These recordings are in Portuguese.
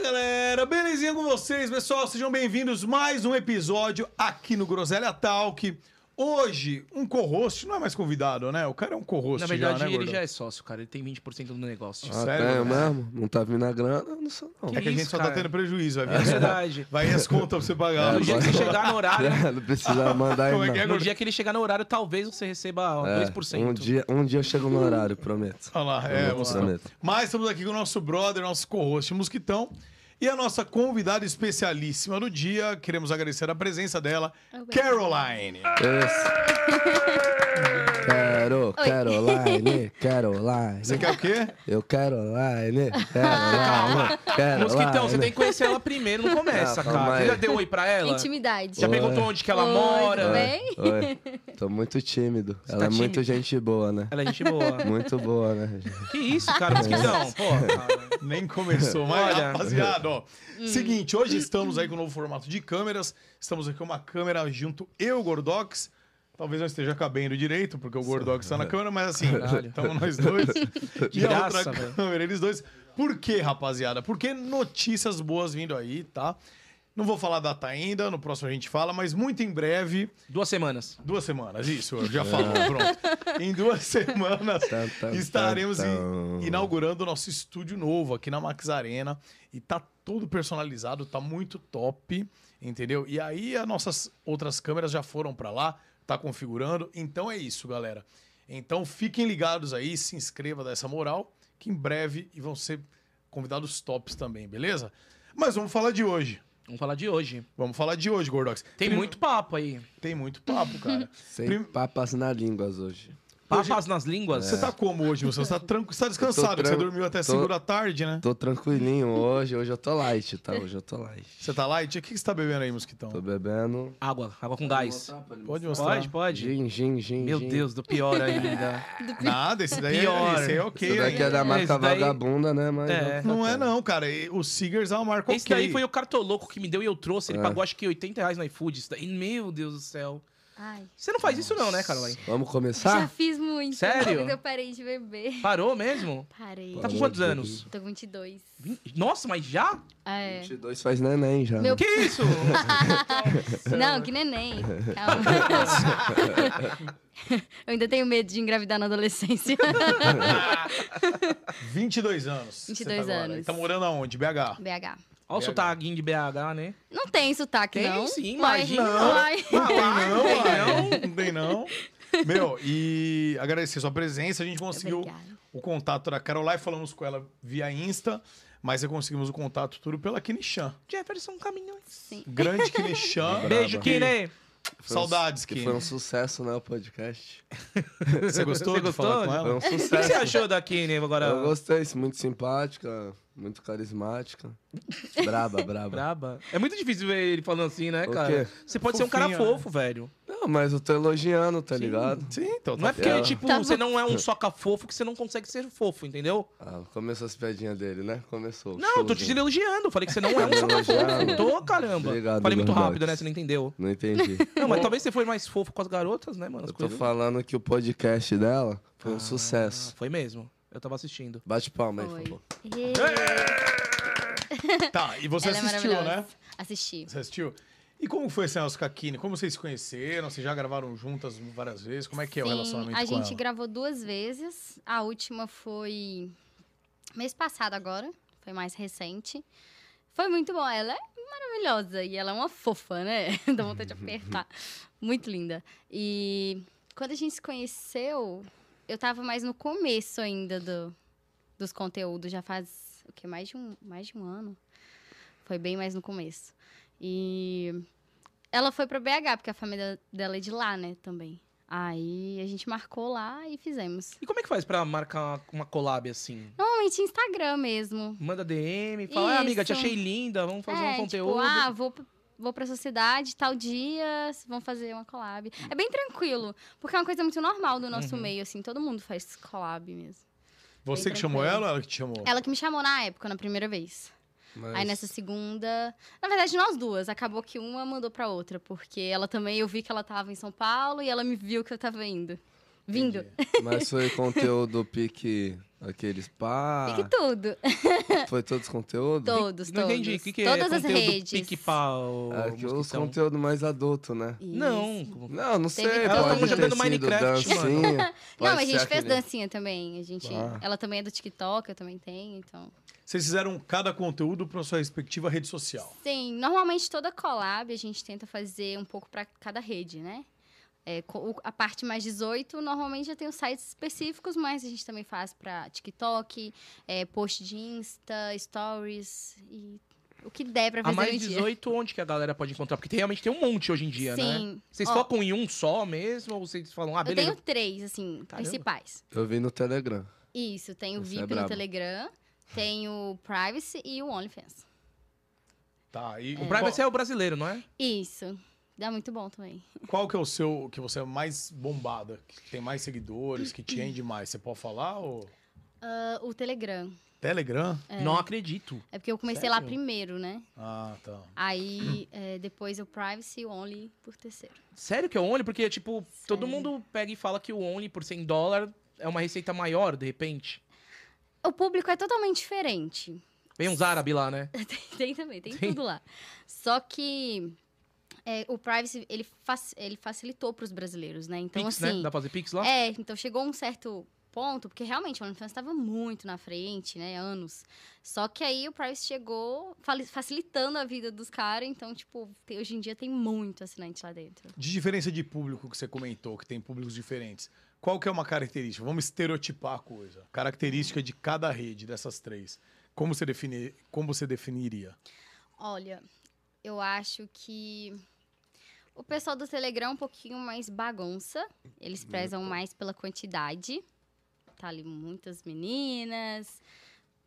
galera, belezinha com vocês, pessoal? Sejam bem-vindos mais um episódio aqui no Groselha Talk. Hoje, um co-host, não é mais convidado, né? O cara é um co-host Na verdade, já, né, ele gordão? já é sócio, cara. Ele tem 20% do negócio. Ah, Ah, Sério, Sério? É cara? mesmo? Não tá vindo a grana? Não sei não. É que a gente Isso, só tá cara. tendo prejuízo, vai é vir, verdade. É, vai vir as contas pra você pagar. No dia que você chegar no horário, não precisa mandar aí, Como é não. que é, no gordão? dia que ele chegar no horário, talvez você receba ó, É, 2%. um, dia, um dia eu chego no horário, prometo. Olha lá, é, Prometo, vamos né? lá. prometo. Mas estamos aqui com o nosso brother, nosso co-host Mosquitão. E a nossa convidada especialíssima do dia, queremos agradecer a presença dela, Caroline. É Isso. Quero, Caroline, Você Caroline. quer o quê? Eu Caroline, Caroline, Caroline. Mosquitão, você tem que conhecer ela primeiro, não começa, né? Ah, calma cara. Você aí. já deu oi pra ela? Intimidade. Já Oi. perguntou onde que ela Oi, mora? tudo bem? Oi, tô muito tímido. Ela tá é muito tímido? gente boa, né? Ela é gente boa. Muito boa, né? Que isso, cara, Mosquitão? Pô, cara. Nem começou, mas Olha. rapaziada, ó. Hum. Seguinte, hoje estamos aí com o novo formato de câmeras. Estamos aqui com uma câmera junto eu, e o Gordox. Talvez não esteja cabendo direito, porque o Gordox está na câmera, mas assim, Caralho. estamos nós dois. De e a graça, outra velho. câmera, eles dois. Por quê, rapaziada? Porque notícias boas vindo aí, tá? Não vou falar a data ainda, no próximo a gente fala, mas muito em breve Duas semanas. Duas semanas, isso, eu já falo, pronto. Em duas semanas É. Tan, tan, estaremos tan, in- tan. inaugurando o nosso estúdio novo aqui na Max Arena. E tá todo personalizado, tá muito top, entendeu? E aí as nossas outras câmeras já foram pra lá, tá configurando. Então é isso, galera. Então fiquem ligados aí, se inscreva dessa moral, que em breve e vão ser convidados tops também, beleza? Mas vamos falar de hoje. Vamos falar de hoje. Vamos falar de hoje, Gordox. Tem Prim- muito papo aí. Tem muito papo, cara. Sem Prim- papas na línguas hoje. Papas nas línguas. Você tá como hoje, Wilson? Você tá tranquilo? Você tá descansado, Eu tô porque você tran- dormiu até tô- 5 da tarde, né? Tô tranquilinho hoje, hoje eu tô light, tá? Hoje eu tô light. Você tá light? O que você tá bebendo aí, Mosquitão? Tô bebendo. Água, água com gás. Pode mostrar. Pode, pode. Gin, gin, gin. Meu gin. Deus, do pior ainda. Nada, esse daí Pior. é, esse aí é ok. Isso daqui é ainda. da marca Esse daí- vagabunda, né? Mas É. Não é não, cara. E O Seagers é uma marca Esse ok. daí foi o cartoloco que me deu e eu trouxe. Ele É. pagou acho que 80 reais no iFood. Isso daí. Meu Deus do céu. Ai, Você não faz isso não, né, Caroline? Vamos já começar? fiz muito. Tá. Sério? Mas eu parei de beber. Parou mesmo? Parei. Tá Parou com quantos de beber. anos? Tô com 22. Vin- Nossa, mas já? É. 22 faz neném já. né? Meu- Que isso? Não, que neném. Calma. eu ainda tenho medo de engravidar na adolescência. 22 anos. 22 Você tá anos. Tá morando aonde? BH. BH. Olha o BH. sotaguinho de BH, né? Não tem sotaque, Tem não. sim, Uai, imagina. uai. Não tem não, tem uai. não tem não. Meu, e agradecer sua presença. A gente conseguiu Obrigada. o contato da Caroline. Falamos com ela via Insta, mas conseguimos o contato tudo pela Kinichan. Jefferson Caminhões. Grande Kinichan. Beijo, Kine. Foi um- Saudades, que Kim. foi um sucesso, né? O podcast. Você gostou Você de gostou? falar com ela? Foi um O que sucesso. você achou da Kine agora? Eu gostei, muito simpática, muito carismática. Braba, braba. Braba. É muito difícil ver ele falando assim, né, O cara? quê? Você pode ser um Fofinho, cara fofo, velho. Não, mas eu tô elogiando, tá ligado? Sim, então Não é porque, Ela- tipo, Tá bom. você não é um soca fofo que você não consegue ser fofo, entendeu? Ah, começou as piadinhas dele, né? Começou. Não, eu tô te Showzinho. elogiando. Eu Falei que você não é um soca fofo. Elogiando. Tô, caramba. Obrigado, Falei muito Gordox. rápido, né? Você não entendeu. Não entendi. Não, mas talvez você foi mais fofo com as garotas, né, mano? As Eu tô coisas- falando que o podcast dela foi um sucesso. Ah, Foi mesmo. Eu tava assistindo. Bate palma aí, por Foi. favor. Ê, Tá, e você Ela é assistiu, né? maravilhosa. Assisti. Você assistiu? E como foi esse negócio com a Kine? Como vocês se conheceram? Vocês já gravaram juntas várias vezes? Como é que é o Sim, relacionamento a com gente ela? gravou duas vezes. A última foi mês passado agora, foi mais recente. Foi muito bom, ela é maravilhosa e ela é uma fofa, né? Dá vontade Uhum. de apertar. Muito linda. E quando a gente se conheceu, eu tava mais no começo ainda do, dos conteúdos, já faz o que mais de um, mais de um ano. Foi bem mais no começo. E ela foi pra BH, porque a família dela é de lá, né, também. Aí a gente marcou lá e fizemos. E como é que faz pra marcar uma- uma collab assim? Normalmente Instagram mesmo. Manda DM, fala, ah, amiga, te Isso. achei linda, vamos fazer é, um conteúdo. Tipo, ah, vou, p- vou pra sociedade, tal dia, vamos fazer uma collab. É bem tranquilo, porque é uma coisa muito normal do nosso Uhum. meio, assim, todo mundo faz collab mesmo. Você bem que chamou tranquilo. ela ou ela que te chamou? Ela que me chamou na época, na primeira vez. É Mas- Aí nessa segunda. Na verdade, nós duas. Acabou que uma mandou pra outra, porque ela também, eu vi que ela tava em São Paulo e ela me viu que eu tava indo. Vindo. Mas foi conteúdo pique Aqueles pá. Fique tudo. Foi todos os conteúdos? Todos, Ah, Não todos. entendi. O que, que Todas é as conteúdo redes. pique-pau? É, que os mosquitão? conteúdos mais adulto, né? Isso. Não. como- Não, não sei. Teve Pode todo mundo ter jogando sido Minecraft, mano. dancinha, Não, pode a ser gente fez aquele- dancinha também. A gente, Ah. Ela também é do TikTok, eu também tenho, então. Vocês fizeram cada conteúdo para sua respectiva rede social. Sim, normalmente toda collab a gente tenta fazer um pouco pra cada rede, né? É, co- o- a parte mais 18, normalmente já tem os sites específicos, mas a gente também faz pra TikTok, é, post de Insta, stories e o que der pra A fazer mais no dia. 18, onde que a galera pode encontrar? Porque tem- realmente tem um monte hoje em dia, né? Sim. Vocês Ó. focam em um só mesmo? Ou vocês falam, ah, eu beleza, tenho três, assim, Caramba. principais. Eu vi no Telegram. Isso, tem o Você é VIP no braba. Telegram, tem o Privacy e o OnlyFans. Tá, e O Privacy é o brasileiro, não é? Isso. Dá muito bom também. qual, qual que é o seu, que você é mais bombada, que tem mais seguidores, que te rende mais? Você pode falar? Ou... Ah, o Telegram. Telegram? Não acredito. É porque eu comecei lá Sério? Hum. primeiro, né? Ah, tá. Aí é, depois o Privacy e o Only por terceiro. Sério que é o Only? Porque, tipo, todo Sério. mundo pega e fala que o Only por 100 dólares é uma receita maior, de repente. O público é totalmente diferente. Vem uns árabes lá, né? Tem também, tem Sim. tudo lá. Só que é, o Privacy, ele, fac- ele facilitou para os brasileiros, né? Então, Pix, assim. né? Dá pra fazer Pix lá? É, então chegou um certo ponto, porque realmente o OnlyFans estava muito na frente, né? Anos. Só que aí o Price chegou fali- facilitando a vida dos caras, então, tipo, tem- hoje em dia tem muito assinante lá dentro. De diferença de público que você comentou, que tem públicos diferentes, qual que é uma característica? Vamos estereotipar a coisa. Característica de cada rede, dessas três. Como você, defini- como você definiria? Olha, eu acho que o pessoal do Telegram é um pouquinho mais bagunça. Eles prezam mais pela quantidade. Tá ali muitas meninas.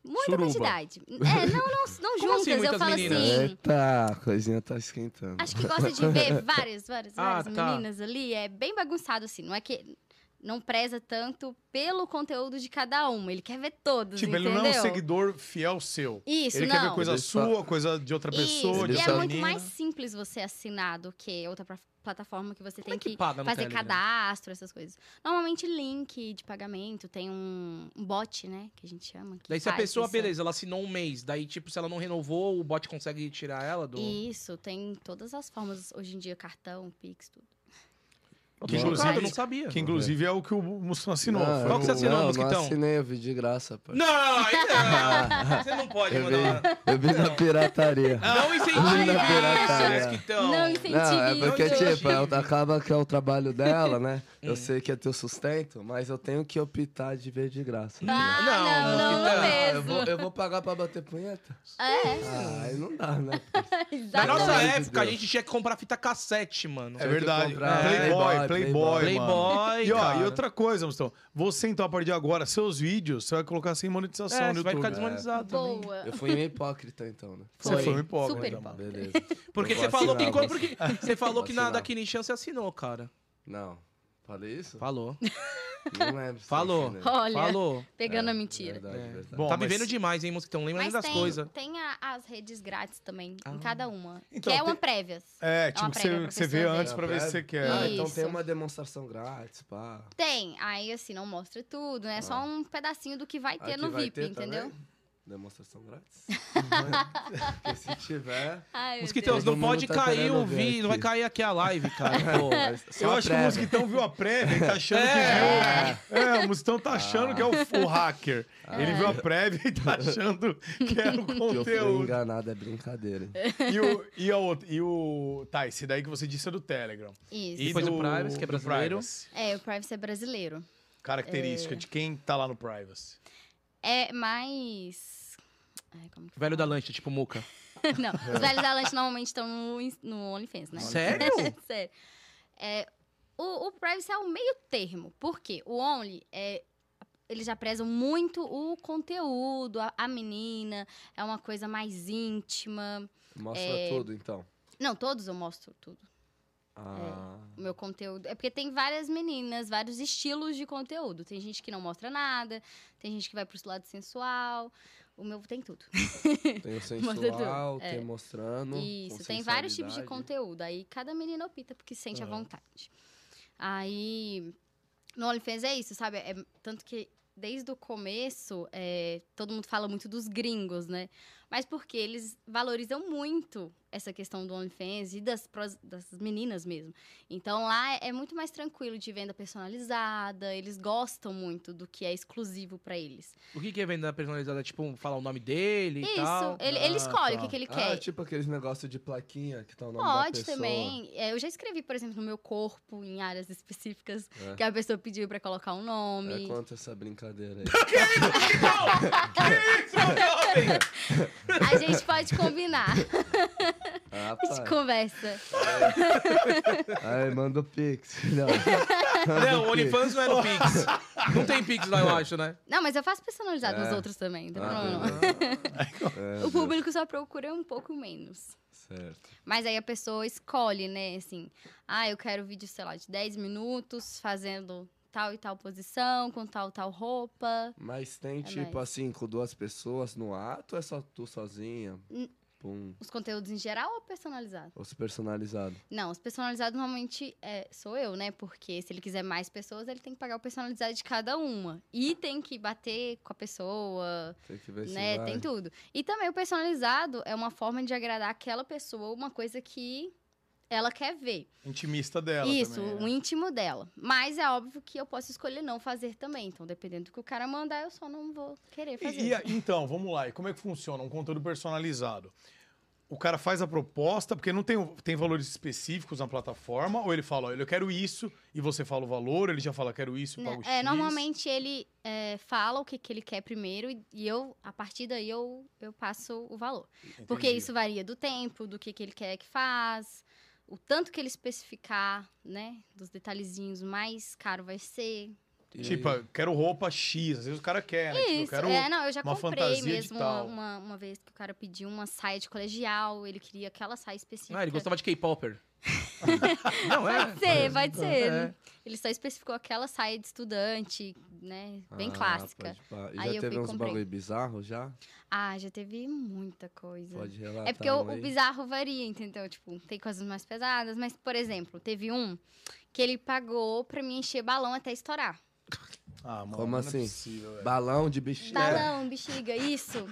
Muita Suruba. quantidade. É, não, não, Como não juntas. assim, eu muitas falo meninas? assim. Eita, a coisinha tá esquentando. Acho que gosta de ver várias, várias, Ah, várias tá. meninas ali. É bem bagunçado, assim. Não é que não preza tanto pelo conteúdo de cada uma. Ele quer ver todos, Tipo, ele entendeu? não é um seguidor fiel seu. Isso, ele não. quer ver coisa Ele tá- só- sua, coisa de outra pessoa, Isso. de E é outra essa muito menina. mais simples você assinar do que outra pra- plataforma que você Como é tem que, que paga no fazer Telegram? cadastro, essas coisas. Normalmente, link de pagamento. Tem um, um bot, né? Que a gente chama. que Daí se a faz pessoa, isso. beleza, ela assinou um mês. Daí, tipo, se ela não renovou, o bot consegue tirar ela do... Isso, tem todas as formas hoje em dia. Cartão, Pix, tudo. Eu Que tô chocado, inclusive- eu não sabia. Que inclusive é o que o Mussum assinou. Ah, Não, é foi Qual que você o- assinou, não, mosquitão? Não assinei, eu vi de graça, pai. Não, aí não. Você não pode eu, vi, mandar. eu vi na pirataria. Não incentive Não, pirataria. isso, mosquitão. não incentive Não, é porque, isso. tipo, é- acaba que é o trabalho dela, né? Hum. Eu sei que é teu sustento, mas eu tenho que optar de ver de graça. Então, Ah, Não, não, não, mosquitão. não eu, mesmo. vou, eu vou pagar pra bater punheta? É. Ah, aí não dá, né? Na Exatamente. nossa Pelo amor de época, a Deus. gente tinha que comprar fita cassete, mano. É Tinha que verdade. comprar. Playboy, É, Playboy, Playboy, mano. E, ó, cara. e outra coisa, Mustão. Você, então, a partir de agora, seus vídeos, você vai colocar sem É, monetização no você YouTube. vai ficar desmonetizado é, também. É. Boa. Eu fui meio hipócrita, então, né? Você foi, Foi. um hipócrita. Super mano. hipócrita. Beleza. Porque Eu você vou falou que assinar, enquanto vou porque você falou Vou que na assinar. da Kinichan você assinou, cara. Não. Falei isso? Falou. Não lembro. se eu Falou. assinei. Olha, Falou. pegando a É, mentira. Verdade, É. verdade. Bom, tá mas- vivendo demais, hein, mosquitão? Lembra nem Mas das coisas. tem, tem a- as redes grátis também, em Ah. cada uma. Então, que é uma tem- prévia. É, uma tipo, que prévia você, pra você vê pessoa ver. antes pra É ver se você quer. Ah, então Isso. tem uma demonstração grátis, pá. Tem, aí assim, não mostra tudo, né? É só Ah. um pedacinho do que vai ter Aqui no vai VIP, ter tá entendeu? também? Demonstração grátis? Porque se tiver. Ai, meu Mosquitão, Deus. não Todo mundo pode tá cair querendo o ver vídeo, não vai aqui. cair aqui a live, cara. Pô. Eu acho que o Mosquitão viu a prévia e tá achando Ah, que viu. É, o Mosquitão tá achando que é Ah. o, o hacker. Ele viu a prévia e tá achando que é o que eu fui conteúdo. enganado é brincadeira. hein? E o, e, a outra- e o. Tá, esse daí que você disse é do Telegram. Isso. E Depois do, o Privacy, que é do brasileiro. Privacy. É, o Privacy é brasileiro. Característica de quem tá lá no Privacy. É mais. Ai, como que Velho da fala? lancha, tipo Muca. Não, os velhos da lanche normalmente estão no, Ins- no OnlyFans, né? Sério? Sério. É, o, o Privacy é o meio termo. Por quê? O Only é. Eles já prezam muito o conteúdo, a, a menina, é uma coisa mais íntima. Mostra É. tudo, então. Não, todos eu mostro tudo. Ah, O meu conteúdo. É porque tem várias meninas, vários estilos de conteúdo. Tem gente que não mostra nada, tem gente que vai pro lado sensual. O meu tem tudo. Tem o É. Mostra tudo, É. sensual, tem mostrando. Isso, com tem vários tipos de sensualidade. conteúdo. Aí cada menina opta porque sente à Aham. vontade. Aí no OnlyFans é isso, sabe? É, tanto que desde o começo, é, todo mundo fala muito dos gringos, né? Mas porque eles valorizam muito essa questão do OnlyFans e das, pros- das meninas mesmo. Então lá é muito mais tranquilo de venda personalizada, eles gostam muito do que é exclusivo pra eles. O que, que é venda personalizada? Tipo, falar o nome dele e tal? Isso, ele, ele Ah, escolhe o tá. que, que ele Ah, quer. tipo aqueles negócios de plaquinha que tá o nome da Pode pessoa. também. É, eu já escrevi, por exemplo, no meu corpo, em áreas específicas, É. que a pessoa pediu pra colocar um É, nome. conta essa brincadeira aí. A gente pode combinar. Ah, A gente pai. conversa. Aí, manda o pix. Não, Não, o OnlyFans não é no Pix. Não tem Pix lá, eu acho, né? Não, mas eu faço personalizado É. nos outros também, não tem Ah, problema não. é, O público só procura um pouco menos. certo. Mas aí a pessoa escolhe, né? Assim, ah, eu quero vídeo, sei lá, de 10 minutos, fazendo tal e tal posição, com tal tal roupa. Mas tem, É tipo, nóis. assim, com duas pessoas no ato ou é só tu sozinha? Hum. Pum. Os conteúdos em geral ou personalizado? Ou se personalizado? Não, os personalizados normalmente é, sou eu, né? Porque se ele quiser mais pessoas, ele tem que pagar o personalizado de cada uma. Ah. E tem que bater com a pessoa, Tem que ver se né? vai. é. Tem tudo. E também o personalizado é uma forma de agradar aquela pessoa, uma coisa que ela quer ver. Intimista dela Isso, também. é. né? o íntimo dela. Mas é óbvio que eu posso escolher não fazer também. Então, dependendo do que o cara mandar, eu só não vou querer fazer. E, e a- então, vamos lá. E como é que funciona um conteúdo personalizado? O cara faz a proposta, porque não tem, o- tem valores específicos na plataforma, ou ele fala, olha, eu quero isso, e você fala o valor, ele já fala, quero isso, Né, pago X. é, normalmente ele é, fala o que, que ele quer primeiro e, e eu, a partir daí, eu, eu passo o valor. Entendi. Porque isso varia do tempo, do que, que ele quer que faz, o tanto que ele especificar, né? Dos detalhezinhos, mais caro vai ser. E- Tipo, eu quero roupa X, às vezes o cara quer, né? Tipo, eu Isso, quero é, não, eu já uma comprei fantasia de mesmo uma, tal. uma, uma vez que o cara pediu uma saia de colegial, ele queria aquela saia específica. Ah, ele gostava de K-Popper. não, é. Pode ser, pode ser. É. Ele só especificou aquela saia de estudante, né? Bem Ah, clássica. pode pá. E Aí eu já fui teve e uns comprei. bagulho bizarro já? Ah, já teve muita coisa. Pode relatar. É porque o, um o aí. bizarro varia, entendeu? Tipo, tem coisas mais pesadas, mas, por exemplo, teve um que ele pagou pra me encher balão até estourar. Ah, mano, Como não assim? É possível, velho. Balão de bexiga. Balão, bexiga, isso.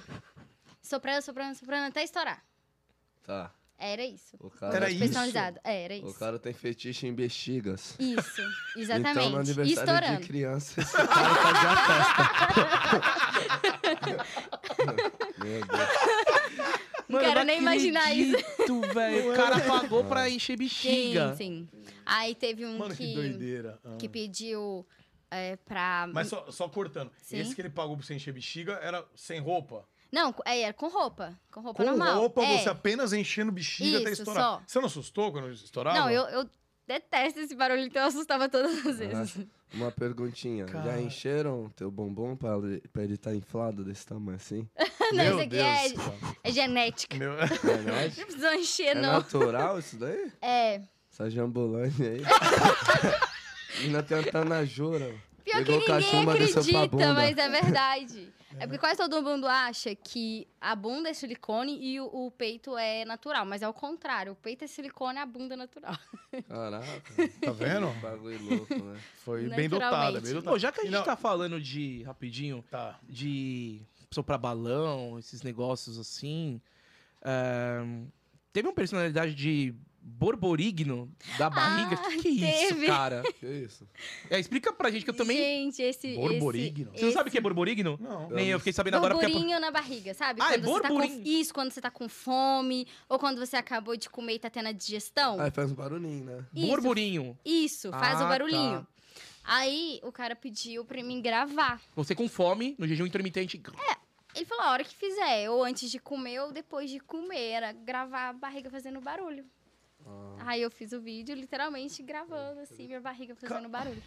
Soprando, soprando, soprando até estourar. Tá. Era isso. O cara, Era isso? Personalizado. É, era O isso. cara tem fetiche em bexigas. Isso, Então, no exatamente. E aniversário estourando. de criança, esse cara fazia festa. Meu Deus. Não quero nem imaginar isso. isso. velho. O cara é. pagou pra encher bexiga. Sim, sim. Aí teve um Mano, que, que, doideira. Ah. que pediu é, pra. Mas só, só cortando, Sim. esse que ele pagou pra você encher bexiga era sem roupa? Não, é, era com roupa. Com roupa Com normal. roupa, é. você apenas enchendo bexiga até Isso, estourar. só. Você não assustou quando estourava? Não, eu, eu detesto esse barulho, então eu assustava todas as vezes. Nossa, Uma perguntinha. Já Cara. encheram teu bombom pra ele pra ele tá inflado desse tamanho assim? Não, Meu isso aqui Deus, é- cara. É genética. Meu... É verdade? Não precisa encher, É não. natural isso daí? É. Essa jambolândia aí. Ainda tentando a jura. Pior Pegou que ninguém cachumba, desceu pra acredita, bunda. mas é verdade. É porque quase todo mundo acha que a bunda é silicone e o, o peito é natural. Mas é o contrário. O peito é silicone e a bunda é natural. Caraca. Tá vendo? Que Bagulho louco, né? Foi bem dotada, bem Naturalmente. dotada. Pô, já que a E gente não- tá falando de, rapidinho, Tá. de soprar balão, esses negócios assim, ahn, teve uma personalidade de borborigno da barriga? que que é isso, Ah, teve. cara? Que isso? É, explica pra gente que eu também... Gente, esse. Borborigno? Você Esse, não esse... sabe o que é borborigno? Não. Nem eu fiquei sabendo agora porque... Borburinho na barriga, sabe? Ah, é quando você tá com- borburinho. Isso, quando você tá com fome, ou quando você acabou de comer e tá tendo a digestão. Aí faz um barulhinho, né? Isso. Borborinho. Isso, faz Ah, o barulhinho. Aí o cara pediu pra mim gravar. Você com fome, no jejum intermitente. Ele falou a hora que fizer, ou antes de comer ou depois de comer, era gravar a barriga fazendo barulho. Ah. Aí eu fiz o vídeo literalmente gravando assim, minha barriga fazendo barulho.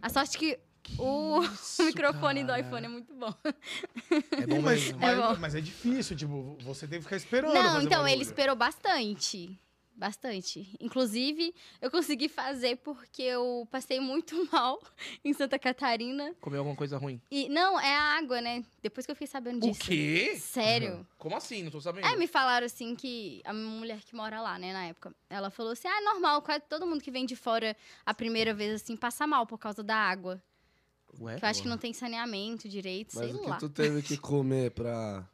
A sorte que o microfone cara. do iPhone é muito bom. É Não, bom, mas, mas... mas- bom. mas é difícil, tipo, você tem que ficar esperando. Não, fazer um então barulho. ele esperou bastante. Bastante. Inclusive, eu consegui fazer porque eu passei muito mal em Santa Catarina. Comeu alguma coisa ruim. E não, é a água, né? Depois que eu fiquei sabendo O disso. quê? Sério. Como assim? Não tô sabendo. É, me falaram assim que a mulher que mora lá, né, na época, ela falou assim: ah, é normal, quase todo mundo que vem de fora a primeira vez assim passa mal por causa da água. Ué? Que eu acho que não tem saneamento direito, É, Mas sei o que lá. tu teve que comer pra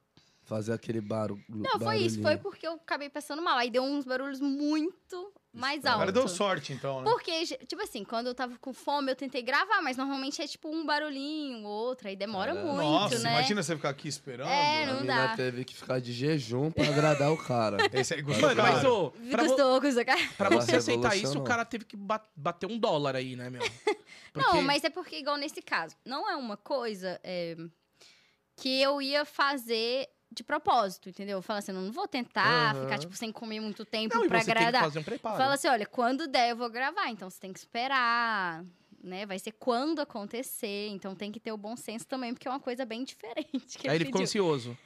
fazer aquele barulho? Não, foi isso. Foi porque eu acabei passando mal. Aí deu uns barulhos muito mais Cara, O cara altos. deu sorte, então, né? Porque, ge- tipo assim, quando eu tava com fome, eu tentei gravar, mas normalmente é tipo um barulhinho, outro, aí demora Caramba. muito, Nossa, né? imagina você ficar aqui esperando. né? É, A não mina dá. teve que ficar de jejum pra agradar o cara. Esse aí é gostou, Mano, mas cara. ô, pra, vo- Gostou, gostou, cara? É, pra Ela você aceitar isso, o revolucionou. cara teve que ba- bater um dólar aí, né, meu? Porque- Não, mas é porque, igual nesse caso, não é uma coisa é, que eu ia fazer de propósito, entendeu? Falar assim, eu não vou tentar Aham. ficar, tipo, sem comer muito tempo Não, e pra você tem que agradar. fazer um preparo. Fala assim, olha, quando der eu vou gravar, então você tem que esperar, né? Vai ser quando acontecer, então tem que ter o bom senso também, porque é uma coisa bem diferente que aí ele ele ficou pediu. ansioso.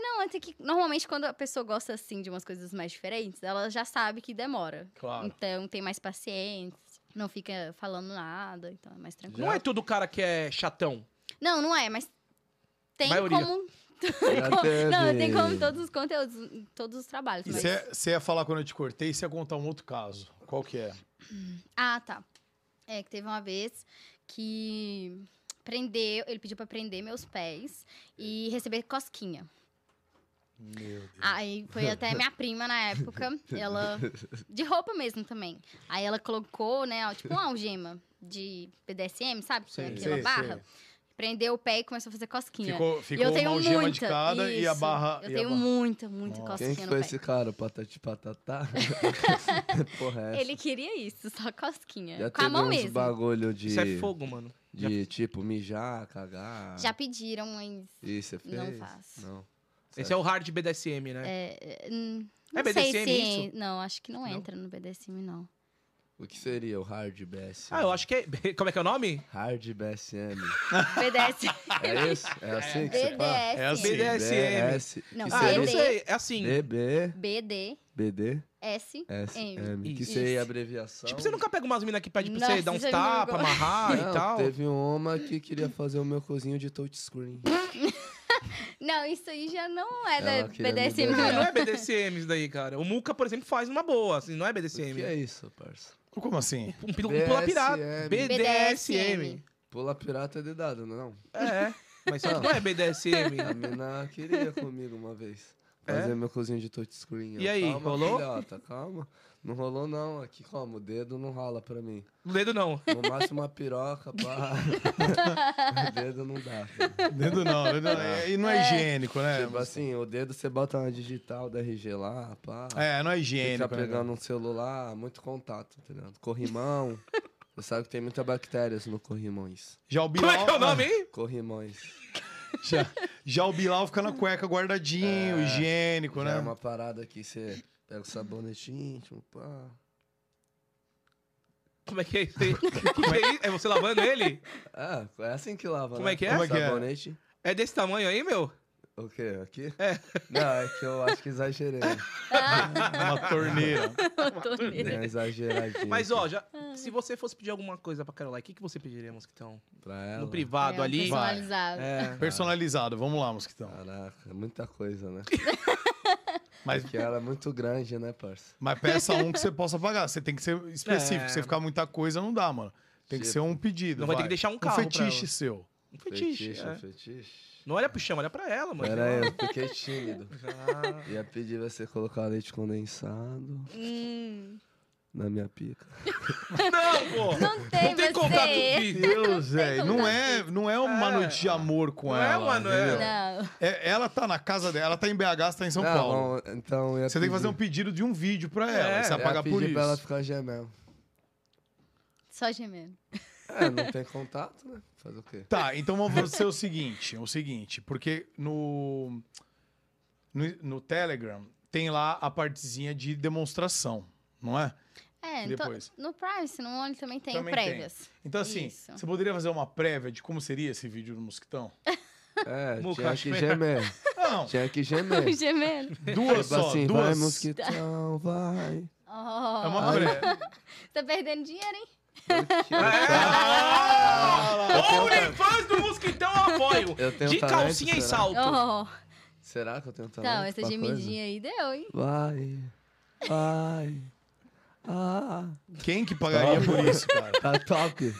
Não, até que normalmente quando a pessoa gosta assim de umas coisas mais diferentes, ela já sabe que demora. Claro. Então tem mais paciência, não fica falando nada, então é mais tranquilo. Não é todo cara que é chatão. Não, não é, mas tem Maioria. como. Já Não, teve. tem como todos os conteúdos, todos os trabalhos. E mas- você é, você ia falar quando eu te cortei, você ia contar um outro caso. Qual que é? Ah, tá. É que teve uma vez que prendeu, ele pediu pra prender meus pés e receber cosquinha. Meu Deus. Aí foi até minha prima na época, ela de roupa mesmo também. Aí ela colocou, né, ó, tipo uma algema de PDSM, sabe? é Sei, Aquela sei, barra. sei. Prendeu o pé e começou a fazer cosquinha. Ficou, E ficou eu tenho uma algema muita, de cada e a isso. barra. Eu e a tenho barra. muita, muita Nossa. cosquinha Quem que no foi pé. esse cara? Patati patatá? Porra, é essa. Ele queria isso, só cosquinha. Já Com a teve mão uns mesmo. bagulho de, Isso é fogo, mano. Já- de tipo mijar, cagar. Já pediram, mas. Isso, você fez? Não faço. Não. Esse é o hard BDSM, né? É, é, hum, É não sei BDSM se- isso? Não, acho que não, Não? entra no BDSM, não. O que seria o hard BSM? Ah, eu acho que é. Como é que é o nome? Hard BSM. BDSM. É isso? É assim que se fala? É assim. BDSM. BDSM. BS. Não, que Ah, eu não BD. sei. É assim. BB, BDSM. BD, SM. Que Isso. seria a abreviação. Ah, Tipo, você nunca pega umas minas que pede pra Nossa, você dar uns isso é muito tapas, bom. amarrar Não, e tal. Teve uma que queria fazer o meu cozinho de touchscreen. Não, isso aí já não é Ela da queria me BDSM, Não, não não. é BDSM isso daí, cara. O Muca, por exemplo, faz numa boa, assim, não é O que é BDSM. isso, parça? Como assim? Um pil- um pula pirata. BDSM. BDSM. Pula pirata é dedado, não é não? É, mas só que não é A BDSM. mina queria comigo uma vez. É? Fazer meu cozinho de touchscreen. Eu, E aí, calma, rolou? Filhota, calma. Não rolou não. Aqui, como? O dedo não rola pra mim. O dedo não. No máximo uma piroca, pá. o dedo não dá. Dedo não, dedo não. É, E não é, higiênico, né? Tipo assim, o dedo você bota na digital da RG lá, pá. É, não é Fica higiênico. né? pegando um celular, muito contato, tá ligado? Corrimão. Você sabe que tem muitas bactérias no corrimões. Já o Bilal. Como é que é o nome, hein? Corrimões. Já, já o Bilal fica na cueca guardadinho, higiênico, Já né? É uma parada que você pega o sabonete íntimo, pá. Como é que é isso aí? Como é isso? É você lavando ele? Ah, é assim que lava, Como né? é que é? Como é que é? Sabonete. É desse tamanho aí, meu? O quê? Aqui? É. Não, é que eu acho que exagerei. Uma torneira. Dei uma exageradinha. Mas, aqui ó, já, se você fosse pedir alguma coisa pra Caroline, o que, que você pediria, Mosquitão? Pra ela. No É, um privado ali? pensava- Personalizado. É. Personalizado, vamos lá, mosquitão. Caraca, muita coisa, né? Mas, Porque ela é muito grande, né, parça? mas peça um que você possa pagar. Você tem que ser específico. É. Se você ficar muita coisa, não dá, mano. Tem que Tipo. ser um pedido. Não vai ter que deixar um carro Um pra fetiche ela. seu. Um fetiche. fetiche. é. fetiche. Não olha pro chão, olha pra ela, mano. Pera aí, eu fiquei tímido. Ah. Ia pedir você colocar leite condensado Hum, na minha pica. Não, pô! não tem, Não tem contato você. físico. Deus, velho. Não como é, não é uma É. noite de amor com Não é ela. uma- não é. entendeu? Não. É, ela tá na casa dela, ela tá em BH, você tá em São Não, Paulo. bom, então ia Você tem que fazer um pedir- pedido de um vídeo pra ela. É, você ia vai pagar pedir por isso. pra ela ficar gemel. Só gemendo. É, não tem contato, né? Fazer o quê? Tá, então vamos fazer o seguinte, o seguinte, porque no, no no Telegram tem lá a partezinha de demonstração, não é? É, E então, depois? no Privacy, no Only também tem Também prévias. Então assim, Isso. você poderia fazer uma prévia de como seria esse vídeo do mosquitão? É, Muca, tinha acho que que- gemer. Não, Tinha que gemer. gemendo. duas Tipo só, assim, vai duas. mosquitão, vai. Oh, É uma prévia. Tá perdendo dinheiro, hein? É. Ah! OnlyFans do Mosquitão eu apoio! Eu tenho De talento, calcinha e será? salto. Oh. Será que eu tenho talento? Então, essa pra tá coisa? gemidinha aí deu, hein? Vai, vai. Ah, Quem que pagaria por isso, cara? tá top.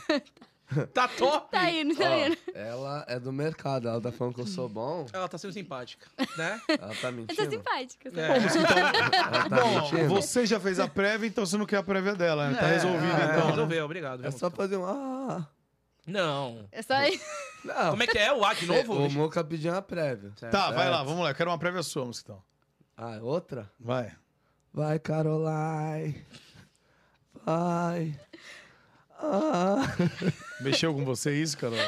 Tá top! Tá indo, tá Ó, indo. ela é do mercado, ela tá falando que eu sou bom, Ela tá sendo simpática, né? ela tá Eu tô mentindo. simpática. sabe? É. Ela tá Bom, mentindo. você já fez a prévia, então você não quer a prévia dela. né? Tá É, resolvido, é, então. né? Resolveu, obrigado. É viu, só Muca? fazer um. Ah, Não. É só isso. não. Como é que é? O A de novo? O Moca pediu uma prévia. Certo. Tá, vai É. lá, vamos lá. Eu quero uma prévia sua, Mosquitão. Ah, outra? Vai. Vai, Caroline. Vai. Ah. Mexeu com você isso, Carol?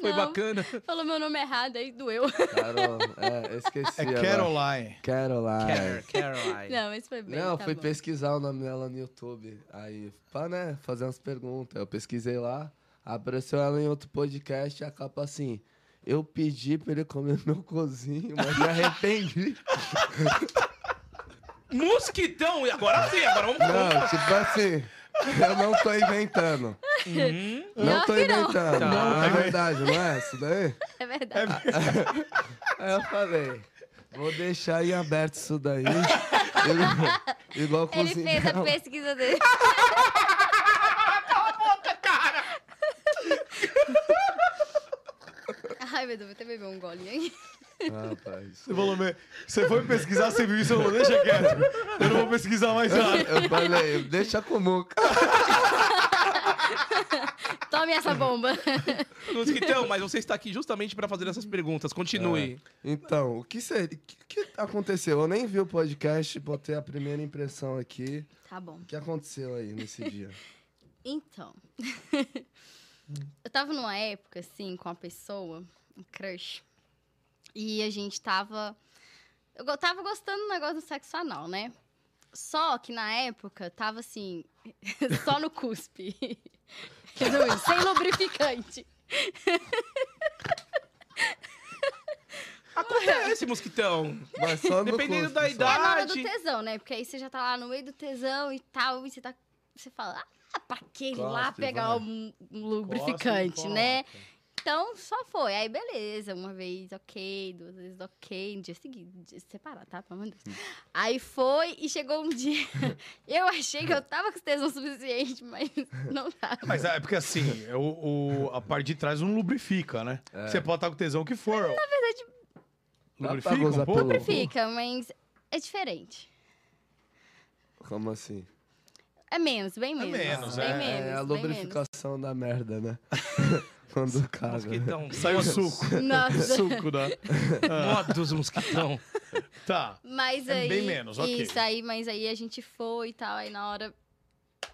Foi Não. bacana. Falou meu nome errado, aí doeu. Carol, é, eu esqueci. É agora. Caroline. Caroline. Car- Caroline. Não, mas foi bem. Não, tá fui bom. pesquisar o nome dela no YouTube. Aí, pra, né, fazer umas perguntas. Eu pesquisei lá, apareceu ela em outro podcast e a capa assim. Eu pedi pra ele comer meu cozinho, mas me arrependi. Mosquitão! E agora sim, agora vamos Não, tipo assim, eu não tô inventando. Uhum. Não tô Não, não. inventando. Tá. Não, é verdade, não é isso daí? É verdade. Aí eu falei, vou deixar em aberto isso daí. Ele- Igual Ele cozinha. fez a pesquisa dele. Ai, meu Deus, vou até beber um gole, hein? Ah, Rapaz. Você falou, "Me- é, você foi pesquisar, você viu isso, eu falou, deixa quieto. Eu não vou pesquisar mais nada. Eu falei, deixa com o Muca. Tome essa bomba. Mosquitão, mas você está aqui justamente para fazer essas perguntas. Continue. É. Então, o que, seria, o que, que aconteceu? Eu nem vi o podcast, botei a primeira impressão aqui. Tá bom. O que aconteceu aí nesse dia? Então. eu tava numa época, assim, com uma pessoa, um crush. E a gente tava. Eu go- tava gostando do negócio do sexo anal, né? Só que na época tava assim, só no cuspe. Resumindo, sem lubrificante. Acontece, mosquitão. Mas só no Dependendo custo, da só. É idade. na hora do Verdade. tesão, né? Porque aí você já tá lá no meio do tesão e tal, e você tá. Você fala, ah, pra que ir lá Cospe, pegar vai. um, um lubrificante, né? Então só foi. Aí beleza, uma vez ok, duas vezes ok, no dia seguinte, dia separado, tá? Pelo amor de Deus. Aí foi e chegou um dia. eu achei que eu tava com tesão suficiente, mas não tava. Mas é porque assim, é o, o- a parte de trás não lubrifica, né? Você pode estar com tesão que for. Na verdade, É. Dá pra lubrifica gozar um pouco? pelo- Fica, mas é diferente. Como assim? É menos, bem menos. menos, bem é. menos. é a bem menos. lubrificação da merda, né? Quando caga. Mosquitão. Sai o suco. Nossa. suco, né? Modos, mosquitão. Tá. Mas É aí. bem menos, ok. Isso aí, mas aí a gente foi e tal. Aí na hora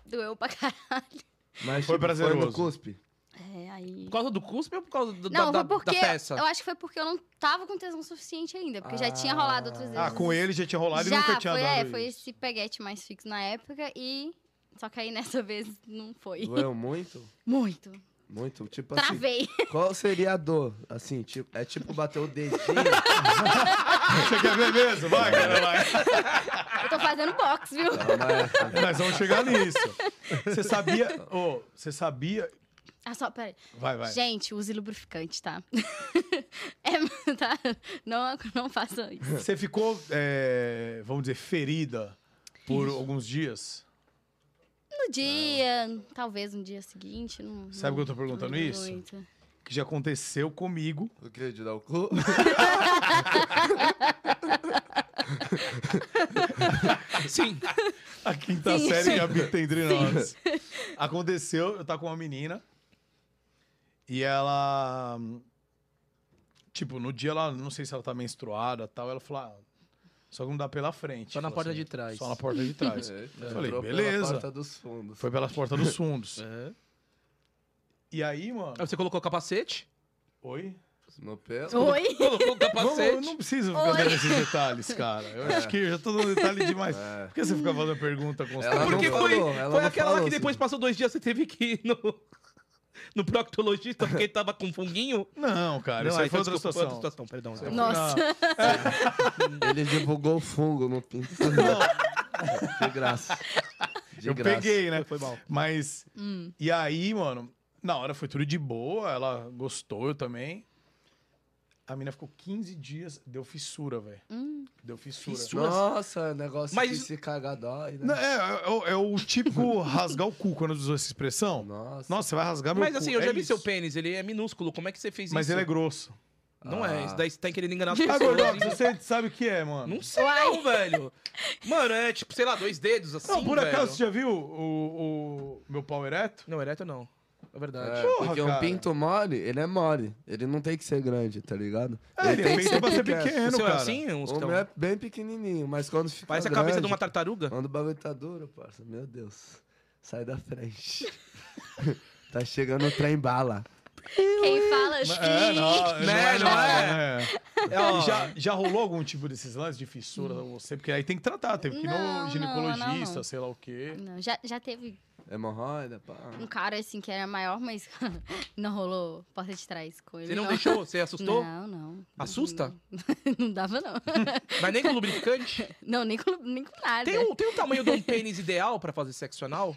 doeu pra caralho. Mas, tipo, Foi prazeroso. Foi no cuspe? É, aí. Por causa do cuspe ou por causa é do- da- Não, da, foi porque. da peça? Eu acho que foi porque eu não tava com tesão suficiente ainda. Porque já tinha Ah. rolado outras vezes. Ah, com ele já tinha rolado já, e nunca tinha foi, dado é, isso. foi esse peguete mais fixo na época e. Só que aí nessa vez não foi. Tá Doeu muito? Muito. Muito? Tipo assim, Travei. qual seria a dor? Assim, tipo, é tipo bater o dedinho. Você quer ver mesmo? Vai, cara, vai. Eu tô fazendo box, viu? Tá Calma aí. Nós vamos chegar nisso. Você sabia... Ô, você sabia... Ah, só, peraí. Vai, vai. Gente, use lubrificante, tá? é, tá? Não, não façam isso. Você ficou, é, vamos dizer, ferida por alguns dias? No dia, talvez no dia seguinte. Não, Sabe não- que eu tô perguntando não lembro isso? muito. Que já aconteceu comigo. O que? De dar o cu? Sim. A quinta Sim. série que habita entre Sim. nós. Aconteceu, eu tava com uma menina. E ela. hum, Tipo, no dia ela, não sei se ela tá menstruada e tal, ela falou. "Ah, só que não dá pela frente. Só na Falou assim, porta de trás. Só na porta de trás. Eu Eu falei, beleza. Porta dos fundos. Foi pelas portas dos fundos. É. E aí, mano. Aí Você colocou o capacete? Oi? No pelo? Oi? Colocou Vamos, o capacete? eu não preciso ficar Oi. dando esses detalhes, cara. Eu É. acho que eu já tô dando detalhe demais. É. Por que você fica fazendo pergunta Ela constante? não É, Porque foi, falou, ela foi aquela lá não assim. falou, que depois Cid. passou dois dias, você teve que ir no, no proctologista porque tava com um funguinho. Não, cara, isso ah, aí foi então outra desculpa, situação. situação. Perdão. Eu fui Não. na- Nossa. Ele divulgou o fungo no pinto. Não, De graça. De eu graça. peguei, né? Foi mal. Mas. Hum. E aí, mano, na hora foi tudo de boa, ela gostou, eu também. a mina ficou 15 dias, deu fissura, velho. Hum, Deu fissura. Fissura? Suas- Nossa, é um negócio Mas Mas... que isso- se caga dói, né? Não, é, é o- é o típico rasgar o cu quando usou essa expressão. Nossa. Nossa, você vai rasgar meu Mas cu. assim, eu é já vi isso. seu pênis, ele é minúsculo. Como é que você fez Mas isso? ele é grosso. Não é, isso daí você tá querendo enganar as Ah, pessoas. Gordox, hein? você sabe o que é, mano? Não sei não, velho. Mano, é tipo, sei lá, dois dedos assim, Não, por acaso, velho. você já viu o, o meu pau ereto? Não, ereto não. É verdade. É, Porra, porque cara. um pinto mole, ele é mole. Ele não tem que ser grande, tá ligado? É, ele é tem que feito pra ser O pequeno, seu é cara. assim, uns O que meu tão... é bem pequenininho, mas quando fica Parece a grande, cabeça de uma tartaruga. Quando o bagulho tá duro, parça, meu Deus. Sai da frente. tá chegando o trem bala. Quem fala... É, não, não Né, não é, é? não é. É, ó, E já, já rolou algum tipo desses lances de fissura ou você? Porque aí tem que tratar, teve que ir Não, no não, ginecologista, não. sei lá o quê. Não, já, já teve Hemorroida, pá. um cara, assim, que era maior, mas não rolou porta de trás com ele, Você não deixou? Você assustou? Não, não. Assusta? Não dava, não. Mas nem com lubrificante? Não, nem com, nem com nada. Tem um, tem um tamanho de um pênis ideal pra fazer sexo anal?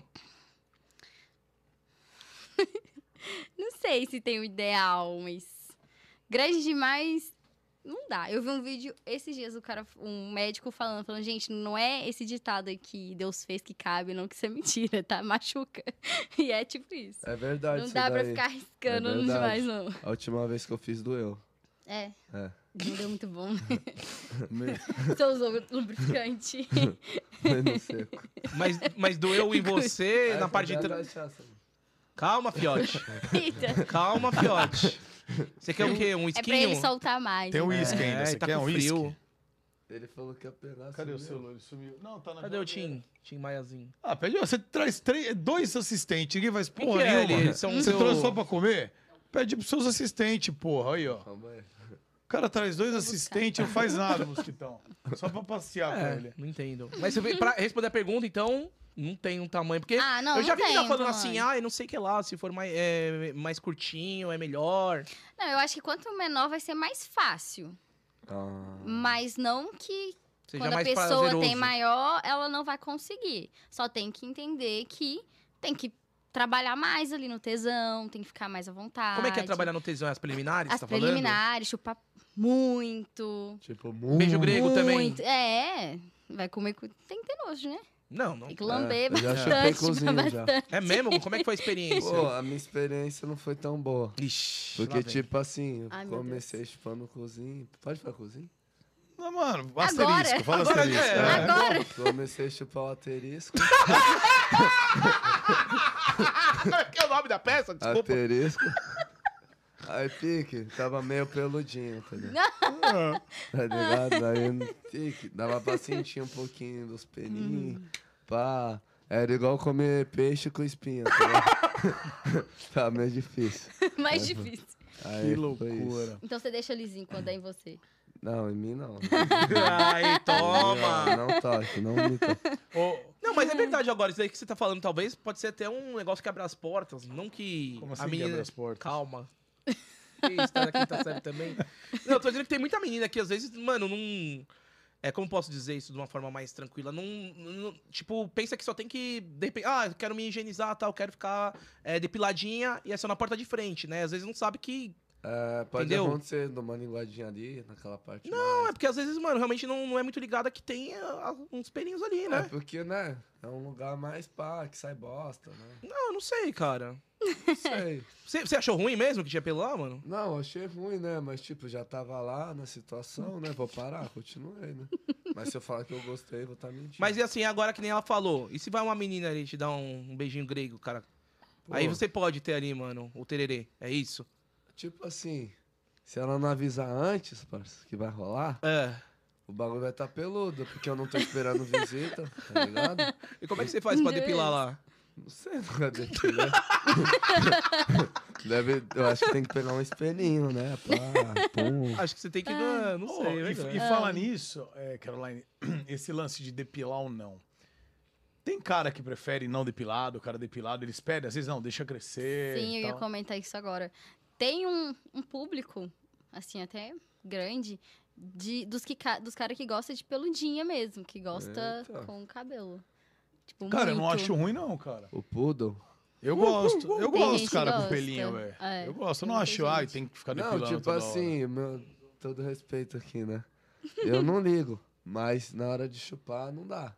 Não sei se tem o ideal, mas. Grande demais. Não dá. Eu vi um vídeo esses dias, o cara, um médico falando, falando, gente, não é esse ditado que Deus fez que cabe, não, que isso é mentira, tá? Machuca. E é tipo isso. É verdade, não isso dá pra daí. ficar arriscando É verdade. demais, não. A última vez que eu fiz doeu. É. É. Não deu muito bom. né? Meio Você usou lubrificante. meio seco. Mas, mas doeu em você na Essa parte é de. a tra- cachaça, mano. Calma, fiote. Eita. Calma, fiote. Você quer o quê? Um É pra ele esquinho? soltar mais. Tem um né? uísque É, ainda, você tá quer com um frio. uísque? Ele falou que ia pegar. Cadê o sumiu. celular? Ele sumiu. Não, tá na Cadê o geladeira. Tim? Tim Maiazinho. Ah, pede, você traz três, dois assistentes, ninguém faz Quem que porra é nenhuma. ele? São Você seu- trouxe só pra comer? Pede pros seus assistentes, porra, aí, ó. Calma aí. O cara traz dois assistentes, não faz nada, mosquitão. Só pra passear É, com ele. não entendo. Mas você vê- pra responder a pergunta, então, não tem um tamanho. Porque Ah, não, eu já não vi que tem tá um falando assim, tamanho. ah, eu não sei o que lá, se for mais, é, mais curtinho, é melhor. Não, eu acho que quanto menor vai ser mais fácil. Ah, Mas não que Seja quando a mais pessoa prazeroso. tem maior, ela não vai conseguir. Só tem que entender que tem que trabalhar mais ali no tesão, tem que ficar mais à vontade. Como é que é trabalhar no tesão? As preliminares, As tá falando? preliminares, chupar muito. tipo, Beijo grego também. muito. É, vai comer com... Tem que ter nojo, né? Não, não. Tem que lamber É, eu já chupei bastante, cozinha, mas- já. É mesmo? Como é que foi a experiência? Pô, a minha experiência não foi tão boa. Ixi, lá Porque, vem. tipo assim, eu Ai, meu comecei chupando cozinha. Pode falar cozinha? Não, mano, Agora. asterisco, fala Agora asterisco. é. É. Agora! Comecei a chupar o asterisco. que é o nome da peça? asterisco. Aí, pique, tava meio peludinho, tá ligado? Ah, Tá ligado? Aí, pique, dava pra sentir um pouquinho dos peninhos. Hum. Pá, era igual comer peixe com espinha, tá ligado? tá meio difícil. Mais É, difícil. Aí, Que foi isso. loucura. Então você deixa lisinho quando é em você. Não, em mim não. Ai, toma. Não, não toque, não me toque. Ô, Não, mas é verdade agora. Isso daí que você tá falando, talvez, pode ser até um negócio que abre as portas. Não que como assim a menina... quebra as portas? Calma. Que isso, tá na quinta série também? Não, eu tô dizendo que tem muita menina que às vezes, mano, não... É, como posso dizer isso de uma forma mais tranquila? Não, não- tipo, pensa que só tem que... De repente, ah, eu quero me higienizar, tal, quero ficar é, depiladinha e é só na porta de frente, né? Às vezes não sabe que... É, pode Entendeu? acontecer de uma linguadinha ali, naquela parte. Não, é porque às vezes, mano, realmente não, não é muito ligada que tem ah, uns pelinhos ali, mais... né? É porque, né? É um lugar mais pá, que sai bosta, né? Não, Ah, eu não sei, cara. Não sei. Você, você achou ruim mesmo que tinha pelo lá, mano? Não, achei ruim, né? Mas, tipo, já tava lá na situação, né? Vou parar, continuei, né? Mas se eu falar que eu gostei, vou estar mentindo. Mas e assim, agora que nem ela falou, e se vai uma menina ali te dar um, um beijinho grego, cara? Pô, Aí você pode ter ali, mano, o tererê. É isso? Tipo assim, se ela não avisar antes, parça, que vai rolar, É. o bagulho vai estar tá peludo, porque eu não tô esperando visita, tá ligado? E como é que você faz pra depilar lá? Não sei, nunca deixei, né? Deve, eu acho que tem que pegar um espelhinho, né? Pá, pum. Acho que você tem que. Ah, não Ô, sei. e- velho. e, Ah. fala nisso, é, Caroline, esse lance de depilar ou não. Tem cara que prefere não depilado, o cara depilado, eles pedem, às vezes não, deixa crescer. Sim, e eu ia tal. comentar isso agora. Tem um, um público, assim, até grande, de, dos, que, ca- dos caras que gostam de peludinha mesmo, que gosta Eita. com cabelo. Tipo, Cara, eu não muito. acho ruim, não, cara. O poodle. Eu gosto, eu Tem gosto, gente que cara, com gosta. pelinho, velho. É, eu gosto, eu tem não muita acho, ai, gente. tem que ficar depilando. Não, tipo Tá toda hora. assim, meu, todo respeito aqui, né? Eu não ligo, mas na hora de chupar não dá.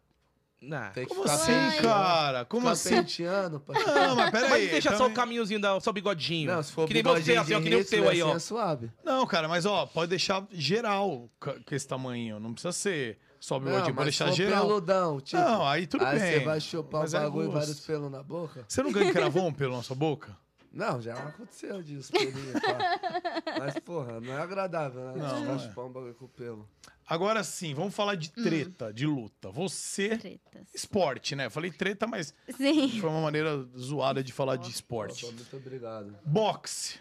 Não. Tem que Como ficar assim, penteando. cara? Como ficar assim? penteando pra Não, mas peraí. Ah, Mas deixa só o também- caminhozinho, da, só o bigodinho. então- Não, se for que nem bigodinho você, assim, ó, de que nem o Hitler, seu aí, assim, ó. é suave. Não, cara, mas ó, pode deixar geral ca- com esse tamanho. Não precisa ser sobe o Não, pode mas se deixar for geral. peludão, tipo... não, aí tudo aí bem. você vai chupar Mas o é bagulho e gosto. vários pelos na boca? Você nunca encravou um pelo na sua boca? Não, já aconteceu disso, pelinho, pá. Mas, porra, não é agradável, né? Não, Ficar não é. chupar um bagulho com pelo. Agora sim, vamos falar de treta, de luta. Você. Tretas. Esporte, né? Eu falei treta, mas Sim. foi uma maneira zoada de falar de Pô, esporte. muito obrigado. Boxe.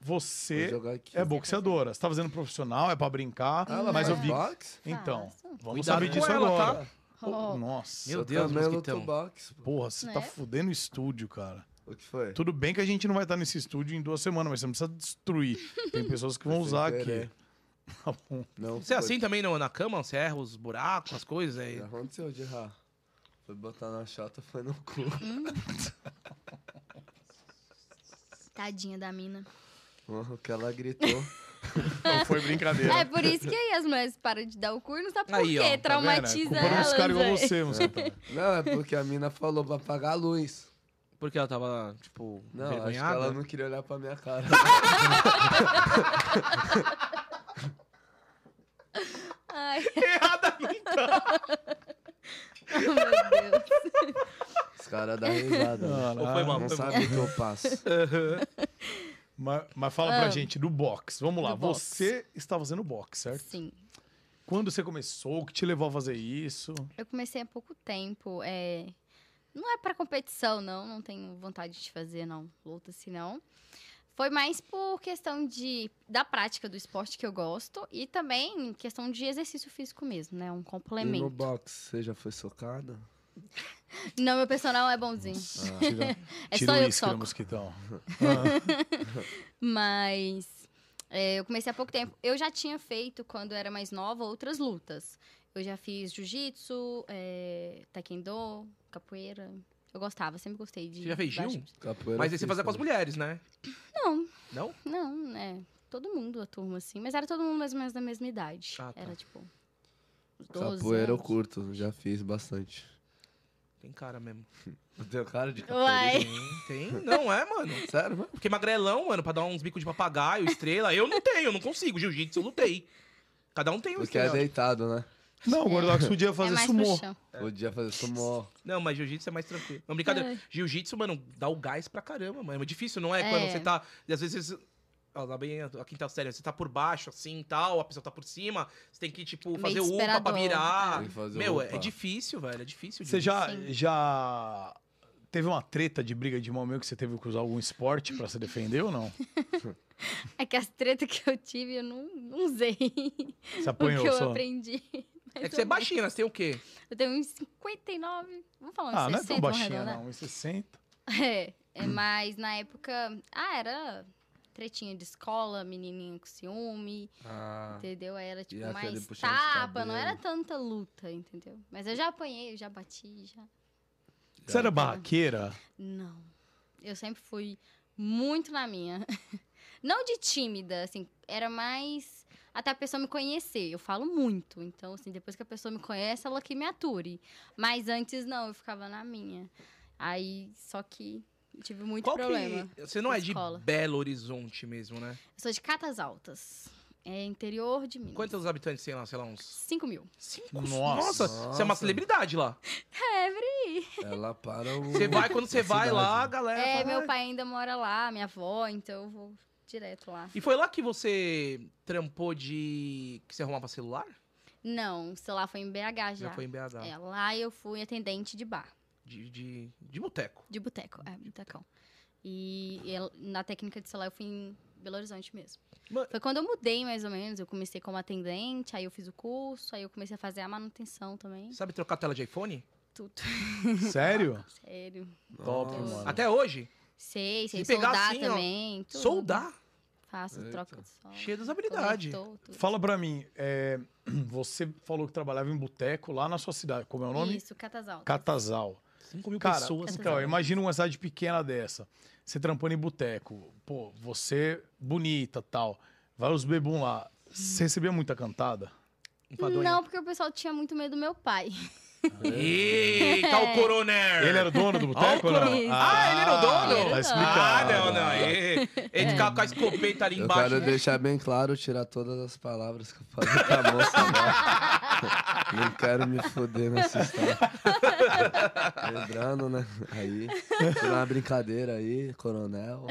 Vou Você jogar aqui. é boxeadora. Você tá fazendo profissional, é pra brincar. Ah, ela mas eu faz vi. boxe? Então, vamos Cuidado saber com disso ela, agora. tá? Pô, Oh, Nossa. Meu Eu Deus, também luto mosquitão. boxe, pô. Porra, você tá Né? fudendo o estúdio, cara. O que foi? Tudo bem que a gente não vai estar nesse estúdio em duas semanas, mas você não precisa destruir. Tem pessoas que vão Sem usar querer. aqui. Tá bom. Não, Você é foi. assim também no- na cama? Você erra os buracos, as coisas? Já É... aconteceu de errar. Foi botar na chota, foi no cu. tadinha da mina. Porra, O que ela gritou. Não foi brincadeira. É por isso que aí as mulheres param de dar o cu e não sabe por Aí, ó, quê. tá vendo? É Culpa Traumatiza não elas. dos caras igual velho. você, tá Mosquitão. não, é porque a mina falou pra apagar a luz. Porque ela tava, tipo, Não, acho que envergonhada. ela não queria olhar pra minha cara. Ai, Errada nunca. meu Deus. Os caras dão risada. né? Caralho. Ou foi mal? Não sabe o que eu passo. Mas, mas fala pra Ah. gente do box. Vamos lá. Do boxe. você está fazendo box, certo? Sim. Quando você começou? O que te levou a fazer isso? Eu comecei há pouco tempo. É... Não é pra competição, não. Não tenho vontade de fazer, não. Luta, assim, não. Foi mais por questão de da prática do esporte que eu gosto e também questão de exercício físico mesmo, né? Um E no complemento. box, você já foi socada? Não, meu personal é bonzinho. Tira, É tira só o eu que isca, soco. Mosquitão. Mas é, eu comecei há pouco tempo. Eu já tinha feito, quando eu era mais nova, outras lutas. Eu já fiz jiu-jitsu, é, taekwondo, capoeira. Eu gostava, sempre gostei de. Você já fez vários Gil? tipos. Capoeira Mas aí você fiz fazia com as também. mulheres, né? Não. Não? Não, né? Todo mundo, a turma, assim. Mas era todo mundo mais ou menos da mesma idade. Ah, tá. Era tipo. uns 12 Capoeira eu anos. curto, já fiz bastante. Tem cara mesmo. Não tenho cara de Uai. Tem, tem. Não é, mano. Sério, mano? Porque magrelão, mano, pra dar uns bicos de papagaio, estrela, eu não tenho, eu não consigo. Jiu-jitsu, eu lutei. Cada um tem um Porque é estrela. deitado, né? Não, o Gordox podia É fazer mais pro sumô. chão. Podia fazer sumó. Não, mas jiu-jitsu é mais tranquilo. Não, brincadeira. Jiu-jitsu, mano, dá o gás pra caramba, mano. É difícil, não é? É. Quando você tá. e Às vezes. Ó, lá bem a quinta série, você tá por baixo, assim e tal, a pessoa tá por cima, você tem que, tipo, Meio fazer o UPA pra desesperador. virar. Tem que fazer Meu, é opa. é difícil, velho. É difícil. Você já, Sim. já teve uma treta de briga de mão meio que você teve que usar algum esporte pra se defender ou não? É que as tretas que eu tive, eu não, não usei Você o que apanhou eu só? aprendi. É que você é baixinha, mas tem o quê? Eu tenho uns 59. Vamos falar uns Ah, não é 60, tão vamos baixinha, arredondar? não. 1,60. É, é, mas na época. Ah, era tretinha de escola, menininho com ciúme, Ah. entendeu? Era tipo aquele mais puxão de tapa, não era cabelo. tanta luta, entendeu? Mas eu já apanhei, eu já bati, já. Você era barraqueira? Não. Eu sempre fui muito na minha. Não de tímida, assim, era mais até a pessoa me conhecer. Eu falo muito, então, assim, depois que a pessoa me conhece, ela que me ature. Mas antes, não, eu ficava na minha. Aí, só que tive muito Qual problema. que. Você não é de Escola. Belo Horizonte mesmo, né? Eu sou de Catas Altas. É interior de Minas. Quantos habitantes tem lá? Sei lá, uns. 5 mil. Cinco? Nossa. Nossa, você é uma Nossa. celebridade lá. É, Vri. Ela para o. Você vai, quando você a vai lá, a cidade. galera. É, fala, meu "Ah, pai ainda mora lá, minha avó, então eu vou direto lá. E foi lá que você trampou de. que você arrumava celular? Não, sei lá, foi em BH já. Já, foi em BH. É, lá eu fui atendente de bar, De, de, de boteco. de boteco, é, botecão. E eu- na técnica de celular eu fui em Belo Horizonte mesmo. Ma- Foi quando eu mudei, mais ou menos. Eu comecei como atendente, aí eu fiz o curso, aí eu comecei a fazer a manutenção também. Sabe trocar a tela de iPhone? Tudo. Sério? Sério. Top, Nossa. mano. Até hoje? Sei, sei Se pegar soldar assim, ó, também. tudo. Soldar. Faço Eita. troca de solda. Cheia das habilidades. Conector, tudo. Fala pra mim, é, você falou que trabalhava em boteco lá na sua cidade. Como é o nome? Isso, Catas Altas. Catazal. 5 mil Cara, pessoas. Catas então, Altas. imagina uma cidade pequena dessa. Você trampando em boteco. Pô, você bonita tal. Vai os bebum lá. Você recebia muita cantada? Enfadonha. Não, porque o pessoal tinha muito medo do meu pai. Eita, É. o coronel! Ele era o dono do boteco? ou não? Coronel. Ah, ele era o dono? Tá Ele era o dono. É. explicado. Ah, não, não. Ele, ele ficava com a escopeta ali Eu embaixo. né? quero deixar bem claro, tirar todas as palavras que eu falei pra moça lá. Não quero me foder nessa história. Lembrando, né? Aí, foi uma brincadeira aí, coronel.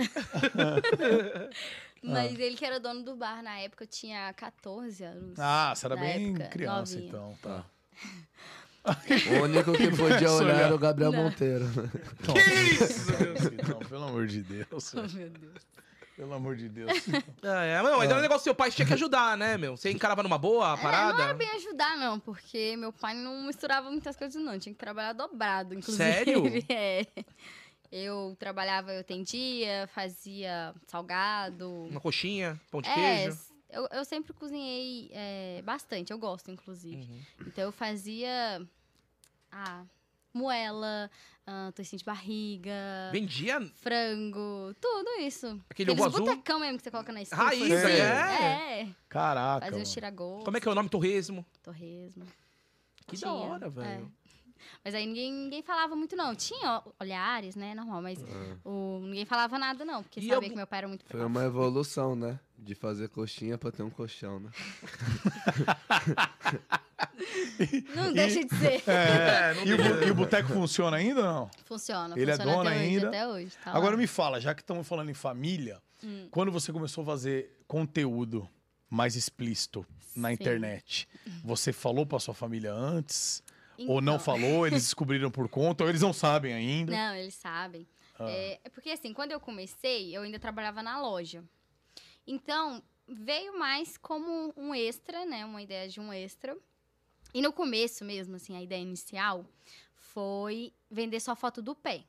Mas ele que era dono do bar na época, eu tinha 14 anos. Ah, você era Na bem época, criança, novinha. então. Tá. O único que podia Começa a olhar olhar. era o Gabriel Não. Monteiro. né? Então, isso, então, pelo amor de Deus. Oh, meu Deus. Pelo amor de Deus. Ah, é, mas não, mas era um negócio seu pai tinha que ajudar, né, meu? Você encarava numa boa a É, não parada? era bem ajudar, não, porque meu pai não misturava muitas coisas, não. Tinha que trabalhar dobrado, inclusive. Sério? É. Eu trabalhava, eu tendia, fazia salgado. Uma coxinha, Um pão de É, queijo. eu, eu sempre cozinhei é, bastante, eu gosto, inclusive. Uhum. Então eu fazia ah, moela, ah, toicinho de barriga, Vendia frango, tudo isso. aquele ovo Aqueles azul. botecão mesmo que você coloca na estufa. Raiz, assim. é? É, Caraca. fazia mano. os tiragol, Como é que é o nome? Torresmo. torresmo. Que Tinha, da hora, velho. é. Mas aí ninguém, ninguém falava muito, não. Tinha o- olhares, né? Normal, mas o, ninguém falava nada, não. Porque E sabia algum- que meu pai era muito Foi uma evolução, né? De fazer coxinha pra ter um colchão, né? Não deixa de ser. É, não e, o, tem bu- e o boteco funciona ainda ou não? Funciona, Ele é funciona dono até ainda. hoje, até hoje. tá lá. Hum. Agora me fala, já que estamos falando em família, quando você começou a fazer conteúdo mais explícito na Sim. internet, você falou pra sua família antes? Ou não Então- falou, eles descobriram por conta, ou eles não sabem ainda? Não, eles sabem. Ah. É, é porque assim, quando eu comecei, eu ainda trabalhava na loja. Então, veio mais como um extra, né? Uma ideia de um extra. E no começo mesmo, assim, a ideia inicial foi vender só foto do pé.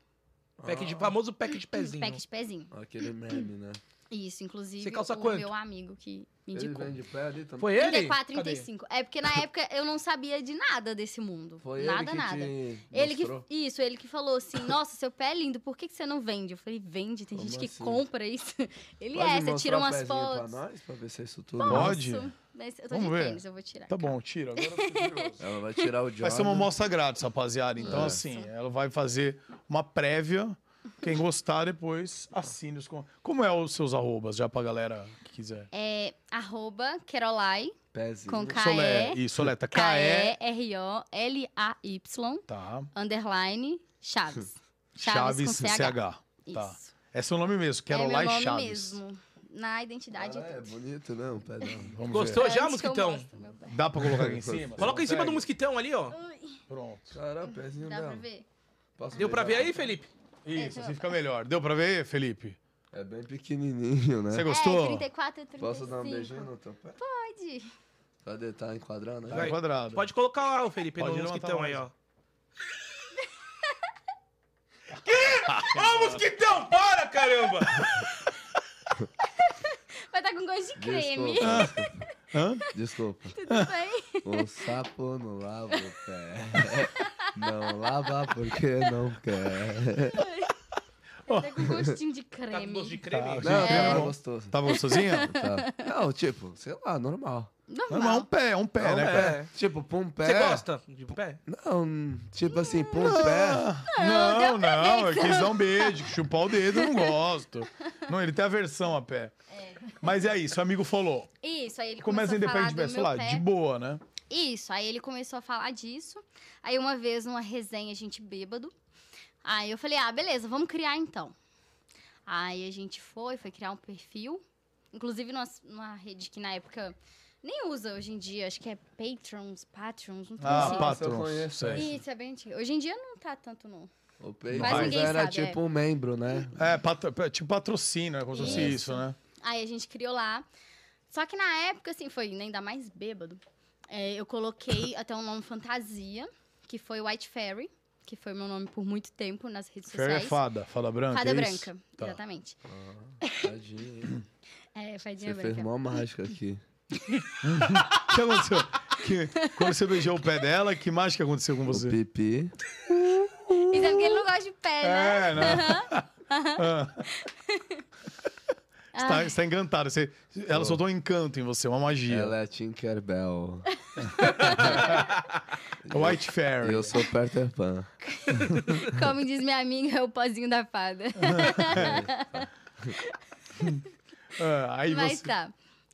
Ah. Pack de, famoso pack de pezinho. Pack de pezinho. Aquele meme, né? Isso, inclusive, Você calça o quanto? meu amigo que Ele me indicou. vem de pé ali também. Foi ele? 34, Cadê? 35. É porque na época eu não sabia de nada desse mundo. Foi nada, ele que nada. te Ele que, mostrou? isso, ele que falou assim, nossa, seu pé é lindo, por que, que você não vende? Eu falei, vende, tem Como gente que assim? compra isso. Ele Pode é, você mostrar tira o umas pezinho pra fotos. nós, pra ver se é isso tudo. Pode. mesmo? Posso? Mas eu tô Vamos de ver. tênis, eu vou tirar. Tá bom, tira. Agora eu fiquei curioso. Ela vai tirar o um Jordan. Vai ser uma amostra grátis, rapaziada. É. Então, Isso. assim, ela vai fazer uma prévia. Quem gostar, depois assine os. con- Como é os seus arrobas, já pra galera que quiser? É arroba Kerolai, Pezinho. com K- Solé. Isso, Soleta. K-E. K-E-R-O-L-A-Y, Tá. underline, Chaves. Chaves, com CH. CH. Tá. Isso. É seu nome mesmo, Kerolai é meu nome Chaves. mesmo. Na identidade. Ah, é bonito mesmo, pezão. Vamos Gostou? ver. já, Antes que eu mosquitão? mostre meu pé. Dá pra colocar aqui em cima? Coloca em cima do Consegue? mosquitão ali, ó. Ui, Pronto. Caramba, pezinho Dá pra mesmo. ver? Posso Deu pra ver pegar? aí, Felipe? É, Isso, assim fica melhor. Deu pra ver, Felipe? É bem pequenininho, né? Você É, gostou? 34 e 35. Posso dar um beijinho no teu pé? Pode. Cadê? Tá enquadrando? Tá aí? quadrado. Pode colocar lá o Felipe Pode no levantar mosquitão mais. aí, ó. Ah, que? Ó, o mosquitão! Para, caramba! Vai estar tá com gosto de creme. Desculpa. Hã? Desculpa. Tudo bem? O sapo não lava o pé. Não lava porque não quer. Tá com gostinho de creme. Tá com gosto de Tá, creme? gente. Não, É. tá gostoso. Tava gostosinha? Tá. Não, tipo, sei lá, normal. Não, mas é um Normal. pé, é um pé, É um né? pé. cara? Tipo, pra um pé. Você gosta de pé? Não, tipo assim, pra um pé. É. Não, Ah, deu pra ver então. não, que eu quis dar um beijo, que chupar o dedo eu não gosto. Não, ele tem aversão a pé. Mas é isso, o amigo falou. Isso, aí ele Começa começou a falar independente do de pé, meu sei lá, pé. de boa, né? Isso, aí ele começou a falar disso. Aí uma vez, numa resenha, a gente bêbado. Aí eu falei, ah, beleza, vamos criar então. Aí a gente foi, foi criar um perfil. Inclusive numa, numa rede que na época nem usa hoje em dia, acho que é Patrons, Patrons, não tem Ah, Nossa, assim. patrão. eu conheço sei. Isso, é bem antigo. Hoje em dia não tá tanto, não. O peito Quase mas ninguém era sabe, tipo um membro, né? É, patro, é, tipo patrocínio, é como se fosse Isso. isso, né? Aí a gente criou lá. Só que na época, assim, foi ainda mais bêbado. É, eu coloquei até um nome fantasia, que foi White Fairy, que foi meu nome por muito tempo nas redes Fairy é sociais. fada, fada branca. Fada é isso? branca, Tá. exatamente. Tadinho. hein? É, Você fadinha fez branca. mó mágica aqui. O que aconteceu? Que- quando você beijou o pé dela, que mágica aconteceu com O você? pipi. Isso né? né? é porque ele não gosta de pé, né? É, né? Ah, Você tá, você tá encantada. Você, ela Tô. soltou um encanto em você, uma magia. Ela é Tinkerbell. É White e Fairy. é. eu sou Peter Pan. Como diz minha amiga, é o pozinho da fada. Ah, aí Mas você. tá.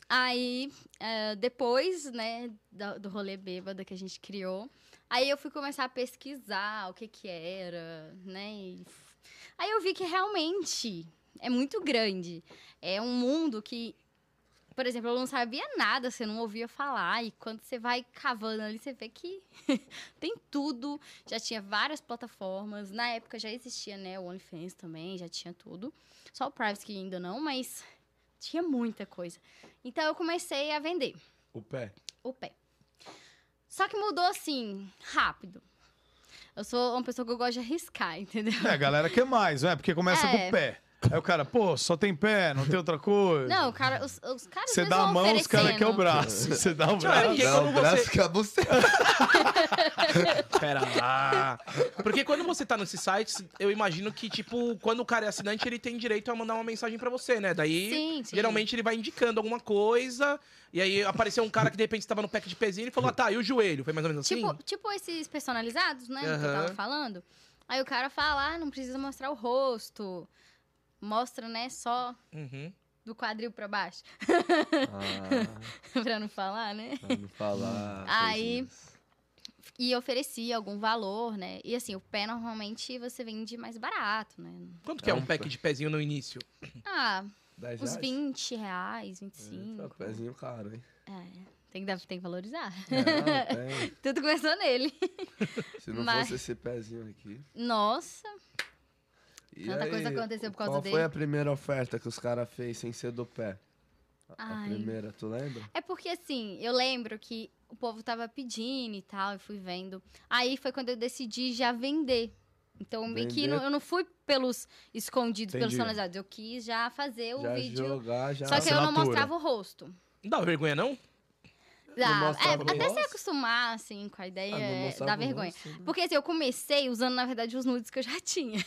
Aí, eh, depois, né, do, do rolê bêbada que a gente criou, aí eu fui começar a pesquisar o que que era, né? e- Aí eu vi que realmente é muito grande. É um mundo que, por exemplo, eu não sabia nada, você não ouvia falar. E quando você vai cavando ali, você vê que tem tudo. Já tinha várias plataformas. Na época já existia, né, o OnlyFans também, já tinha tudo. Só o Privacy que ainda não, mas tinha muita coisa. Então eu comecei a vender O pé. o pé. Só que mudou assim, rápido. Eu sou uma pessoa que eu gosto de arriscar, entendeu? É, a galera quer mais, né? Porque começa É. com o pé. Aí o cara, pô, só tem pé, não tem outra coisa. Não, o cara, os, os caras Você eles dá a vão mão, os caras querem o oferecendo. braço. Você dá o braço. Porque Não, quando o braço você- fica buceta. Pera lá. Porque quando você tá nesses sites, eu imagino que, tipo, quando o cara é assinante, ele tem direito a mandar uma mensagem pra você, né? Daí, Sim, sim. geralmente, ele vai indicando alguma coisa. E aí, apareceu um cara que, de repente, tava no pack de pezinho e falou, ah, tá, e o joelho? Foi mais ou menos assim? Tipo, tipo esses personalizados, né? Que eu Aham. tava falando. Aí o cara fala, ah, não precisa mostrar o rosto. Mostra, né, só Uhum. do quadril pra baixo. Ah, pra não falar, né? pra não falar. Aí- coisinhas. E oferecia algum valor, né? E assim, o pé normalmente você vende mais barato, né? Quanto que é um Nossa. pack de pezinho no início? Ah, Dez Uns reais? Hum, tá 20 reais, 25. Eita, pezinho caro, hein? tem, que dar, tem que valorizar. É, tem. Tudo começou nele. Se não Mas- fosse esse pezinho aqui. Nossa, E Tanta coisa aconteceu por causa qual dele. foi a primeira oferta que os caras fez sem ser do pé? A- A Ai. primeira, tu lembra? é porque assim, eu lembro que o povo tava pedindo e tal, eu fui vendo. Aí foi quando eu decidi já vender. Então, meio que Vender. não- eu não fui pelos escondidos, pelos Entendi. personalizados. Eu quis já fazer o já vídeo. jogar, já... Só que eu não Assinatura. mostrava o rosto. Não dá vergonha, não? Ah, é, mostrava o até se rosto? acostumar, assim, com a ideia Ah, não é, mostrava dá o vergonha. rosto, né? Porque assim, eu comecei usando, na verdade, os nudes que eu já tinha.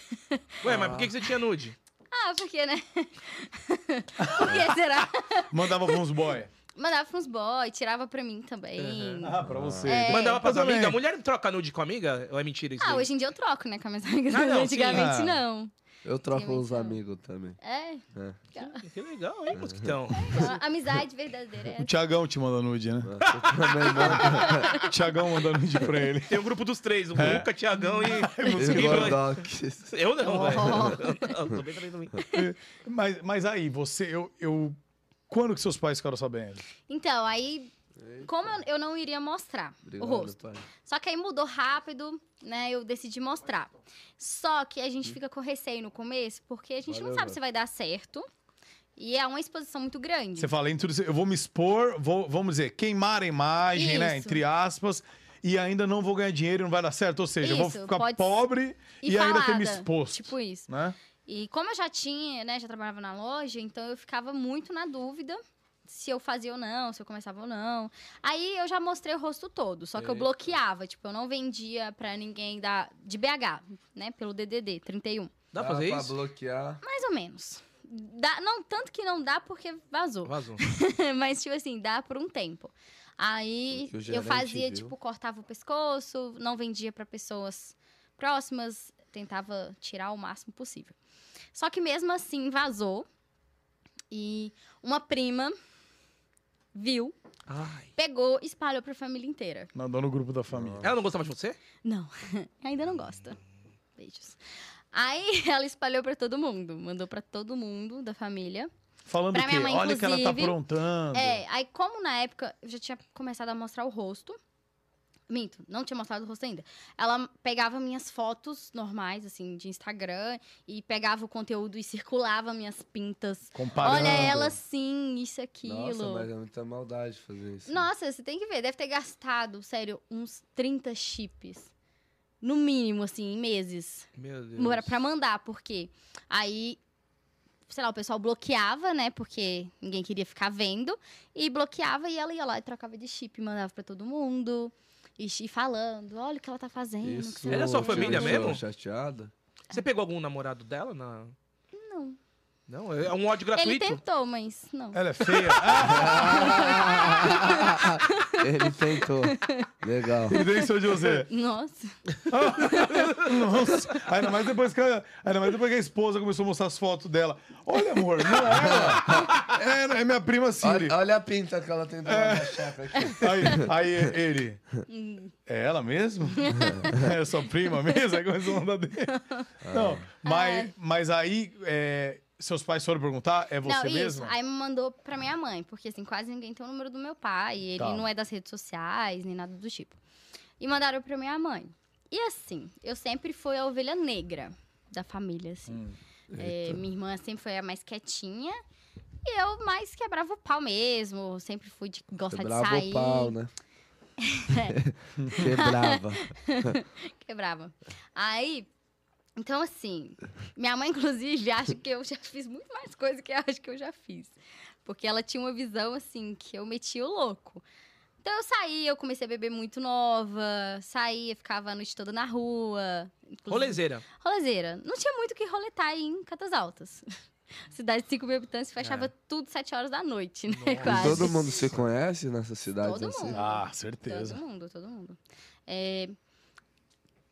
Ué, mas por que que você tinha nude? Ah, por que, né? por que será? Mandava pra uns boy. Mandava pra uns boy, tirava pra mim também. Ah, pra você. É. Mandava pras Eu também. amigas. A mulher troca nude com a amiga? Ou é mentira isso? Ah, daí? hoje em dia eu troco, né, com as minhas amigas. Ah, não, sim. Antigamente, Ah. não. Eu troco Antigamente os não. amigos também. É, Que legal, hein, mosquitão? então, amizade verdadeira. é O Tiagão te manda nude, né? Mas tu também manda. O Tiagão manda nude pra ele. Tem o grupo dos três, o É. Luca, Tiagão e... E né? Gordox. Eu não, Oh. velho. Eu tô bem tranquilo. Mas, mas aí, você, eu, eu. Quando que seus pais ficaram sabendo? Então, aí, como eu, eu não iria mostrar Obrigado, o rosto. pai. Só que aí mudou rápido, né? Eu decidi mostrar. Só que a gente fica com receio no começo, porque a gente não Valeu, sabe Zé. se vai dar certo. E é uma exposição muito grande. Você fala, em tudo isso, eu vou me expor, vou, vamos dizer, queimar a imagem, né? Isso. Entre aspas, e ainda não vou ganhar dinheiro, não vai dar certo. Ou seja, eu vou Isso, ficar pode- pobre e, ainda ter me falada, exposto. Tipo isso. Né? E como eu já tinha, né, já trabalhava na loja, então eu ficava muito na dúvida se eu fazia ou não, se eu começava ou não. Aí eu já mostrei o rosto todo, só que eu Eita. bloqueava, tipo, eu não vendia pra ninguém da de BH, né, pelo DDD 31, Dá Ah, pra fazer tá pra isso? bloquear. mais ou menos. Dá, não, tanto que não dá porque vazou. Vazou. Mas, tipo assim, dá por um tempo. Aí Porque o eu gerente fazia, viu. tipo, cortava o pescoço, não vendia pra pessoas próximas, tentava tirar o máximo possível. Só que mesmo assim vazou. E uma prima viu, Ai. pegou e espalhou pra família inteira. Mandou no grupo da família. Ela não gostava de você? Não, ainda não gosta. Beijos. Aí ela espalhou pra todo mundo, mandou pra todo mundo da família. Falando o Pra quê? minha mãe, Olha o que ela tá inclusive, aprontando. É, aí como na época eu já tinha começado a mostrar o rosto. Minto, não tinha mostrado o rosto ainda. Ela pegava minhas fotos normais, assim, de Instagram, e pegava o conteúdo e circulava minhas pintas. Comparando. Olha ela sim, isso e aquilo. Nossa, mas Nossa, é assim. muita maldade fazer isso. você tem que ver, deve ter gastado, sério, uns 30 chips. No mínimo, assim, em meses. Meu Deus. Era pra mandar, porque aí, sei lá, o pessoal bloqueava, né? Porque ninguém queria ficar vendo. E bloqueava e ela ia lá e trocava de chip, mandava pra todo mundo. E, chi- falando, olha o que ela tá fazendo. que Isso. sei lá Era o é sua quê. família te deixou mesmo? chateada? Você pegou algum namorado dela na... Não. Não, é um ódio gratuito. Ele tentou, mas não. Ela é feia. Ah, Ele tentou. Legal. cuidei, seu José. Nossa. Nossa. Ainda mais, depois que a, ainda mais depois que a esposa começou a mostrar as fotos dela. Olha, amor, não é ela. É, é minha prima Siri. Olha, olha a pinta que ela tentou É. achar aqui. Aí, aí ele. É ela mesmo? É sua prima mesmo? Aí começou a mandar dele. Não, mas, Ai. mas aí é, seus pais foram perguntar, é não, você isso. mesma? Aí me mandou pra minha mãe, porque assim, quase ninguém tem o número do meu pai. e Ele Tá. não é das redes sociais, nem nada do tipo. E mandaram pra minha mãe. E assim, eu sempre fui a ovelha negra da família, assim. Hum. É, minha irmã sempre foi a mais quietinha. E eu mais quebrava o pau mesmo. Sempre fui de gostar de Quebrava sair. o pau, né? Quebrava. Quebrava. Aí, então assim, minha mãe, inclusive, acha que eu já fiz muito mais coisa que eu acho que eu já fiz. Porque ela tinha uma visão, assim, que eu metia o louco. Então eu saía, eu comecei a beber muito nova, saía, ficava a noite toda na rua. inclusive- Rolezeira. Rolezeira. Não tinha muito o que roletar aí em Catas Altas. Cidade de 5 mil habitantes fechava tudo 7 horas da noite, né? E Quase. todo mundo se conhece nessa cidade Todo assim? mundo. Ah, certeza. Todo mundo, todo mundo. É,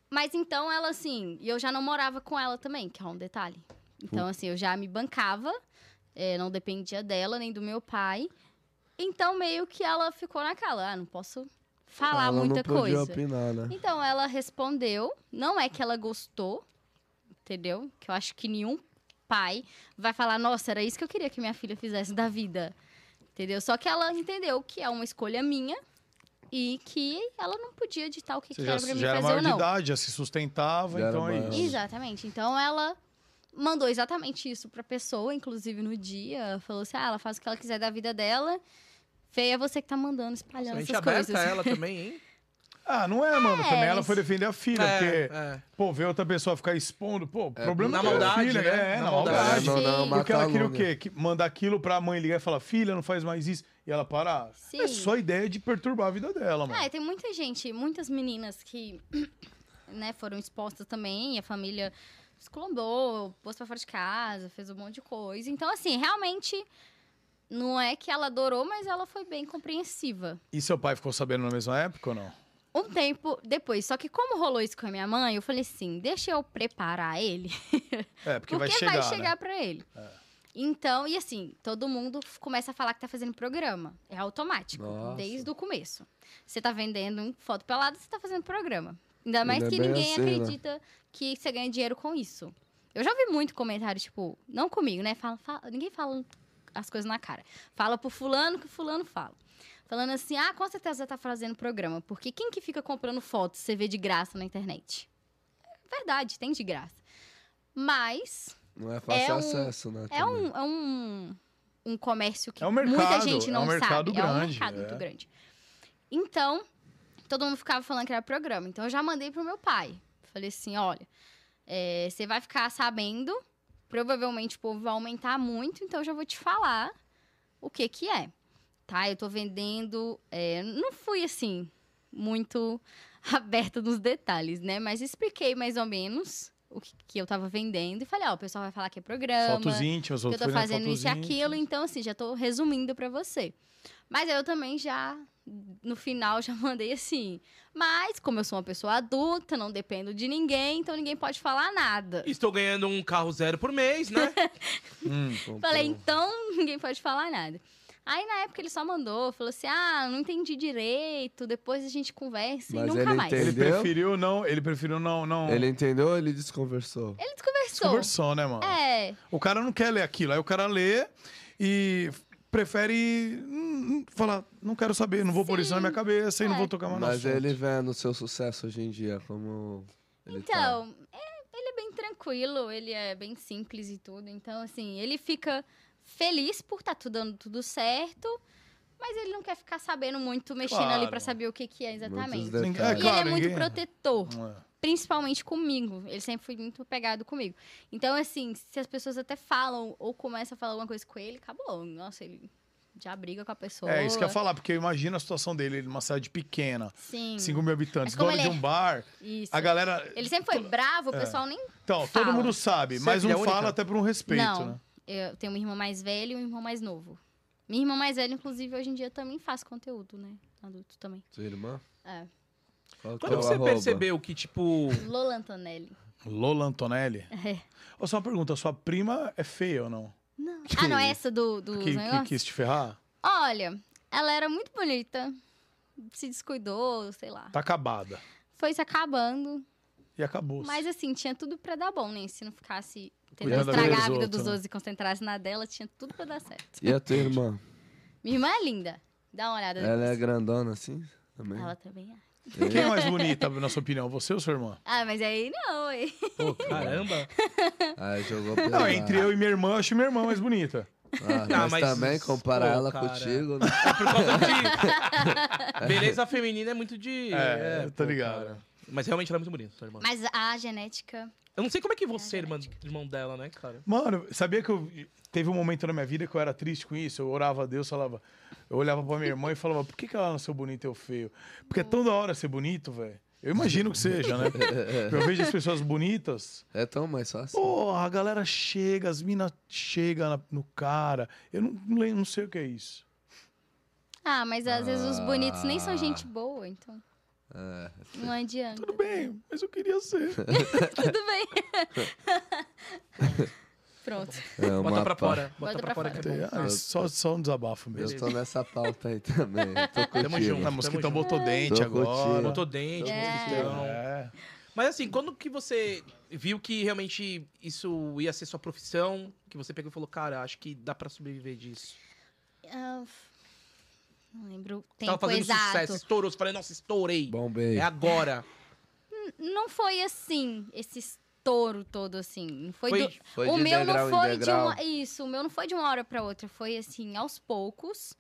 Mas então ela, assim, e eu já não morava com ela também, que é um detalhe. Então, assim, eu já me bancava, é, não dependia dela nem do meu pai. Então, meio que ela ficou naquela, ah, não posso falar Ela muita não podia coisa. opinar, né? Então, ela respondeu. Não é que ela gostou, entendeu? Que eu acho que nenhum pai vai falar, nossa, era isso que eu queria que minha filha fizesse da vida. Entendeu? Só que ela entendeu que é uma escolha minha e que ela não podia ditar o Então, que, Você que já, era pra mim já era fazer maior ou de não. idade, já se sustentava, Já era então é maior. isso. Exatamente. Então ela mandou exatamente isso pra pessoa, inclusive no dia. Ela Falou assim: ah, ela faz o que ela quiser da vida dela. Feia é você que tá mandando, espalhando Mente essas aberta é? coisas. ela também, hein? Ah, não é, mano. É, Também ela mas- foi defender a filha, É, porque, é. pô, ver outra pessoa ficar expondo, pô, o problema na é da maldade, filha, né? É, Na na maldade. maldade. Sim. não, não, Porque ela queria o calúnia. quê? Que mandar aquilo pra mãe ligar e falar, filha, não faz mais isso. E ela parar. É Sim. só a ideia de perturbar a vida dela, mano. Ah, e tem muita gente, muitas meninas que né, foram expostas também, a família esculambou, pôs pra fora de casa, fez um monte de coisa. Então, assim, realmente, não é que ela adorou, mas ela foi bem compreensiva. E seu pai ficou sabendo na mesma época ou não? Um tempo depois, só que como rolou isso com a minha mãe, eu falei assim, deixa eu preparar ele, É, porque, porque vai chegar, né? É. pra ele. Então, e assim, todo mundo f- começa a falar que tá fazendo programa. É automático, Nossa. desde o começo. Você tá vendendo foto pelada, você tá fazendo programa. Ainda mais Ainda que bem ninguém assim, né? acredita que você ganha dinheiro com isso. Eu já vi muito comentário, tipo, não comigo, né? Fala, fala- ninguém fala as coisas na cara. Fala pro fulano que o fulano fala. Falando assim, ah, com certeza você tá fazendo programa. Porque quem que fica comprando fotos você vê de graça na internet? É verdade, tem de graça. Mas Não é fácil É um- acesso, né? é também. um, é um, um comércio que É um muita mercado, gente é não um mercado sabe. é um grande, mercado é. muito grande. Então, todo mundo ficava falando que era programa. Então, eu já mandei pro meu pai. Falei assim, olha, é, você vai ficar sabendo, provavelmente o povo vai aumentar muito, então eu já vou te falar o que que é. Tá, eu tô vendendo... é, não fui, assim, muito aberta nos detalhes, né? Mas expliquei mais ou menos o que, que eu tava vendendo. E falei, ó, o pessoal vai falar que é programa né? Fotos íntimas, que eu tô folha de fazendo fotos isso e aquilo, íntimas. então assim, já tô resumindo pra você. Mas aí eu também já no final já mandei assim. Mas como eu sou uma pessoa adulta, não dependo de ninguém, então ninguém pode falar nada. Estou ganhando um carro zero por mês, né? Hum. Comprou. Falei, então ninguém pode falar nada. Aí na época ele só mandou, falou assim: "Ah, não entendi direito, depois a gente conversa Mas e nunca ele mais". Ele entende. Ele Entendeu? preferiu não, ele preferiu não, não. Ele entendeu ou ele desconversou? desconversou. conversou, né, mano? É, O cara não quer ler aquilo. Aí o cara lê e prefere hum, hum, falar, não quero saber, não vou pôr isso na minha cabeça e não É. vou tocar mais no Mas assunto." ele vê no seu sucesso hoje em dia, como. Ele tá. então, é, ele é bem tranquilo, ele é bem simples e tudo. Então, assim, ele fica feliz por estar tudo dando tudo certo, mas ele não quer ficar sabendo muito, mexendo ali Claro. pra saber o que, que é exatamente. detalhes. Ninguém- E É, claro, ele é muito ninguém- protetor, É. principalmente comigo. Ele sempre foi muito pegado comigo. Então, assim, se as pessoas até falam ou começam a falar alguma coisa com ele, acabou. Nossa, ele já briga com a pessoa. É isso que eu ia falar, porque eu imagino a situação dele, ele numa cidade pequena, Sim. 5 mil habitantes, Mas como dono de ele um é- bar. Isso. A galera. Ele sempre foi bravo, o pessoal nem Então, todo fala. mundo sabe, mas Sempre, não é única. fala até por um respeito, Não. né? Eu tenho uma irmã mais velha e um irmão mais novo. Minha irmã mais velha, inclusive, hoje em dia também faz conteúdo, né? Adulto também. Sua irmã? É. Quando Qual teu você Então, arroba? percebeu que, tipo. Lola Antonelli. Lola Antonelli? É. Ô, só uma pergunta, sua prima é feia ou não? Não. Ah, não, é essa do, do Que, que negócio? quis te ferrar? Olha, ela era muito bonita. Se descuidou, sei lá. Tá acabada. Foi se acabando. E acabou. Mas assim, tinha tudo pra dar bom, né? Se não ficasse tentando Cuidando da vida estragar a dos vida outros, dos né? outros e concentrasse na dela, tinha tudo pra dar certo. E a tua irmã? Minha irmã é linda. Dá uma olhada Ela é depois. grandona assim? Também? Ela também é. Quem é mais bonita, na sua opinião? Você ou sua irmã? Ah, mas aí não, hein? Pô, caramba. Ah, jogou Não, pela... entre eu e minha irmã, eu acho minha irmã mais bonita. Ah, Ah, mas, mas- também comparar pô, ela cara. contigo... né? É por causa de. Beleza feminina é muito de. É, pô, tá ligado. cara. Mas realmente ela é muito bonita, sua irmã. Mas a genética. Eu não sei como é que você, é irmã, irmão dela, né, cara? Mano, sabia que eu teve um momento na minha vida que eu era triste com isso? Eu orava a Deus, falava, eu olhava pra minha irmã e falava, por que, que ela nasceu bonita e eu feio? Porque é tão da hora ser bonito, velho. Eu imagino que seja, né? Eu vejo as pessoas bonitas. É tão mais fácil. Porra, a galera chega, as minas chegam na- no cara. Eu não, não lem- não sei o que é isso. Ah, mas às vezes os bonitos nem são Ah. gente boa, então. Não adianta. Tudo bem, mas eu queria ser. Tudo bem. Pronto. É uma Bota pra pau. fora. Bota, Bota pra pra fora que é Tem- bom. ah, é só, só um desabafo mesmo. Eu tô nessa pauta aí também. Tô contigo. junto. Na Tamo mosquitão junto. É. botou dente Tô agora. curtindo. Botou dente, É. mosquitão. É. Mas assim, quando que você viu que realmente isso ia ser sua profissão? Que você pegou e falou, cara, acho que dá pra sobreviver disso. Ah, não lembro o Tava tempo fazendo exato. sucesso, estourou. Você falou, nossa, estourei. Bombei. É agora. Não foi assim, esse estouro todo assim. Não Foi, Foi- do- Foi o de meu degrau não em foi de degrau. uma. Ah, Isso, o meu não foi de uma hora pra outra. Foi assim, aos poucos.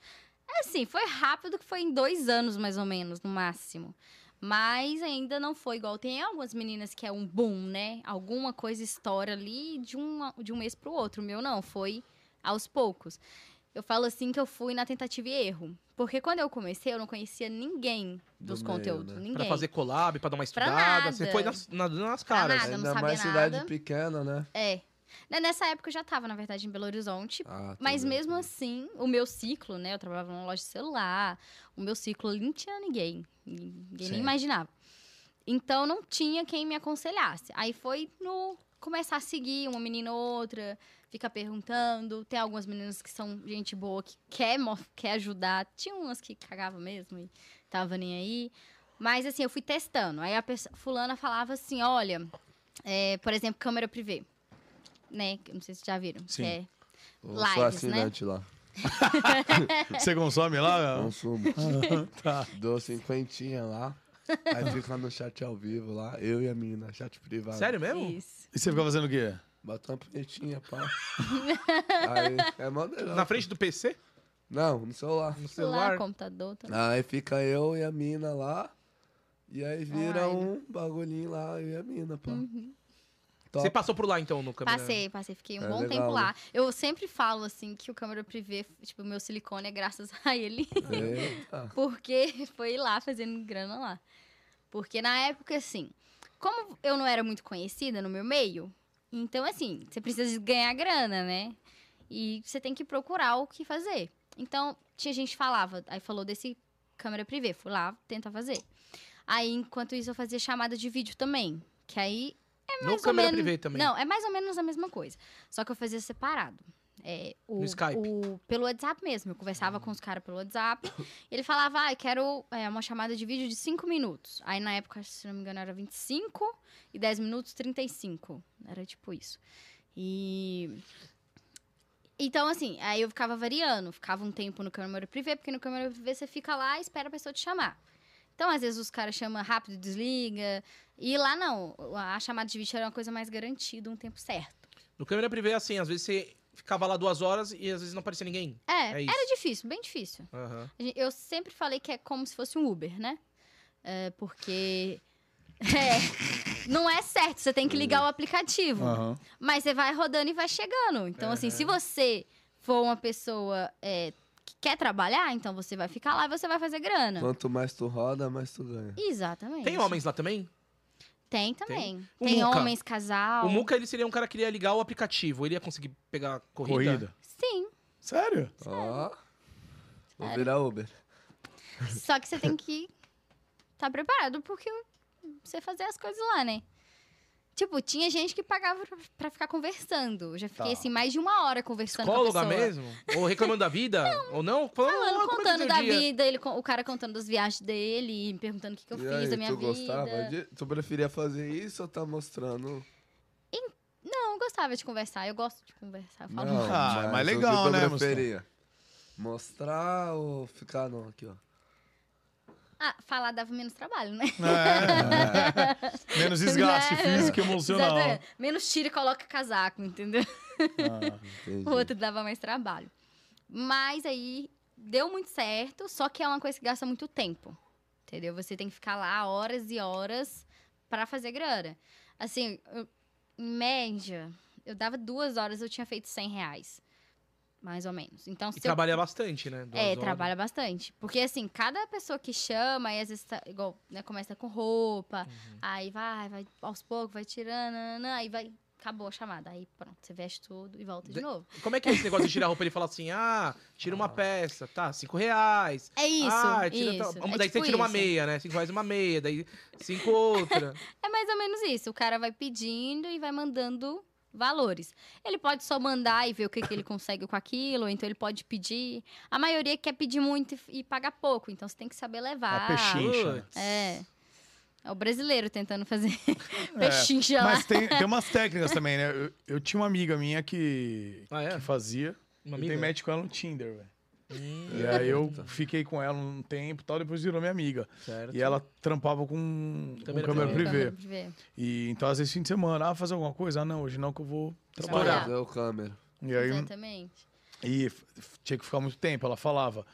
Assim, foi rápido que foi em dois anos, mais ou menos, no máximo. Mas ainda não foi igual. Tem algumas meninas que é um boom, né? Alguma coisa estoura ali de, uma, de um mês pro outro. O meu não, foi aos poucos. Eu falo assim que eu fui na tentativa e erro. Porque quando eu comecei, eu não conhecia ninguém Do dos meio, conteúdos. né? Ninguém. Pra fazer collab, pra dar uma Pra estudada. nada. Você foi nas, na- nas Pra caras. nada, não Ainda sabia mais nada. cidade pequena, né? É. Né, Nessa época eu já tava, na verdade, em Belo Horizonte. Ah, tá Mas Uhum. vendo? mesmo assim, o meu ciclo, né? Eu trabalhava numa loja de celular. O meu ciclo ali não tinha ninguém. Ninguém Sim. nem imaginava. Então não tinha quem me aconselhasse. Aí foi no começar a seguir uma menina ou outra, fica perguntando. Tem algumas meninas que são gente boa, que quer, mo- quer ajudar. Tinha umas que cagavam mesmo e tava nem aí. Mas assim, eu fui testando. Aí a pessoa, fulana falava assim: olha, é, por exemplo, câmera privê. Né? que eu Não sei se vocês já viram. que Sim. é- Eu lives, sou né? assinante lá. Você consome Ah. lá? Consumo. tá. Dou cinquentinha lá. Aí fica no chat ao vivo lá. Eu e a menina, chat privado. Sério mesmo? Isso. E você fica fazendo o quê? Bota uma punhetinha, pá. Aí é mó legal. Na frente do PC? Não, no celular. No Celular, celular? computador. Tá... Aí fica eu e a mina lá. E aí vira Online. né? um bagulhinho lá, eu e a mina, pá. Uhum. Top. Você passou por lá, então, no câmera? Passei, passei. Fiquei um É bom legal, tempo né? lá. Eu sempre falo, assim, que o câmera privê, tipo, meu silicone é graças a ele. Eita. Porque foi lá fazendo grana lá. Porque na época, assim, como eu não era muito conhecida no meu meio, então, assim, você precisa de ganhar grana, né? E você tem que procurar o que fazer. Então, tinha gente que falava, aí falou desse câmera privê, fui lá tentar fazer. Aí, enquanto isso, eu fazia chamada de vídeo também. Que aí é No mais ou câmera menos- privê também. Não, é mais ou menos a mesma coisa. Só que eu fazia separado. É, o, No Skype. o- pelo WhatsApp mesmo. Eu conversava com os caras pelo WhatsApp. e ele falava, ah, eu quero é, uma chamada de vídeo de 5 minutos. Aí na época, se não me engano, era 25 e 10 minutos 35. Era tipo isso. E. Então, assim, aí eu ficava variando. Ficava um tempo no câmera privê, porque no câmera privê você fica lá e espera a pessoa te chamar. Então, às vezes, os caras chamam rápido, desliga. E lá não. A chamada de vídeo era uma coisa mais garantida, um tempo certo. No câmera privê, assim, às vezes você ficava lá duas horas e às vezes não aparecia ninguém. É, É isso. era difícil, bem difícil. Aham. A gen- Eu sempre falei que é como se fosse um Uber, né? É, porque. É, não é certo, você tem que ligar o aplicativo. Aham. Mas você vai rodando e vai chegando. Então, assim, se você for uma pessoa é, que quer trabalhar, então você vai ficar lá e você vai fazer grana. Quanto mais tu roda, mais tu ganha. Exatamente. Tem homens lá também? Tem também. O Tem Muca. homens, casal. O Muca, ele seria um cara que iria ligar o aplicativo. Ele ia conseguir pegar a corrida. Corrida. Sim. Sério? Ó. Vou Sério. virar Uber. Só que você tem que estar preparado porque você fazer as coisas lá, né? Tipo, tinha gente que pagava pra- pra ficar conversando. Eu já fiquei, Tá. assim, mais de uma hora conversando com a Psicóloga pessoa. mesmo? Ou reclamando da vida? Ou não? Falando, Falando, "Ah, como é que contando foi o da dia?" vida, ele, con- o cara contando das viagens dele, me perguntando o que, que eu E fiz aí, da minha tu vida. gostava de... Tu preferia fazer isso ou tá mostrando? Não, eu gostava de conversar, eu gosto de conversar. Eu falo Não, muito. Ah, é mais mas o que legal, tu né, preferia? Mostrar ou ficar não aqui, ó. Ah, falar dava menos trabalho, né? É. Menos desgaste Né? físico e emocional. Exatamente. é. Menos tira e coloca casaco, entendeu? Ah. Entendi. O Uhum. outro dava mais trabalho. Mas aí deu muito certo, só que é uma coisa que gasta muito tempo. Entendeu? Você tem que ficar lá horas e horas pra fazer grana. Assim, eu- em média, eu dava duas horas, eu tinha feito 100 reais. Mais ou menos. Então, E se eu trabalha bastante, né? Duas é, horas. trabalha bastante. Porque, assim, cada pessoa que chama, aí às vezes, tá, igual, né, começa com roupa, Uhum. aí vai, vai aos poucos, vai tirando, nananã, aí vai, acabou a chamada. Aí pronto, você veste tudo e volta de, De- novo. Como é que é esse negócio de tirar roupa? Ele fala assim, ah, tira uma peça, tá, cinco reais. É isso, ah, isso. tal- é daí tipo você tira uma isso. meia, né? Cinco reais uma meia, daí cinco outra. É mais ou menos isso. O cara vai pedindo e vai mandando valores. Ele pode só mandar e ver o que, que ele consegue com aquilo, ou então ele pode pedir. A maioria quer pedir muito e, e pagar pouco, então você tem que saber levar. Ah, A pechincha. né? Putz. É. É o brasileiro tentando fazer É, pechincha lá. Mas tem, tem umas técnicas também, né? Eu, eu tinha uma amiga minha que, Ah, é? que fazia. Uma eu amiga? dei match com ela no Tinder, velho. Hum, E aí eu fiquei com ela um tempo e tal, depois virou minha amiga. certo. E ela trampava com, com Câmera câmera, privê. privê. Câmera privê. E então, às vezes, fim de semana, ah, fazer alguma coisa? Ah, não, hoje não, que eu vou trabalhar. Estourar. Fazer o câmera. E aí Exatamente. e f- f- tinha que ficar muito tempo, ela falava.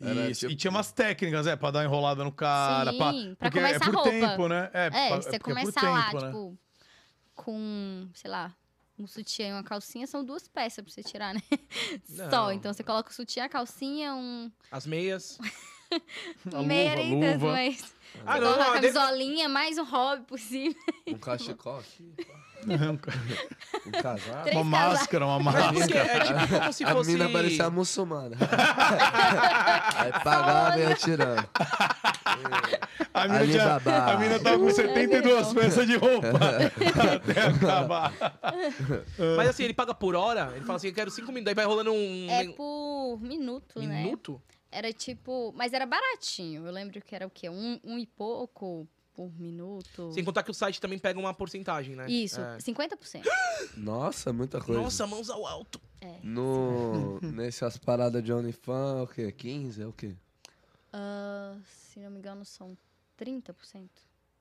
E, Era e tipo- tinha umas técnicas, é, pra dar uma enrolada no cara. Sim, pra, pra porque é começar por roupa. tempo, né? É, É, pa- você porque é por começar tempo, lá, né? tipo, com, sei lá, um sutiã e uma calcinha, são duas peças pra você tirar, né? Não. Só. Então você coloca o sutiã, a calcinha, um As meias. A meia luva, nem tanto, luva. assim, mas. Ah, você não, coloca não, a deve- camisolinha, mais um hobby por cima. Um cachecol aqui, um casaco. tipo, Três uma máscara, uma Mas isso que máscara. é, é tipo como se a fosse... mina parecia muçulmana. aí pagava e ia tirando. A mina, tinha, Alibaba. a mina tava com 72 peças de roupa até acabar. Mas assim, ele paga por hora, ele fala assim, eu quero cinco minutos, daí vai rolando um... É por minuto, né? Minuto? Era tipo. Mas era baratinho. Eu lembro que era o quê? Um, um e pouco por minuto. Sem contar que o site também pega uma porcentagem, né? Isso, É. 50%. Nossa, muita coisa. Nossa, mãos ao alto. No, nessas paradas de OnlyFans, o quê? 15? É o quê? Ah, se não me engano, são 30%.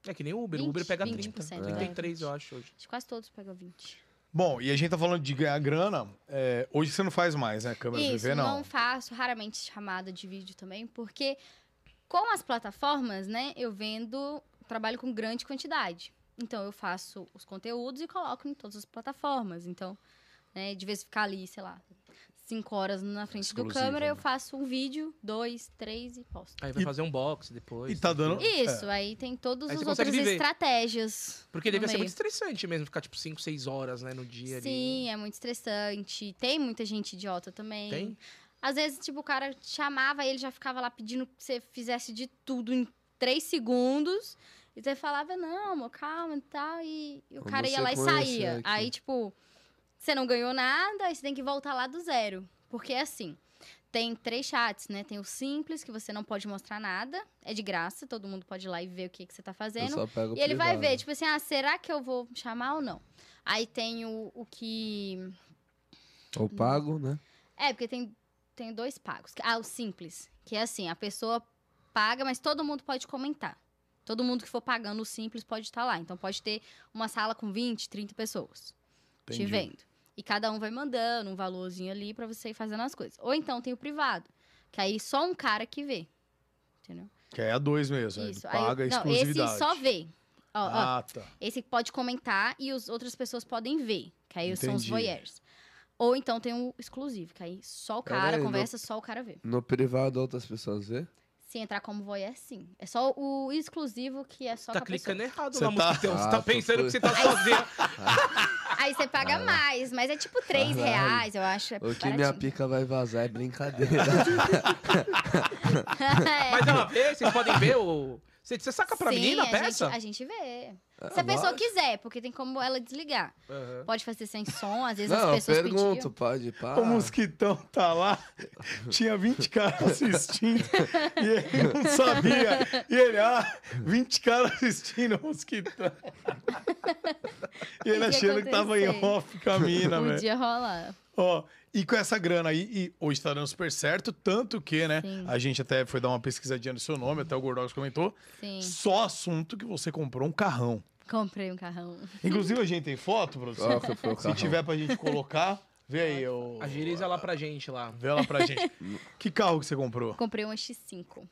É que nem o Uber, o Uber 20, pega 30. 20%, É. né? 33, eu acho, hoje. Acho que quase todos pegam 20%. Bom, e a gente tá falando de ganhar grana. é, hoje você não faz mais, né? Câmera Isso, privê, não. não faço raramente chamada de vídeo também, porque com as plataformas, né, eu vendo, trabalho com grande quantidade. Então eu faço os conteúdos e coloco em todas as plataformas. Então, né, de vez em ficar ali, sei lá, cinco horas na frente do Exclusivo, câmera, eu né? faço um vídeo, dois, três e posto. Aí vai E- fazer um box depois. e tá dando- Isso, aí tem todas Aí as você consegue outras viver. estratégias. Porque no devia ser meio. muito estressante mesmo, ficar tipo 5, 6 horas, né, no dia ali. Sim, é muito estressante. Tem muita gente idiota também. Tem? Às vezes, tipo, o cara te chamava e ele já ficava lá pedindo que você fizesse de tudo em três segundos. E você falava, não, amor, calma e tal. E, e o Como cara ia você lá e conhece saía. aqui? Aí, tipo, você não ganhou nada, aí você tem que voltar lá do zero. Porque é assim. Tem três chats, né? Tem o simples, que você não pode mostrar nada. É de graça, todo mundo pode ir lá e ver o que, que você tá Eu fazendo. só pego E ele vai privado. ver, tipo assim, ah, será que eu vou chamar ou não? Aí tem o, o que. tipo, Ou pago, né? É, porque tem, tem dois pagos. Ah, o simples. Que é assim, a pessoa paga, mas todo mundo pode comentar. Todo mundo que for pagando o simples pode estar lá. Então pode ter uma sala com 20, 30 pessoas te Entendi. vendo. E cada um vai mandando um valorzinho ali pra você ir fazendo as coisas. Ou então tem o privado, que aí só um cara que vê. Entendeu? Que é a dois mesmo. Isso. Ele Aí- paga a não, esse exclusividade. só vê. Ó, ó, Ah, tá. esse que pode comentar e as outras pessoas podem ver, que aí são os Entendi. voyeurs. Ou então tem o exclusivo, que aí só o Pera cara aí, conversa, só o cara vê. No privado, outras pessoas vê? Se entrar como voyeur, sim. É só o exclusivo que é só Tá com a pessoa. clicando errado Você na tá- música. Então, você Ah, tá tô pensando fui- que você tá sozinha. Aí você paga mais, mas é tipo 3 Ah. Caralho. reais, eu acho. É O que minha baratinho. pica vai vazar é brincadeira. É. Mas ela vê, vocês podem ver o. Você, você saca pra Sim, menina a a peça? Gente, a gente vê. Ah, Se a pessoa lógico. quiser, porque tem como ela desligar. Aham. Pode fazer sem som, às vezes Não, as eu pessoas pergunto, pediam. pode, pá. O mosquitão tá lá, tinha 20 caras assistindo e ele não sabia. E ele, ah, 20 caras assistindo o mosquitão. E ele Podia achando que tava em acontecer. off com a mina, velho. Podia rolar. Ó, e com essa grana aí, e hoje tá dando super certo, tanto que, né? Sim. A gente até foi dar uma pesquisadinha no seu nome, até o Gordox comentou. Sim. Só assunto que você comprou um carrão. Comprei um carrão. Inclusive, a gente tem foto, professor? Qual que foi o Se Ah, carrão? tiver pra gente colocar, vê aí, ô. Agiliza lá pra gente lá. Vê lá pra gente. que carro que você comprou? Comprei uma X5.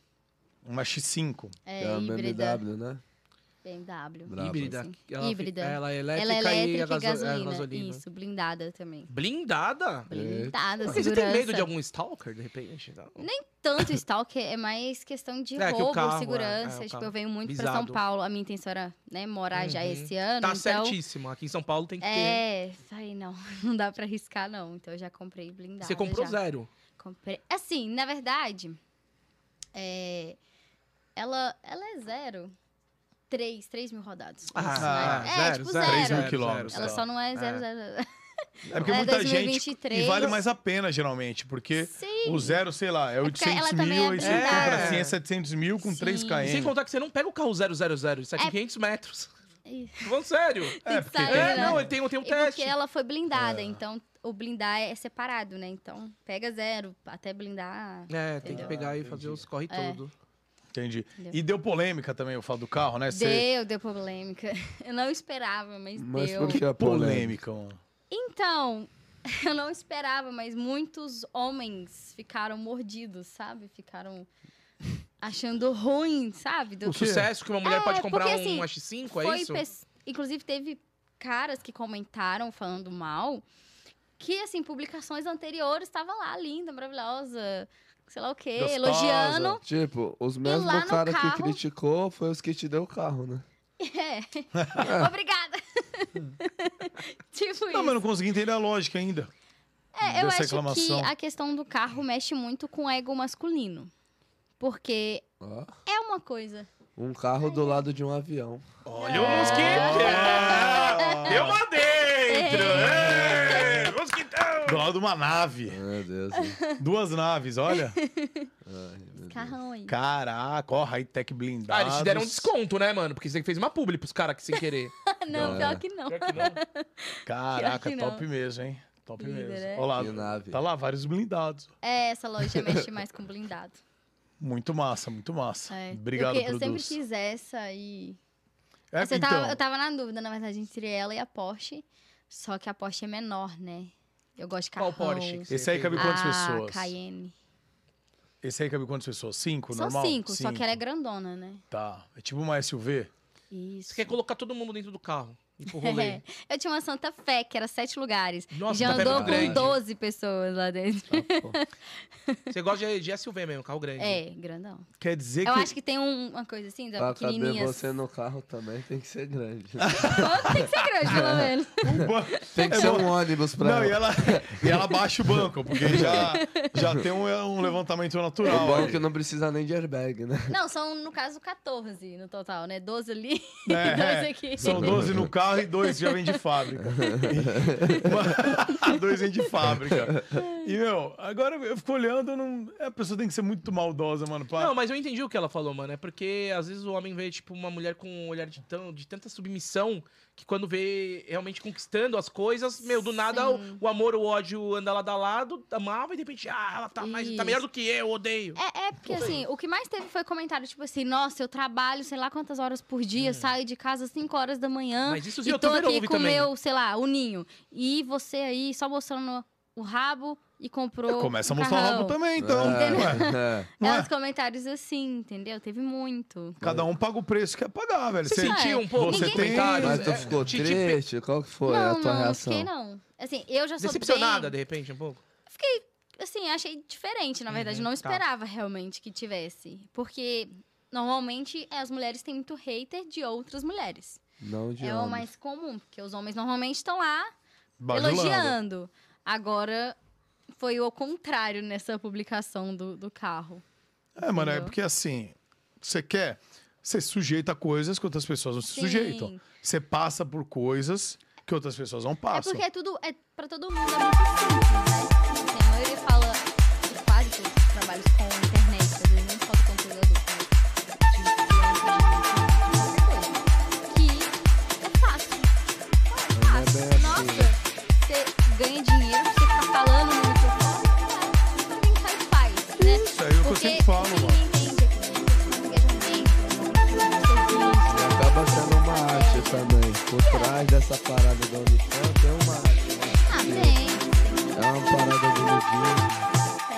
Uma X5. É, É a híbrida. BMW, né? BMW. Brava. Híbrida. Sim. Ela, fi- Híbrida. Ela é Ela elétrica, é e, a elétrica e gaso- é gasolina. gasolina. Isso, blindada também. Blindada? Blindada, Mas Você segurança. tem medo de algum stalker, de repente? Não. Tanto stalker é mais questão de É, que o roubo, carro, é, é, o segurança. tipo, carro. eu venho muito pra São Visado. Paulo. A minha intenção era né, morar já Uhum. esse ano. Tá então, certíssimo. Aqui em São Paulo tem que ter. É, aí não, não dá pra arriscar, não. Então eu já comprei blindada. Você comprou já. zero. Comprei. Assim, na verdade, é, ela, ela é zero. Três, três mil rodados. Ah, Isso, né? é, tipo zero. Três mil quilômetros. Ela zero. só não é zero, É. zero, zero. É porque Ela é muita gente. 2023. E vale mais a pena, geralmente, porque Sim. o zero, sei lá, é porque ela 800 também é mil, aí você blindada. compra É. assim, é 700 mil com Sim. 3 E sem km. contar que você não pega o carro 000, isso aqui é É. 500 metros. Ih. Vamos sério. É, Tem porque que sair, É, né? não, tem, tem um E porque é teste. ela foi blindada, então o blindar é separado, né? Então pega zero, até blindar. É, tem que Ah, pegar e entendi. fazer os corre É. todo. Entendi. Entendeu? E deu polêmica também, eu falo do carro, né? Você- Deu, deu polêmica. Eu não esperava, mas, Mas deu. por que a Polêmica, polêmica? mano. Então, eu não esperava, mas muitos homens ficaram mordidos, sabe? Ficaram achando ruim, sabe? Do- O sucesso que uma mulher É, pode comprar porque, um assim, X5, é Foi isso? pes- Inclusive, teve caras que comentaram falando mal, que, assim, publicações anteriores estava lá, linda, maravilhosa, sei lá o quê, Gostosa. elogiando. Tipo, os lá mesmos no caras carro- que criticou foi os que te deu o carro, né? É. Obrigada. tipo Não, isso. mas eu não consegui entender a lógica ainda. É, eu dessa acho reclamação. que a questão do carro mexe muito com o ego masculino. Porque Ó, é uma coisa. um carro do lado de um avião. Olha É. mosquito! Eu mandei! É. Ei, Mosquitão! Do lado de uma nave. Meu Deus. hein? Duas naves, olha. Ai, meu Deus. Carrão aí. Caraca, ó, high-tech blindado. Ah, eles te deram um desconto, né, mano? Porque você fez uma publi pros caras que sem querer. não, É. pior que não. Caraca, Pior que não. top mesmo, hein? Top Líder, mesmo. é. Olha lá, Que nave. tá lá, vários blindados. É, essa loja mexe mais com blindado. Muito massa, muito massa. É. Obrigado, eu, que- eu sempre Produz. quis essa e. É, Essa eu, então, tava, eu tava na dúvida, na verdade, entre ela e a Porsche. Só que a Porsche é menor, né? Eu gosto de carro. Qual Porsche? que você Esse aí fez? cabe quantas a pessoas? Cayenne. Esse aí cabe quantas pessoas? Cinco, São normal? cinco, só que ela é grandona, né? Tá. É tipo uma SUV? Isso. Você quer colocar todo mundo dentro do carro e É. pro rolê. Eu tinha uma Santa Fé, que era sete lugares. Nossa, Já tá vendo andou que com grande. 12 pessoas lá dentro. tá Ah, pô. Você gosta de, de SUV mesmo, carro grande. É, grandão. Quer dizer Eu que... acho que tem um- uma coisa assim, da Pra caber pequenininha. assim. você no carro também tem que ser grande. É tem que ser grande, pelo menos. o ban- Tem que É ser bom. um ônibus pra Não, e é ela. ela, e ela baixa o banco, porque já, já tem um, um levantamento É natural. né? bom aí. que não precisa nem de airbag, né? Não, são, no caso, 14 no total, né? 12 ali É, e 12 aqui. São 12 no carro e dois já vem de fábrica. E- dois vem de fábrica. E, meu, agora eu fico olhando, eu não... é, a pessoa tem que ser muito maldosa, mano. Pra... Não, mas eu entendi o que ela falou, mano. É porque às vezes o homem vê, tipo, uma mulher com um olhar de, tão, de tanta submissão que quando vê realmente conquistando as coisas, meu, do nada o, Sim. o amor, o ódio anda lado a lado, amava e de repente, ah, ela tá, mais, tá Isso. melhor do que eu, odeio. É, é, porque assim, o que mais teve foi comentário, tipo assim, nossa, eu trabalho sei lá quantas horas por dia, saio de casa às 5 horas da manhã Mas isso os e tô youtubers aqui ouvem com o também. meu, sei lá, o ninho. E você aí só mostrando o rabo e comprou. É, Começa a um mostrar o carrão. rabo também, então. Ué, É, não É é? uns comentários assim, entendeu? Teve muito. Cada um paga o preço que é pagar, velho. Você Você- sentiu um pouco Você tem- os é. comentários? Mas tu É, ficou te- te triste? Qual que foi não, é a tua não, reação? não fiquei, não. Assim, eu já sou Decepcionada, bem... de repente, um pouco? assim, achei diferente, na verdade. Uhum, não tá. esperava realmente que tivesse. Porque normalmente é, as mulheres têm muito hater de outras mulheres. Não de é o homem. mais comum, porque os homens normalmente estão lá Bajulando. elogiando. Agora foi o contrário nessa publicação do, do carro. É, mano, é Entendeu? porque assim, você quer, você sujeita a coisas que outras pessoas não se sujeitam. Sim. Você passa por coisas que outras pessoas não É passam. porque é tudo. É pra todo mundo é muito simples, né? Assim, a maioria fala de quase todos os trabalhos com internet, às vezes nem só do conteúdo adulto, mas de influencer, de qualquer coisa. Que é fácil. É Não é fácil. bem assim, Nossa, né? você ganha dinheiro, você fica falando no microfone, ah, ninguém sai e faz, né? Isso aí é o que eu Porque sempre falo, ninguém mano. entende aqui, ninguém entende E serviço. Tá acaba sendo Tá uma arte também. Por trás dessa parada do OnlyFans tem uma arte. né? Ah, tem, tem. É uma parada bonitinha.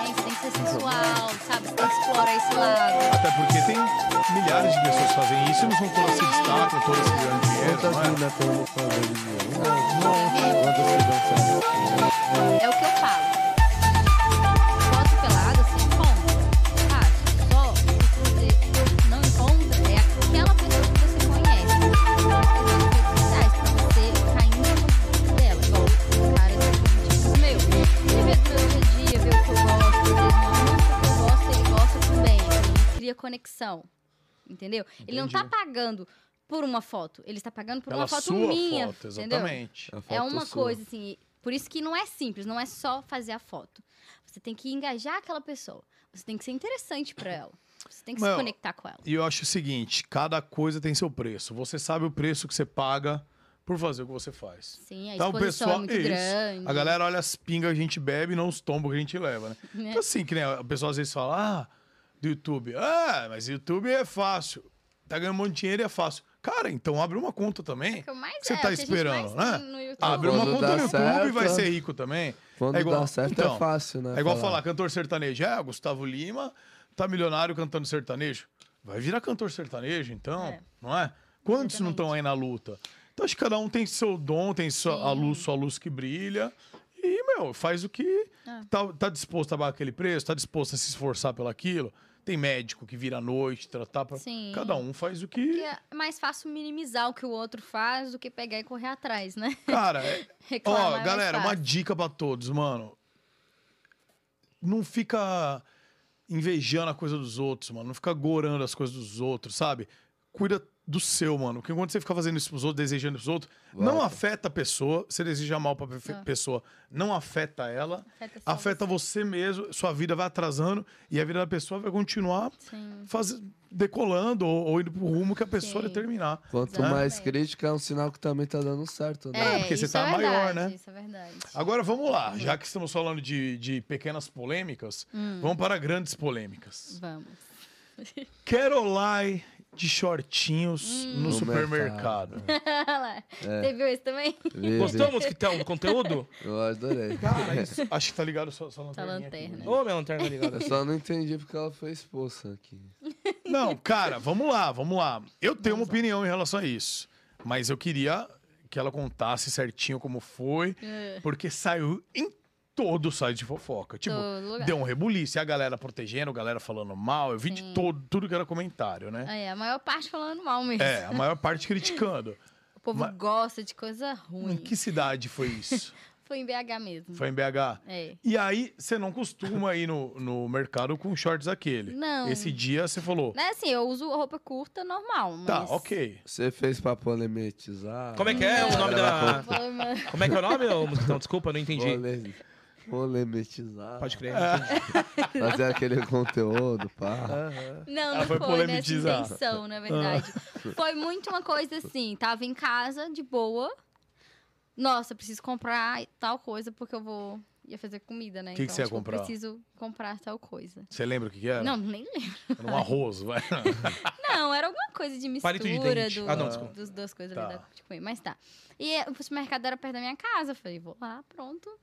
Tem, tem que ser sensual, sabe? Tem que explorar esse lado. Até porque tem milhares de pessoas que fazem isso e não são todas que destacam, todas que ganham dinheiro, Quantas não é? minas tem OnlyFans hoje em dia? Não, Quantas que dançam? É o que eu falo. Foto pelada se encontra. Sabe? Só o que você não encontra é aquela pessoa que você conhece. Você tem as redes sociais pra você cair em cima dela. Igual o cara que tipo meu. Ele vê do meu dia a dia, vê o que eu gosto. Às vezes uma música que eu gosto, ele gosta também. Então, Ele cria conexão. Entendeu? Ele não tá Entendi. pagando por uma foto. Ele está pagando por Pela uma foto sua minha. foto, entendeu? exatamente. É a É foto uma sua. coisa assim, por isso que não é simples, não é só fazer a foto. Você tem que engajar aquela pessoa. Você tem que ser interessante pra ela. Você tem que Mel, se conectar com ela. E eu acho o seguinte, cada coisa tem seu preço. Você sabe o preço que você paga por fazer o que você faz. Sim, a Então, o exposição é pessoal- muito isso. grande. A galera olha as pingas que a gente bebe e não os tombos que a gente leva, né? né? Então, assim, que nem a pessoa às vezes fala, ah, do YouTube. Ah, mas YouTube é fácil. Tá ganhando um monte de dinheiro e é fácil. Cara, então abre uma conta O também. que eu mais Você é, tá o que a gente esperando, mais né? tem no YouTube. Abre uma Quando conta dá no YouTube e vai certo. ser rico também. Quando É igual- dá certo então, é fácil, né? É igual falar, cantor sertanejo. É, Gustavo Lima tá milionário cantando sertanejo. Vai virar cantor sertanejo, então, É. não é? Quantos não Exatamente. estão aí na luta? Então acho que cada um tem seu dom, tem sua, a Sim. luz, sua luz que brilha. E, meu, faz o que. É. Tá, tá disposto a pagar aquele preço, tá disposto a se esforçar pelo aquilo. Tem médico que vira à noite, tratar pra. Sim. Cada um faz o que. Porque é mais fácil minimizar o que o outro faz do que pegar e correr atrás, né? Cara, é- Reclamar é Ó, mais galera, uma fácil. dica pra todos, mano. Não fica invejando a coisa dos outros, mano. Não fica gorando as coisas dos outros, sabe? Cuida do seu, mano. Porque quando você fica fazendo isso pros outros, desejando isso pros outros, não Volta. afeta a pessoa. Você deseja mal pra pe- Ah. pessoa, não afeta ela. Afeta, só Afeta você mesmo, sua vida vai atrasando e a vida da pessoa vai continuar você. Sim. faz... decolando ou, ou indo pro rumo que a pessoa Sim. determinar. né? Quanto Exatamente. mais crítica, é um sinal que também tá dando certo, né? É, porque você isso tá é maior, verdade, né? Isso é verdade. Agora vamos lá, já que estamos falando de, de pequenas polêmicas, Hum. vamos para grandes polêmicas. Vamos. Caroline de shortinhos Hum. no, No supermercado. Olha lá. É. Você viu isso também? Vive. Gostou, mosquitão, do tá conteúdo? Eu adorei. Cara, isso- acho que tá ligado só, só Tá lanterna. Ô, minha lanterna ligada. Eu só não entendi porque ela foi expulsa aqui. Não, cara, vamos lá, vamos lá. Eu tenho uma opinião em relação a isso, mas eu queria que ela contasse certinho como foi, É. porque saiu em todo o site de fofoca. Tipo, Todo lugar. deu um rebuliço, e a galera protegendo, a galera falando mal, eu vi de Sim. todo, tudo que era comentário, né? É, a maior parte falando mal mesmo. É, a maior parte criticando. O povo Ma- gosta de coisa Em ruim. Hum, que cidade foi isso? Foi em BH mesmo. Foi em BH. É. E aí, você não costuma ir no, no mercado com shorts aquele. Não. Esse dia você falou, Né, assim, eu uso roupa curta normal, mas... tá, ok. Você fez pra polemetizar? Como é que é o nome da. Foi uma- Como é que é o nome, ô, mosquitão? Desculpa, não entendi. Pole... Polemetizar. Pode crer. Fazer aquele conteúdo, pá. Não, Ela não foi Ah. foi, nessa polemizar. intenção, na verdade. Foi muito uma coisa assim, tava em casa, de boa. Nossa, preciso comprar tal coisa, porque eu vou... Ia fazer comida, né? Que que você ia tipo, comprar? Preciso comprar tal coisa. Você lembra o que, que era? Não, nem Era um arroz, vai. Não, era alguma coisa de mistura Palito de dente. do, Ah, não, desculpa. dos duas coisas Tá. ali da de comer, mas tá. E eh, o supermercado era perto da minha casa, eu falei, vou lá, pronto,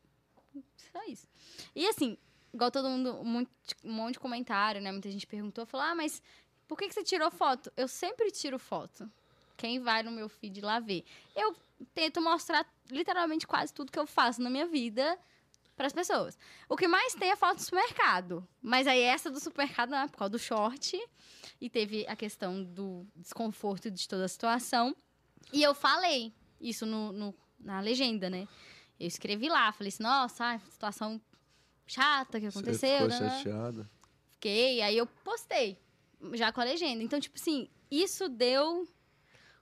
só isso. E assim, igual todo mundo, muito- um monte de comentário, né, muita gente perguntou, falou, ah, mas por que, que você tirou foto? Eu sempre tiro foto. Quem vai no meu feed lá vê. Eu tento mostrar literalmente quase tudo que eu faço na minha vida para as pessoas. O que mais tem é falta do supermercado. Mas aí essa do supermercado não é por causa do short. E teve a questão do desconforto de toda a situação. E eu falei isso no, no- na legenda, né? Eu escrevi lá, falei assim, nossa, ai, situação chata que Você aconteceu. ficou né? chateada? Fiquei, aí eu postei, já com a legenda. Então, tipo assim, isso deu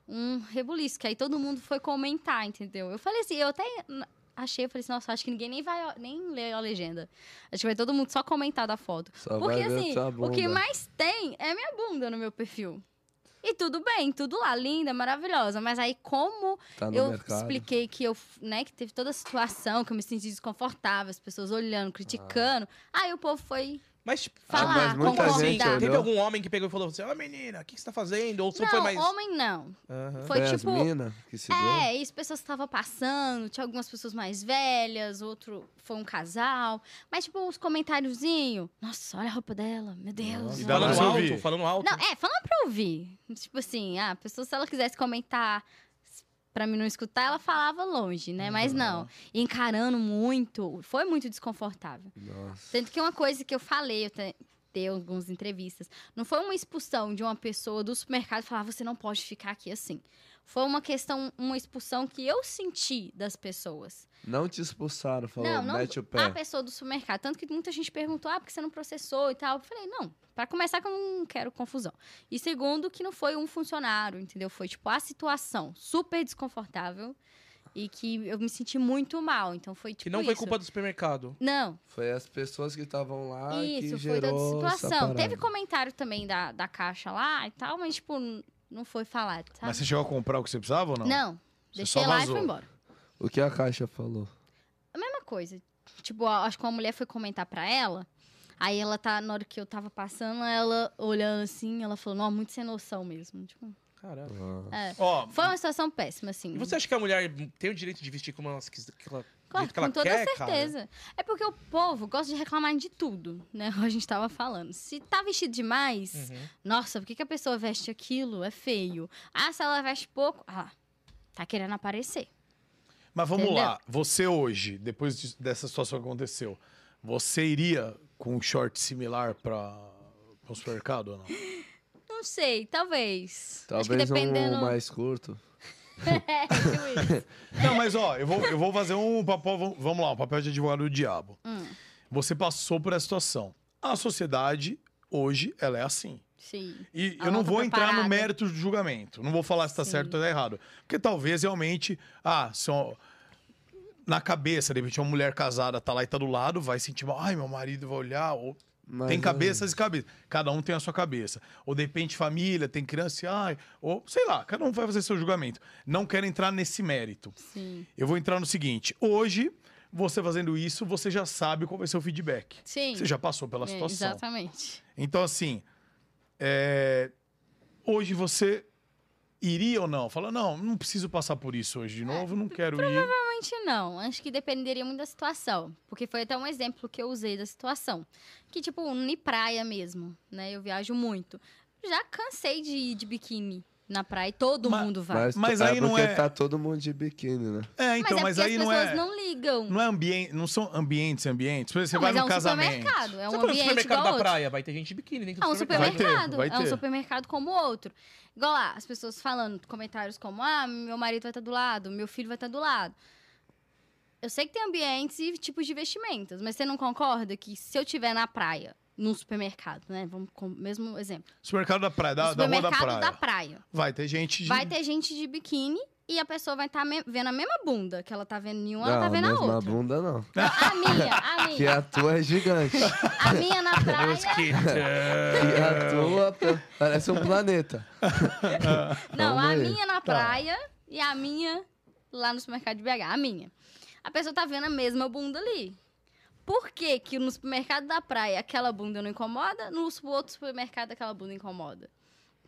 um rebuliço, que aí todo mundo foi comentar, entendeu? Eu falei assim, eu até n- achei, eu falei assim, nossa, acho que ninguém nem vai ó- nem ler a legenda. Acho que vai todo mundo só comentar da foto. Só Porque vai ver assim, tua o que bunda. mais tem é minha bunda no meu perfil. E tudo bem, tudo lá, linda, maravilhosa. Mas aí, como Tá no eu mercado. expliquei que eu, né, que teve toda a situação, que eu me senti desconfortável, as pessoas olhando, criticando. Aí o povo foi Mas, tipo, Ah, falar, mas muita concordar. gente olhou. teve algum homem que pegou e falou assim: Ó, menina, o que que você tá fazendo? Ou só Não, foi mais. homem não. Aham. Foi as tipo. mina que se deu. É, e as pessoas estavam passando, tinha algumas pessoas mais velhas, outro foi um casal. Mas, tipo, uns comentáriozinhos. Nossa, olha a roupa dela, meu Deus. Nossa. E dá olha pra Falando você alto, ouvir. falando alto. Não, é, falando pra ouvir. Tipo assim, ah, a pessoa, se ela quisesse comentar s- pra mim não escutar, ela falava longe, né? Mas não, encarando muito, foi muito desconfortável. Nossa. Tanto que uma coisa que eu falei, eu te- dei algumas entrevistas, não foi uma expulsão de uma pessoa do supermercado falar, "Ah, você não pode ficar aqui assim. Foi uma questão, uma expulsão que eu senti das pessoas. Não te expulsaram, falou, Não, Ah, não- mete o A pé. pessoa do supermercado. Tanto que muita gente perguntou, ah, por que você não processou e tal? Eu falei, não, pra começar que eu não quero confusão. E segundo, que não foi um funcionário, entendeu? Foi, tipo, a situação super desconfortável e que eu me senti muito mal. Então, foi, tipo, Que não foi isso. culpa do supermercado. Não, Foi as pessoas que estavam lá que isso, foi da gerou essa situação. parada. Teve comentário também da, da caixa lá e tal, mas, tipo, n- não foi falado, sabe? Mas você chegou a comprar o que você precisava ou não? Não, Você deixei só lá e vazou. fui embora. O que a Caixa falou? a mesma coisa. Tipo, a- acho que uma mulher foi comentar pra ela. Aí ela tá, na hora que eu tava passando, ela olhando assim, ela falou, não, muito sem noção mesmo. Tipo, Caralho. Ah, Ó, foi uma situação péssima, assim. E você acha que a mulher tem o direito de vestir como ela quis? Que ela, do Claro, jeito que ela com toda quer, cara? certeza. É porque o povo gosta de reclamar de tudo, né? Como a gente tava falando. Se tá vestido demais, Uhum. nossa, por que, que a pessoa veste aquilo? É feio. Ah, se ela veste pouco, ah, tá querendo aparecer. mas vamos Entendeu? lá. Você hoje, depois de- dessa situação que aconteceu, você iria com um short similar pra, pra um supermercado ou não? Não sei, talvez. Acho que Talvez dependendo. um mais curto. É, tipo isso. Não, mas ó, eu vou, eu vou fazer um papel. Vamos lá, um papel de advogado do diabo. Hum. Você passou por essa situação. A sociedade, hoje, ela é assim. Sim. E Ela eu não não tá vou entrar no preparada. mérito do julgamento. Não vou falar se tá Sim. certo ou tá errado. Porque talvez realmente, ah, se uma- na cabeça, de repente, uma mulher casada tá lá e tá do lado, vai sentir mal. Ai, meu marido vai olhar. Ou... Mas, tem ah, cabeças e cabeças. Cada um tem a sua cabeça. Ou de repente, família, tem criança, e, ai, ou sei lá, cada um vai fazer seu julgamento. Não quero entrar nesse mérito. Sim. Eu vou entrar no seguinte: hoje, você fazendo isso, você já sabe qual vai ser o feedback. Sim. Você já passou pela É, situação. Exatamente. Então, assim, é, hoje você iria ou não? Fala, não, não preciso passar por isso hoje de novo, não quero ir. Realmente não. Acho que dependeria muito da situação. Porque foi até um exemplo que eu usei da situação. Que, tipo, em praia mesmo, né? Eu viajo muito. Já cansei de ir de biquíni na praia e todo Ma- mundo vai. Mas, Mas aí é não porque é- tá todo mundo de biquíni, né? É, então, mas é mas, porque aí as não pessoas é. Não, não ligam. é ambiente, não são ambientes ambientes. Por Não, exemplo, você mas vai é num um casamento. supermercado. É Você um foi no ambiente supermercado igual da outro. praia, vai ter gente de biquíni dentro É um do supermercado. ter, supermercado. vai É um ter. supermercado como outro. Igual lá, as pessoas falando, comentários como: ah, meu marido vai estar do lado, meu filho vai estar do lado. Eu sei que tem ambientes e tipos de vestimentas, mas você não concorda que se eu estiver na praia, num supermercado, né? Vamos com o mesmo exemplo. Supermercado da praia, da, No da rua da supermercado praia. da praia. Vai ter gente de. Vai ter gente de biquíni e a pessoa vai estar vendo a mesma bunda que ela tá vendo em uma, ela tá não, vendo a mesma outra. bunda não. A minha, a Que minha. a tua é gigante. A minha na praia. que a tua pa- parece um planeta. Não, Calma a aí. minha na praia e a minha lá no supermercado de BH. A minha. A pessoa tá vendo a mesma bunda ali. Por que que no supermercado da praia aquela bunda não incomoda, no su- outro supermercado aquela bunda incomoda?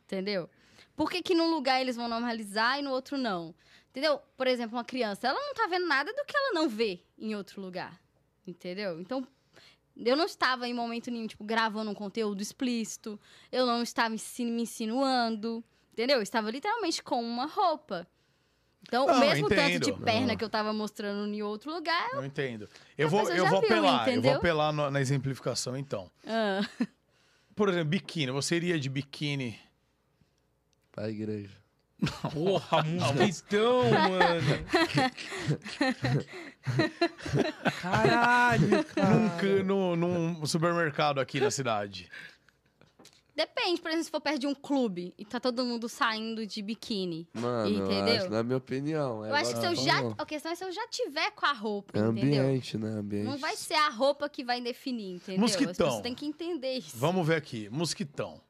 Entendeu? Por que que num lugar eles vão normalizar e no outro não? Entendeu? Por exemplo, uma criança, ela não tá vendo nada do que ela não vê em outro lugar. Entendeu? Então, eu não estava em momento nenhum, tipo, gravando um conteúdo explícito. Eu não estava insin- me insinuando. Entendeu? Eu estava literalmente com uma roupa. Então, Não, o mesmo tanto de entendo. perna que eu tava mostrando em outro lugar. Eu entendo. Eu A vou, pessoa eu já vou viu, apelar, eu vou entendeu? apelar no- na exemplificação, então. ah, Por exemplo, biquíni. Você iria de biquíni. Pra igreja. Porra, mustão, mano. Caralho, cara. Num, ca- no, num supermercado aqui na cidade. Depende, por exemplo, se for perto de um clube e tá todo mundo saindo de biquíni. Mano, eu Entendeu? acho, na minha opinião. é eu acho que igual se eu você já. falou. A questão é se eu já tiver com a roupa, É entendeu? ambiente, né? Ambiente. Não vai ser a roupa que vai definir, entendeu? Mosquitão. As pessoas têm que entender isso. Vamos ver aqui. Mosquitão.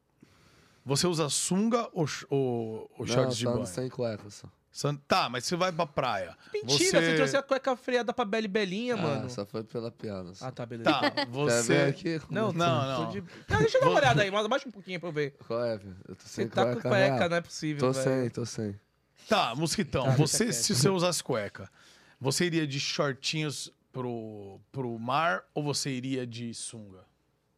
Você usa sunga ou, sh- ou, ou Não, shorts de só no banho? sem cueca, só. San- Tá, mas você vai pra praia. Mentira, você... trouxe a cueca freada pra Beli Belinha, Ah, É, mano. Só foi pela piada. só. Ah, tá, beleza. Tá, Quer ver você... aqui? Não, Não, tô não. de- Não, deixa eu dar uma olhada aí, mas abaixa um pouquinho pra eu ver. Qual é, velho? Eu tô sem Você tá com cueca, cueca, real. não é possível, Tô velho. sem, tô sem. Tá, mosquitão. Tá, deixa você, quieto. se você usasse cueca, você iria de shortinhos pro, pro mar ou você iria de sunga?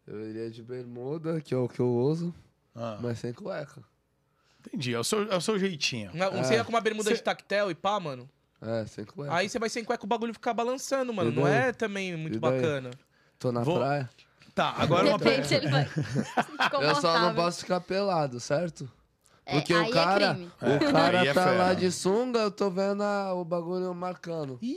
Eu iria de bermuda, que é o que eu uso, Ah, mas sem cueca. Entendi, é o, seu, é o seu jeitinho. Não, Você É. ia com uma bermuda Cê- de tactel e pá, mano. É, sem cueca. Aí você vai sem cueca, o bagulho fica balançando, mano. E Não daí? é também muito E daí? bacana. Tô na Vou- praia. Tá, agora uma Depende, pergunta. ele Eu vai se só não desconfortável. posso ficar pelado, certo? É, Porque aí o é cara, crime. É, o cara aí é tá fera. lá de sunga, eu tô vendo a- o bagulho marcando. Ih,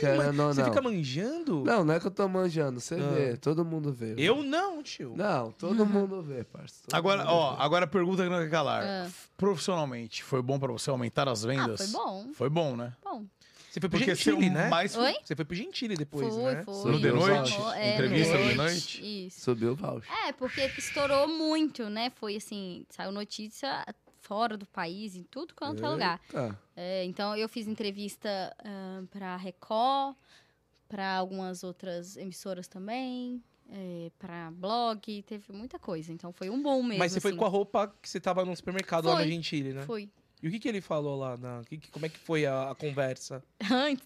Querendo mano, ou você não. fica manjando? Não, não é que eu tô manjando, você Ah. vê, todo mundo vê. Eu Uhum. não, tio. Não, todo mundo vê, parça. todo Agora, mundo ó, vê. agora a pergunta que não quer calar. Ah. Profissionalmente, foi bom pra você aumentar as Ah, vendas? foi bom. Foi bom, né? Bom. Você foi pro Porque Gentili, ser né? mais Oi? Você foi pro Gentili depois, foi, né? foi. No The Foi, Noite? foi. É, Entrevista no no The The Noite? Isso. Subiu o voucher. É, porque estourou muito, né? Foi assim, saiu notícia fora do país, em tudo quanto é lugar. Tá. É, então eu fiz entrevista para pra Record, pra algumas outras emissoras também, é, pra blog, teve muita coisa. Então foi um bom mesmo. Mas você foi assim. com a roupa que você tava no supermercado lá Foi. no Gentili, né? Fui. E o que, que ele falou lá? Na... que- que- como é que foi a, a conversa? Antes,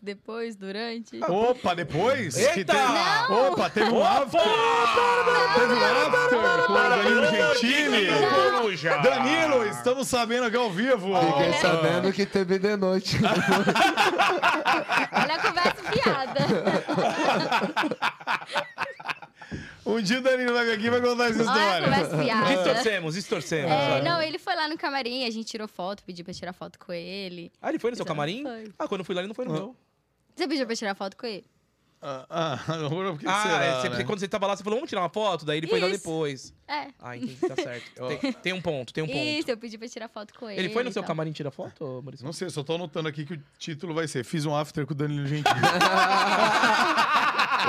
depois, durante. Opa, depois? Eita! Que teve- Não! Opa, teve um after! Teve um after com o Danilo Gentili! Danilo, estamos sabendo aqui ao vivo! Fiquei Ah. sabendo que teve de noite. Olha a conversa piada. Um dia o Danilo vai vir aqui e vai contar essa Olha a história. conversa piada. Distorcemos, distorcemos. Ah. É, É, não, ele foi lá no camarim, a gente tirou foto, pedi pra tirar foto com ele. Ah, ele foi no seu Exato, camarim? foi. Ah, quando eu fui lá, ele não foi no meu. Você pediu pra tirar foto com ele? Ah, ah, agora por que ah, será, é, você- né? quando você tava lá, você falou, vamos tirar uma foto? Daí ele foi lá Isso. depois. É. Ah, entendi, tá certo. tem, tem um ponto, tem um ponto. Isso, eu pedi pra tirar foto com ele. Ele foi no e seu tal. camarim tirar foto, ô, Maurício? Não sei, só tô anotando aqui que o título vai ser Fiz um after com o Danilo Gentili.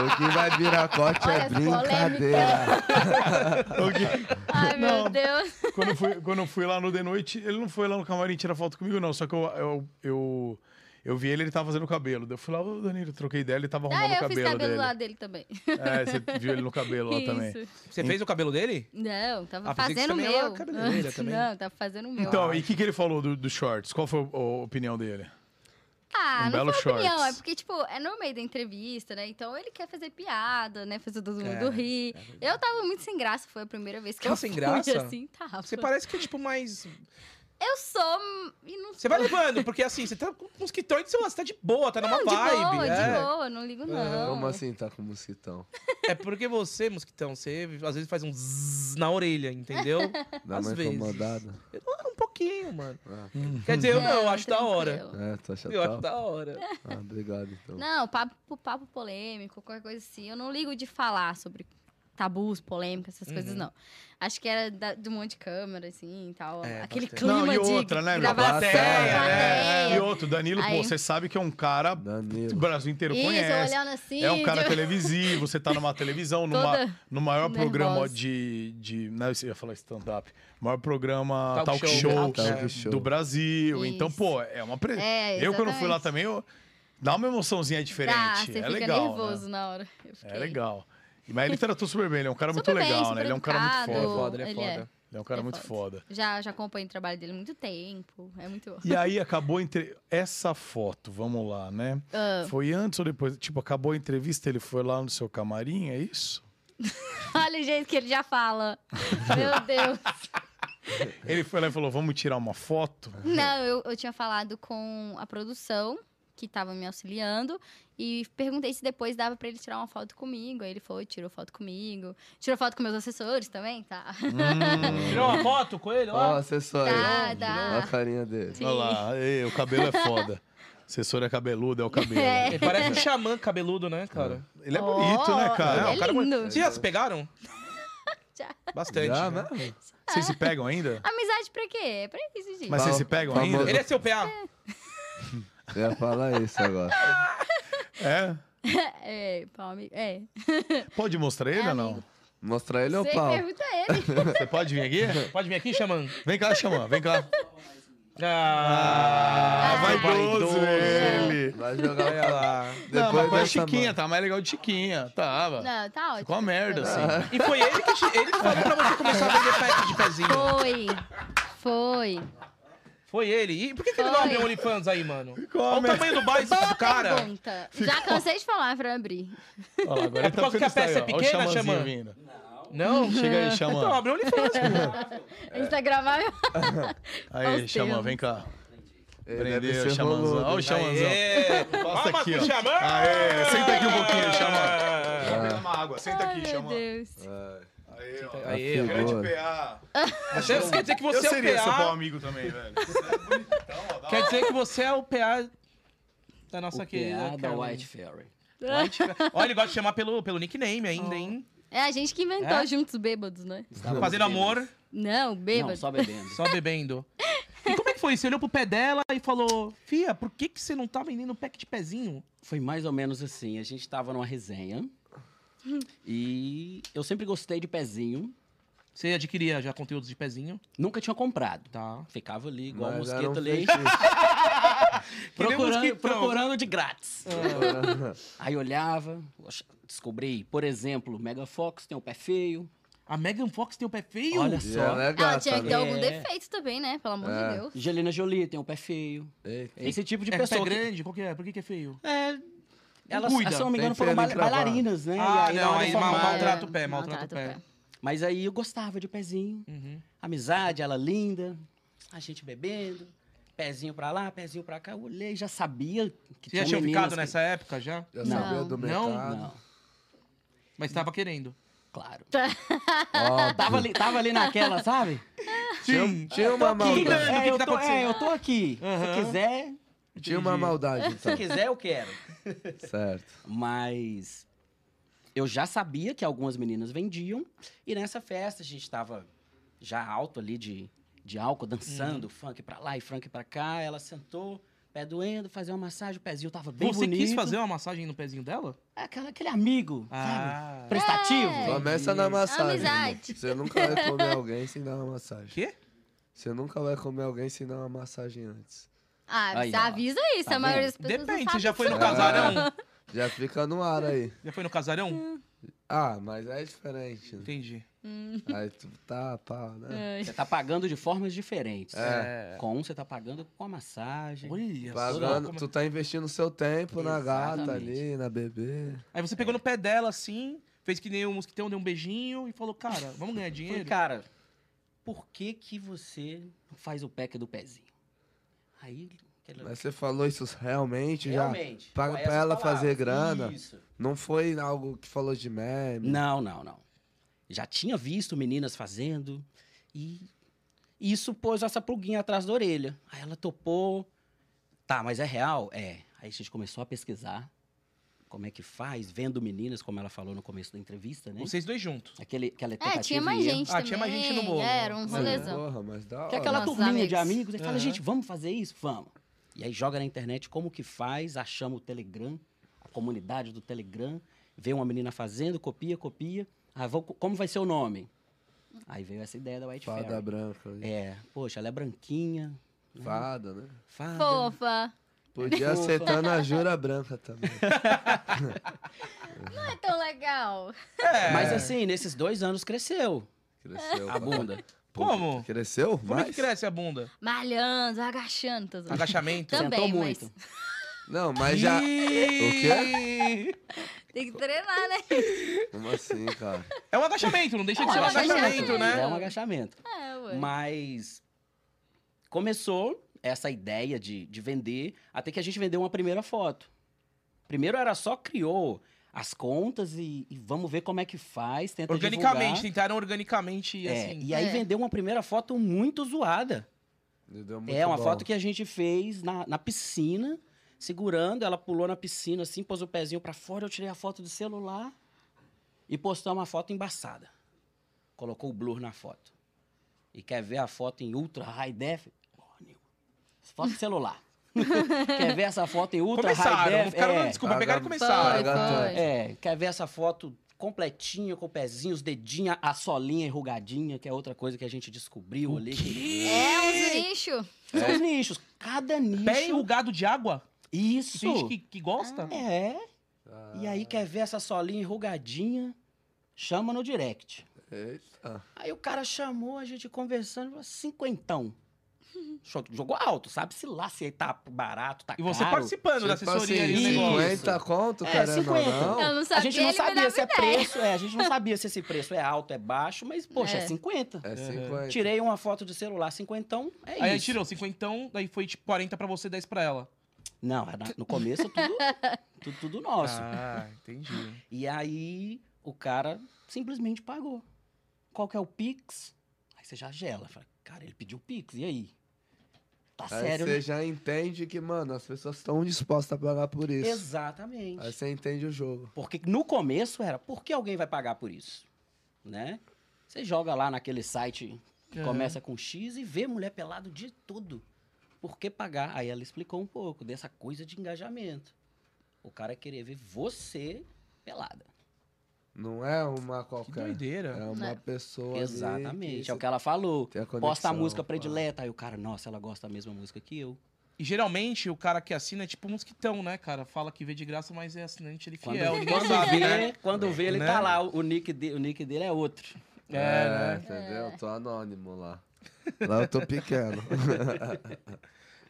o que vai virar corte Olha é essa brincadeira. Ok. Ai, meu Não. Deus. quando, eu fui, quando eu fui lá no The Noite, ele não foi lá no camarim tirar foto comigo, não. Só que eu, eu, eu, eu vi ele, ele tava fazendo o cabelo. Daí eu fui lá, ô Danilo, troquei ideia, ele tava Ah, arrumando eu o cabelo, fiz cabelo dele. lá dele também. É, você viu ele no cabelo lá também. Isso. Você fez o cabelo dele? Não, tava Ah, pensei que fazendo o você também era meu. cabeleireira também. Não, tava fazendo o meu. Então, e o que, que ele falou do- dos shorts? Qual foi a, a opinião dele? ah, um não belo foi opinião, shorts. é porque, tipo, é no meio da entrevista, né? Então ele quer fazer piada, né? Fazer todo mundo É, rir. eu tava muito sem graça, foi a primeira vez que Tava eu sem fui, graça? assim, tava. Você parece que é tipo mais. Eu sou hum, e não Você vai levando, porque assim, você tá com uns quitões de celular, você tá de boa, tá numa Não, de vibe. boa, é. de boa, não ligo não. Como assim tá com mosquitão? É porque você, mosquitão, você às vezes faz um zzz na orelha, entendeu? Dá Às uma vezes. incomodada. Eu- ah, um pouquinho, mano. Ah. Quer dizer, eu não, eu acho da tranquilo. hora. É, tu acha Eu acho tal? da hora. Ah, obrigado, então. Não, papo, papo polêmico, qualquer coisa assim. Eu não ligo de falar sobre tabus, polêmicas, essas Uhum. coisas, não. Acho que era da- do monte de câmera, assim, e tal. É, Aquele bastante. clima não, e de outra, né, meu? gravação, Plateia, É, plateia. E outro, Danilo, pô, Aí- você sabe que é um cara. O Danilo. Brasil inteiro Isso, conhece. olhando assim. É um cara tipo, televisivo, você tá numa televisão, numa, Toda no maior nervosa. programa de, de. Não, eu ia falar stand-up. Maior programa Talk talk, show. show, né, Talk do show. Brasil. Então, Isso. pô, é uma. Pre... É, eu, quando fui lá exatamente. também, eu... dá uma emoçãozinha diferente. Dá, você é fica legal. né? nervoso na hora. Eu fiquei. É legal. Mas ele tratou super bem, ele é um cara Super muito bem, legal, né? super Ele é um cara muito educado. Ele é foda. foda, ele é Ele é. foda. Ele é um cara É muito foda. Já, já acompanho o trabalho dele há muito tempo. É muito bom. E aí acabou entre essa foto, vamos lá, né? Ah, Foi antes ou depois? Tipo, acabou a entrevista, ele foi lá no seu camarim, é isso? olha o jeito que ele já fala. Meu Deus. Ele foi lá e falou: vamos tirar uma foto. Não, eu, eu tinha falado com a produção, que tava me auxiliando, e perguntei se depois dava pra ele tirar uma foto comigo. Aí ele foi, tirou foto comigo. Tirou foto com meus assessores também, tá? Hum, Tirou uma foto com Então, ele, Ó, o ó. assessor. aí, ó. Tá, Olha a tá. carinha dele. Sim. olha lá, ei, o cabelo é foda. Assessor é cabeludo, é o cabelo. É. Ele parece um xamã cabeludo, né, cara? Ele é bonito, Ó, né, cara? Não, Ele o cara é é muito- lindo. Vocês já se pegaram? Já. Bastante. Já, né? né? Vocês se pegam ainda? Amizade pra quê? É pra isso, gente. tá. Mas vocês se pegam Famoso. ainda? Ele é seu PA. Eu ia falar isso agora. É? É, palme. É. Pode mostrar ele ou não? Mostrar ele ou Você pau? pergunta a ele. Você pode vir aqui? Pode vir aqui, xamã. Vem cá, Xamã, vem cá. Ah, vai né? vaidoso. ele. Vai jogar Olha lá. Não, mas Depois foi a dessa Chiquinha, mão. tá mais legal de Chiquinha. Tava. Não, tá ótimo. Ficou uma merda, assim. E foi ele que, te- ele que falou pra você começar a vender pack de pezinho. Foi. Foi. Foi ele. E por que, que ele não Foi. abriu o OnlyFans aí, mano? Qual Olha o merda? tamanho do bairro Boa do cara. pergunta. Já cansei de falar pra abrir. Olha lá, agora É por causa que a feliz, peça tá aí, é ó. Olha o pequena, Xamãzinho Xamã? vindo. Não? Chega aí, Xamã. Então, abriu o OnlyFans, pô. É. tá Instagramável. Aí, Os Xamã, termos. vem cá. Ele deve tá? Prendeu o ser Xamãzão. roludo. né? Olha o Xamãzão. É. Passa Palmas Então, aqui, pro ó. Ah, Xamã. Aê, senta aqui um pouquinho, Xamã. É. Quer uma água? Senta Ai, meu Deus. Aí, ó. Aí, ó. Boa. PA. Você- Quer dizer que você é o PA. amigo também, velho. Você é bonitão, ó. da Quer hora. dizer que você é o PA da nossa O querida. PA da Carmen. White Fairy. Olha, ele gosta de chamar pelo, pelo nickname ainda, hein? É a gente que inventou É? juntos bêbados, né? Estávamos Tá Fazendo bêbados. amor, Não, Não, bêbado. só bebendo. só bebendo. E como é que foi? Você olhou pro pé dela e falou: Fia, por que, que você não tá vendendo pack de pezinho? Foi mais ou menos assim. A gente tava numa resenha. E eu sempre gostei de pezinho. Você adquiria já conteúdos de pezinho? Nunca tinha comprado. Tá. Ficava ali, igual um Mas era um mosquito ali, feitiço. procurando, um mosquitão. procurando de grátis. Aí olhava, ach- descobri, por exemplo, Mega Fox tem o pé feio. A Megan Fox tem o pé feio? Olha E só. ela é Ela gata, Ah, tinha que ter né? algum É. defeito também, né? Pelo amor É. de Deus. Angelina Jolie tem o pé feio. Eita. Esse tipo de é pessoa. pé que- grande? Qual que é? Por que, que é feio? É, elas, Cuida, se eu não me engano, tem foram pena em ba- trabalho. bailarinas, né? Ah, E aí, na não, hora aí da mal- formada- maltrata o pé, maltrata o pé. Mas aí eu gostava de pezinho. Uhum. Amizade, ela linda, a gente bebendo, pezinho pra lá, pezinho pra cá. Eu olhei, já sabia que Você já tinha tinha é um meninas ficado que- nessa época já? um- Já Não. sabia do Não? mercado. Não, Mas tava querendo. claro. Ó, um- Tava ali, tava ali naquela, sabe? Sim. Tinha uma aqui, maldade. né? o que É, que eu tá tô, é, acontecendo? eu tô aqui. Aham. Tá. Se quiser, Tinha uma maldade, se então. quiser, eu quero. Certo. Mas eu já sabia que algumas meninas vendiam. E nessa festa a gente tava já alto ali de, de álcool, dançando, Uhum. funk pra lá e funk pra cá. Ela sentou, pé doendo, fazer uma massagem, o pezinho tava bem Você bonito. quis fazer uma massagem no pezinho dela? É Aquela, aquele amigo, sabe? Ah. Prestativo. É. Começa na massagem. Amizade. Você nunca vai comer alguém sem dar uma massagem. Quê? Você nunca vai comer alguém sem dar uma massagem antes. Ah, Aí, você ó. avisa isso. Tá a maioria das pessoas não Depende, você sabe já foi no né? disso, não. casarão? Já fica no ar aí. Já foi no casarão? Ah, mas é diferente. né? Entendi. Aí tu tá, pá, né? Ai. Você tá pagando de formas diferentes. É. Com um, você tá pagando com a massagem. Olha É, só. Pagando, como- tu tá investindo seu tempo na gata Exatamente. ali, na bebê. Aí você pegou no pé dela assim, fez que nem um mosquitão, deu um beijinho e falou, cara, vamos ganhar Falei, dinheiro? cara, por que que você não faz o pack do pezinho? Aí, aquela- Mas você falou isso realmente, realmente. já? Paga com pra essas ela palavras. fazer grana? Isso. Não foi algo que falou de meme? Não, não, não. Já tinha visto meninas fazendo e isso pôs essa pulguinha atrás da orelha. Aí ela topou. Tá, mas é real? É. Aí a gente começou a pesquisar como é que faz, vendo meninas, como ela falou no começo da entrevista, né? Vocês dois juntos. Aquele, aquela É, tentativa tinha mais e erro. gente Ah, também. tinha mais gente no bolo. É, Era um Sim. rolezão. Porra, mas da hora. Que é aquela Nossos turminha de amigos. amigos, aí fala, Aham. gente, vamos fazer isso? Vamos. E aí joga na internet como que faz, achamos o Telegram, a comunidade do Telegram, vê uma menina fazendo, copia, copia. Ah, vou, como vai ser o nome? Aí veio essa ideia da White Fada Fairy. branca. né? É, poxa, ela é branquinha, Fada, né? Ah, fada. Fofa. Podia Fofa. aceitar na jura branca também. Não é tão legal. É. Mas assim, nesses dois anos cresceu Cresceu. a bunda. Como? Cresceu? Como é que Mais? cresce a bunda? Malhando, agachando. tô zoando. Agachamento? Também, Sentou mas- muito. Não, mas já. Ih! Tem que treinar, né? Como assim, cara? É um agachamento, não deixa de É ser um um agachamento, agachamento, né? É um agachamento. É, ué. Mas começou essa ideia de, de vender, até que a gente vendeu uma primeira foto. Primeiro era só criou as contas e, e vamos ver como é que faz, tenta Organicamente, divulgar. tentaram organicamente, É, assim. e aí É. vendeu uma primeira foto muito zoada. Ele deu é, muito uma bom. foto que a gente fez na, na piscina, segurando, ela pulou na piscina assim, pôs o pezinho pra fora, eu tirei a foto do celular e postou uma foto embaçada. Colocou o blur na foto. E quer ver a foto em ultra high def? Ó, Nil, Foto de celular. quer ver essa foto em ultra high Começaram, def? ficaram dando É, desculpa, pegaram e Paga- começaram. Foi, Paga foi. tanto. é, quer ver essa foto completinha, com o pezinho, os dedinhos, a solinha enrugadinha, que é outra coisa que a gente descobriu ali. que- É uns lixos. São os nichos. Cada nicho. Pé enrugado de água? Isso. Tem gente que, que gosta? É. Ah, E aí quer ver essa solinha enrugadinha? Chama no direct. Eita. Aí o cara chamou a gente conversando, falou, cinquentão. Cho- Jogou alto, sabe-se lá se tá barato, tá E você caro. participando da Tipo assessoria ali assim, do negócio. 50 conto, É, querendo ou 50. não. Eu não A sabia, gente não ele me sabia dava se é ideia. preço, é, a gente não sabia se esse preço é alto, é baixo, mas poxa, é, É. 50. É 50. Tirei uma foto de celular, cinquentão, é Aí isso. tirou 50, daí foi tipo 40 pra você, 10 pra ela. Não, é na- no começo tudo, tudo, tudo nosso. Ah, entendi. E aí o cara simplesmente pagou. Qual que é o Pix? Aí você já gela. Fala, cara, ele pediu Pix, e aí? Tá Aí sério, você é né? já entende que, mano, as pessoas estão dispostas a pagar por isso. Exatamente. Aí você entende o jogo. Porque no começo era, por que alguém vai pagar por isso? Né? Você joga lá naquele site que É. Aham. começa com X e vê mulher pelada o dia todo. Por que pagar? Aí ela explicou um pouco dessa coisa de engajamento. O cara querer ver você pelada. Não é uma Que qualquer. doideira. É uma É. pessoa. ali Exatamente. que É o que ela falou. tem a Posta a conexão, música pá. predileta. Aí o cara, nossa, ela gosta da mesma música que eu. E geralmente o cara que assina é tipo um mosquitão, né, cara? Fala que vê de graça, mas é assinante ele Quando, fiel. Ninguém quando sabe, vê, né? quando vê, ele Né? tá lá. O nick, de- o nick dele é outro. É, É, né? entendeu? Tô anônimo lá. Lá eu tô pequeno.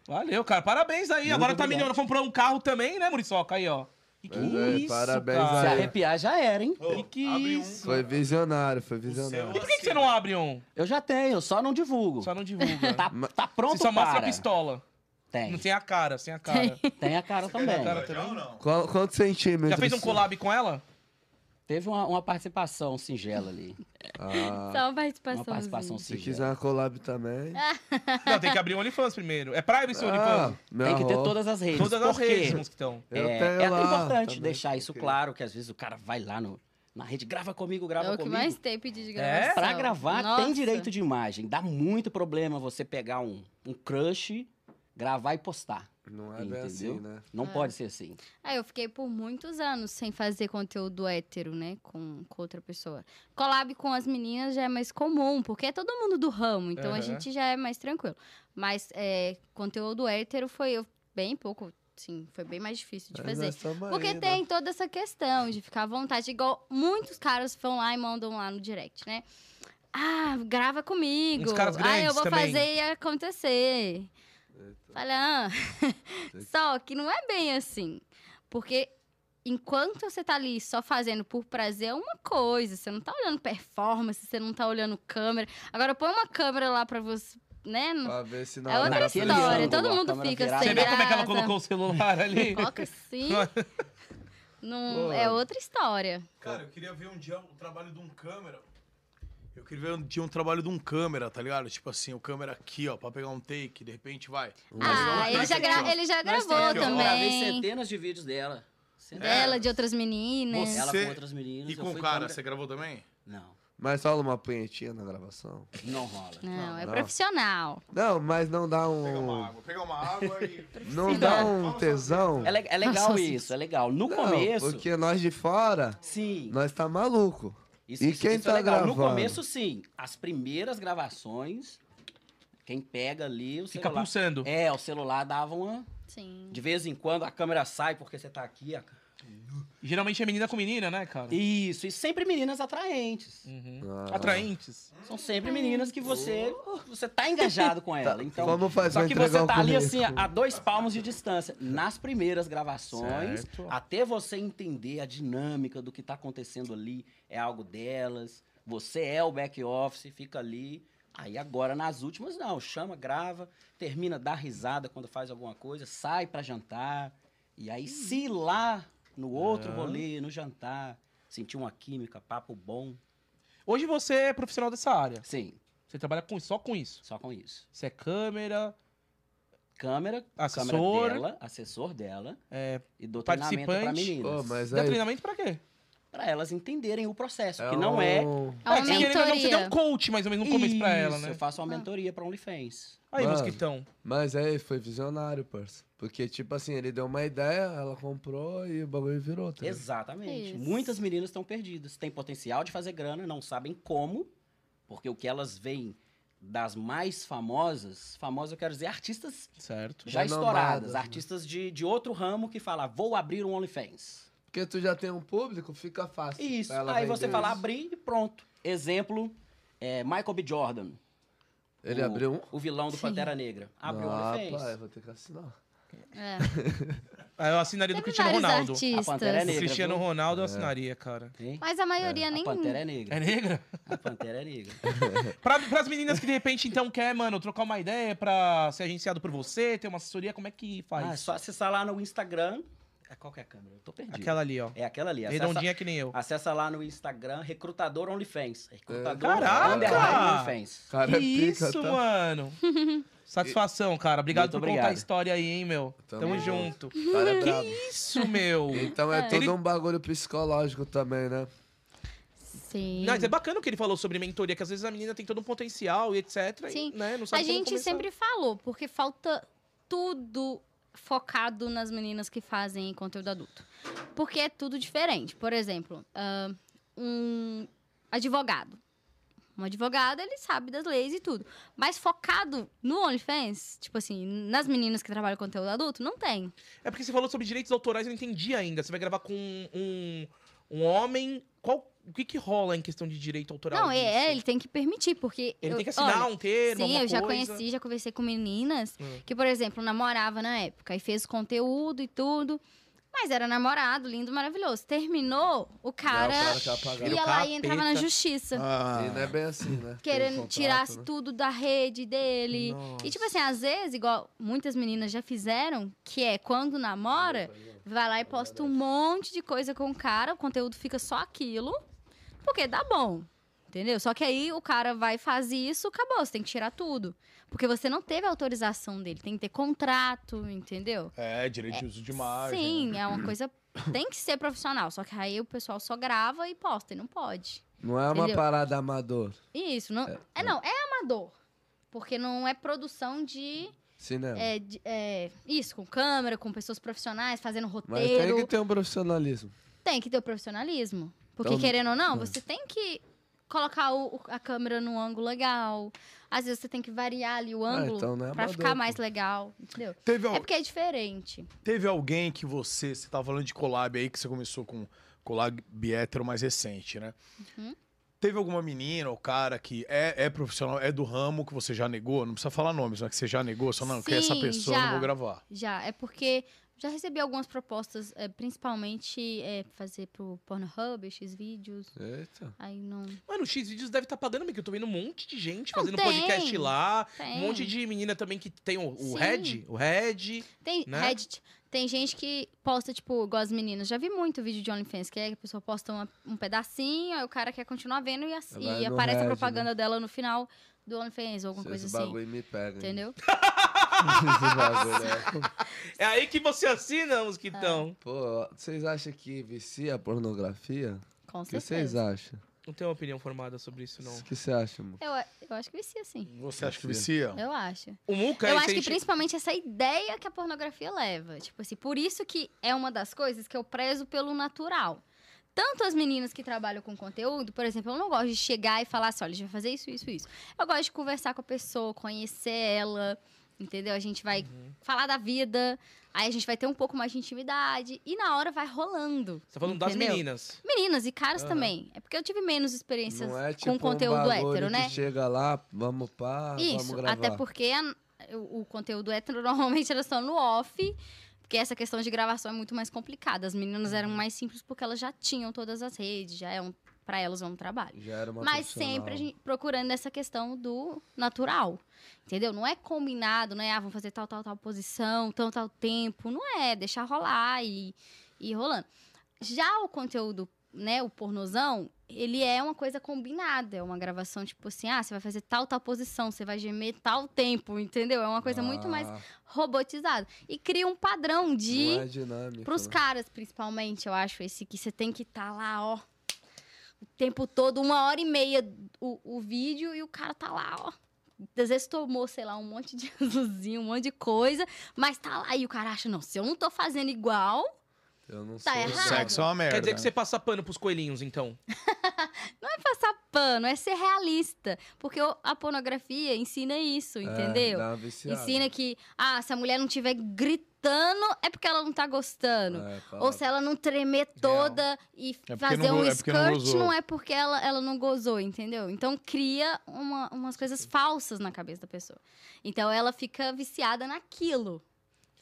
Valeu, cara. Parabéns aí. Muito Agora tá obrigado. milionário. Comprou um carro também, né, Muriçoca? Aí, ó. E que Pois é, isso, parabéns cara. Se aí. arrepiar, já era, hein? Ô, E que abre um. isso? Foi visionário, foi visionário. E por que, que você não abre um? Eu já tenho, só não divulgo. Só não divulga. Tá, Mas- tá pronto É você só mostra para. a pistola. Tem, Não tem a cara, sem a cara. tem a cara também. cara. Já ou não? Qual- Quantos centímetros? Já fez um collab com ela? Teve uma, uma participação singela ali. Ah, Então, Só uma Uma participação. participação se singela. quiser uma collab também. É. Ah, Não, tem que abrir um OnlyFans primeiro. É privacy ou OnlyFans? meu Tem que ter arroz. todas as redes. Todas as Ah, Por quê? redes, mosquitão. Eu é, tenho é até lá importante também, deixar isso porque- claro, que às vezes o cara vai lá no, na rede, grava comigo, grava É o que comigo. mais tem pedir de É? gravação. Pra gravar tem Nossa. direito de imagem. Dá muito problema você pegar um, um crush, gravar e postar. Não é bem Entendeu? assim, né? Não É. pode ser assim. Aí eu fiquei por muitos anos sem fazer conteúdo hétero, né? Com, com outra pessoa. Collab com as meninas já é mais comum, porque é todo mundo do ramo, então a Aham. gente já é mais tranquilo. Mas é, conteúdo hétero foi eu bem pouco, sim, foi bem mais difícil de Mas fazer. nós tamo Porque aí, né? tem toda essa questão de ficar à vontade, igual muitos caras vão lá e mandam lá no direct, né? Ah, grava comigo. Uns caras ah, eu grandes vou também. fazer e acontecer. Falei, ah, só que não é bem assim. Porque enquanto você tá ali só fazendo por prazer, é uma coisa. Você não tá olhando performance, você não tá olhando câmera. Agora põe uma câmera lá pra você, né? Não- Pra ver se na É hora outra da naquele história. ângulo, Todo a mundo câmera fica virada. Você sem vê como é que ela graça. colocou o celular ali? Coloca assim. não, Pô. é outra história. Cara, eu queria ver um dia o trabalho de um câmera. Eu queria ver um dia um trabalho de um câmera, tá ligado? Tipo assim, o câmera aqui, ó, pra pegar um take, de repente vai. Ah, ele já, gra- ele já gravou temos- Eu gravei também. centenas de vídeos dela. Dela, É. de outras meninas. Ela Você- com outras meninas. E eu com fui o cara, câmera- você gravou também? Não, Mas rola uma punhetinha na gravação. não rola. Não, é não. profissional. Não, mas não dá Pegar uma um. água, pegar uma água e. Não dá um tesão. É, le- é legal Nossa, isso, é legal. No Não, começo, Porque nós de fora, sim. nós tá maluco. Isso, E isso- quem isso tá é legal. No gravando? começo, sim. As primeiras gravações, quem pega ali o Fica celular. pulsando. É, o celular dava uma. Sim. De vez em quando a câmera sai porque você tá aqui. a- Geralmente é menina com menina, né, cara? Isso, e sempre meninas atraentes. Uhum. Ah. Tá Atraentes. São sempre meninas que você você tá engajado com Ah, ela. Então, Como faz só pra que entregar um você o tá ali currículo? assim a dois palmos de distância nas primeiras gravações, Certo. Ah, até você entender a dinâmica do que tá acontecendo ali, é algo delas. Você é o back office, fica ali. Aí agora nas últimas não, chama, grava, termina dá risada quando faz alguma coisa, sai pra jantar. E aí se lá no outro Ah. rolê, no jantar, sentir uma química, papo bom. Hoje você é profissional dessa área. Sim, Você trabalha com, só com isso. só com isso. Você é câmera, câmera, Assessor. câmera dela, assessor dela é... e dou treinamento para Participante. meninas. Ô, mas Dá aí, treinamento pra quê? Para elas entenderem o processo, é que não é um- É uma que querendo ou não, você deu um mentoria. coach mais ou menos no começo pra ela, Isso, né? Eu faço uma Ah. mentoria para OnlyFans. Aí, Mano. mosquitão. Mas aí foi visionário, parça. Porque, tipo assim, ele deu uma ideia, ela comprou e o bagulho virou. Tá ligado? Exatamente. Isso. Muitas meninas estão perdidas, têm potencial de fazer grana, não sabem como, porque o que elas veem das mais famosas, famosas eu quero dizer artistas Certo. já Renomadas, estouradas, né? artistas de, de outro ramo que fala, vou abrir um OnlyFans. Porque tu já tem um público, fica fácil. Isso. pra ela Aí você vender fala isso. abrir e pronto. Exemplo, é, Michael B. Jordan, Ele o- abriu um? o vilão do Sim. Pantera Negra. Abriu o ah, um OnlyFans. pai, vou ter que assinar. É. Aí Ah, eu assinaria do Teve Cristiano vários Ronaldo. A Pantera é artistas. negra. Do Cristiano viu? Ronaldo eu assinaria, cara. Hein? Mas a maioria A nem. um. Pantera é É negra. negra? A Pantera é negra. Pra, pras meninas que de repente então quer, mano, trocar uma ideia pra ser agenciado por você, ter uma assessoria, como é que Ah, é faz? só acessar lá no Instagram. É qual que é a câmera? Eu tô perdido. Aquela ali, ó. É aquela ali. Acessa, Redondinha que nem eu. acessa lá no Instagram, Recrutador OnlyFans. Recrutador Caraca! underline OnlyFans. Cara, que é pica, isso, tá? mano. Satisfação, cara. Obrigado Muito por contar a obrigado. história aí, hein, meu. Tamo, Tamo junto. O cara é brabo. Isso, meu. Então é, todo Ele- um bagulho psicológico também, né? Sim. Mas é bacana o que ele falou sobre mentoria, que às vezes a menina tem todo um potencial e etc. e, Sim. né, não sabe A como gente começar. sempre falou, porque falta tudo focado nas meninas que fazem conteúdo adulto. Porque é tudo diferente. Por exemplo, ah, um advogado. Um advogado, ele sabe das leis e tudo. Mas focado no OnlyFans, tipo assim, nas meninas que trabalham com conteúdo adulto, não tem. É porque você falou sobre direitos autorais, eu não entendi ainda. Você vai gravar com um, um homem. Qual, o que, que rola em questão de direito autoral? Não, é, é, disso? ele tem que permitir, porque... Ele eu- tem que assinar olha, um termo, Sim, alguma eu já coisa. conheci, já conversei com meninas Hum. que, por exemplo, namorava na época e fez conteúdo e tudo. Mas era namorado, lindo, maravilhoso. Terminou, o cara, É o cara que apagaram. ia lá e capeta. entrava na justiça. Ah, E não é bem assim, né? Tem Querendo um contrato, tirar né? tudo da rede dele. E tipo assim, às vezes, igual muitas meninas já fizeram, que é quando namora, é. vai lá e posta um monte de coisa com o cara, o conteúdo fica só aquilo, porque dá bom. Entendeu? Só que aí o cara vai e faz isso, acabou, você tem que tirar tudo. Porque você não teve autorização dele, tem que ter contrato, entendeu? É, direito de uso de imagem. né? Sim, né? é uma coisa. Tem que ser profissional. Só que aí o pessoal só grava e posta, e não pode. Não é uma Entendeu? parada amador. Isso, não. É, não, é amador. Porque não é produção de Cinema. é, de- é, isso, com câmera, com pessoas profissionais, fazendo Mas tem roteiro. que ter um profissionalismo. ter o profissionalismo. Porque, Então, querendo ou não, é. você tem que colocar o- o- a câmera num ângulo legal. Às vezes você tem que variar ali o Ah, ângulo então não é pra amador, ficar pô. Então mais legal, entendeu? Teve, al- É porque é diferente. teve alguém que você, você tava falando de collab aí, que você começou com collab hétero mais recente, né? Uhum. Teve alguma menina ou cara que é, é profissional, é do ramo, que você já negou? Não precisa falar nomes, mas que você já negou, só não, que essa Sim, pessoa eu não já. vou gravar. Já, é porque já recebi algumas propostas, é, principalmente é, fazer pro Pornhub, Xvideos, Eita. aí não Mano, o X-Vídeos deve estar pagando, porque eu tô vendo um monte de gente fazendo tem. podcast lá. tem. Um monte de menina também que tem o, o É. Sim. Red. O Red. Tem né? Reddit. Tem gente que posta, tipo, igual as meninas. Já vi muito vídeo de OnlyFans, que é que a pessoa posta uma- um pedacinho, aí o cara quer continuar vendo e, ass- Vai e no aparece é Reddit, a propaganda dela no final do OnlyFans ou alguma Se esse coisa assim. bagulho me pega. hein? Entendeu? Esse bagulho é- É aí que você assina, mosquitão. Ah. Pô, vocês acham que vicia a pornografia? Com O que vocês certeza. acham? Não tenho uma opinião formada sobre isso, não. O que você acha, amor? Eu, eu acho que vicia, sim. Você acha que vicia? Eu acho. O Muca, eu esse acho a que gente- principalmente essa ideia que a pornografia leva. Tipo assim, por isso que é uma das coisas que eu prezo pelo natural. Tanto as meninas que trabalham com conteúdo, por exemplo, eu não gosto de chegar e falar assim, olha, a gente vai fazer isso, isso, isso. Eu gosto Uhum. de conversar com a pessoa, conhecer ela, entendeu? A gente vai falar da vida, Aí a gente vai ter um pouco mais de intimidade e na hora vai rolando. Você tá falando das entendeu? meninas. Meninas e caras Aham. também. É porque eu tive menos experiências Não é tipo com conteúdo um bagulho hétero, né? Que chega lá, vamos pá, vamos Isso, gravar. até porque a- o, o conteúdo hétero normalmente era só no off, porque essa questão de gravação é muito mais complicada. As meninas Uhum. eram mais simples porque elas já tinham todas as redes, já é um, para elas é um trabalho. Já era uma Mas profissional. sempre a gente procurando essa questão do natural, entendeu? Não é combinado, não é, ah, vamos fazer tal, tal, tal posição, tal, tal tempo. Não é, deixar rolar e, e ir rolando. Já o conteúdo, né, o pornozão, ele é uma coisa combinada. É uma gravação, tipo assim, ah, você vai fazer tal, tal posição, você vai gemer tal tempo, entendeu? É uma coisa muito mais Ah, robotizada. E cria um padrão de... Não é dinâmica. Pros né? caras, principalmente, eu acho, esse que você tem que estar lá, ó, o tempo todo, uma hora e meia o, o vídeo, e o cara tá lá, ó. Às vezes tomou, sei lá, um monte de azulzinho, um monte de coisa, mas tá lá. E o cara acha, não, se eu não tô fazendo igual, Eu não Tá sei. O errado. sexo é uma merda. Quer dizer que você passa pano pros coelhinhos, então. é passar pano, é ser realista. Porque o- a pornografia ensina É, isso, entendeu? ensina que, ah, se a mulher não tiver gritando, é porque ela não tá gostando. É, Ou se ela não tremer toda e porque fazer não go- um é porque não skirt, gozou. não, é porque ela, ela não gozou, entendeu? Então cria uma- umas coisas falsas na cabeça da pessoa. Então ela fica viciada naquilo.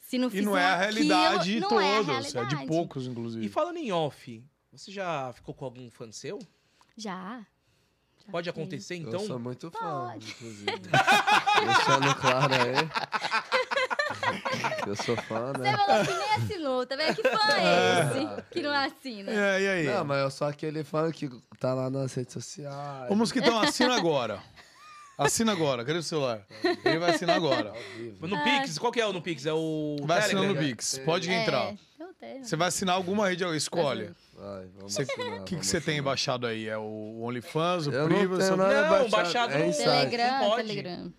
Se não E fizer não é a aquilo, realidade de não todos, é, a é de realidade. poucos, E inclusive. falando em off, você já ficou com algum fã seu? Tá Já. Já Pode fiz. acontecer, Eu sou então? muito fã, Pode. inclusive. Deixando claro aí. Eu sou fã, Você né? falou que nem assinou, tá vendo? Que fã é Ah. esse que não assim, né? assina? É, e aí? Não, mas eu sou aquele fã que tá lá nas redes sociais. Ô, Mosquitão, então, assina agora. Assina agora, cadê o celular? Ele vai assinar agora. Ao vivo. No Ah, Pix? Qual que é o no Pix? É o Vai Telegram? assinar no Telegram. Pix, pode entrar. É, eu tenho. Você vai assinar alguma rede, escolhe. Vai, vamos Você- assinar, O que, que vamos você tem assinar. baixado aí? É o OnlyFans, o Eu não Priva? tenho só- nada Não, baixado, baixado é no isso aí. Telegram, Não pode. Telegram.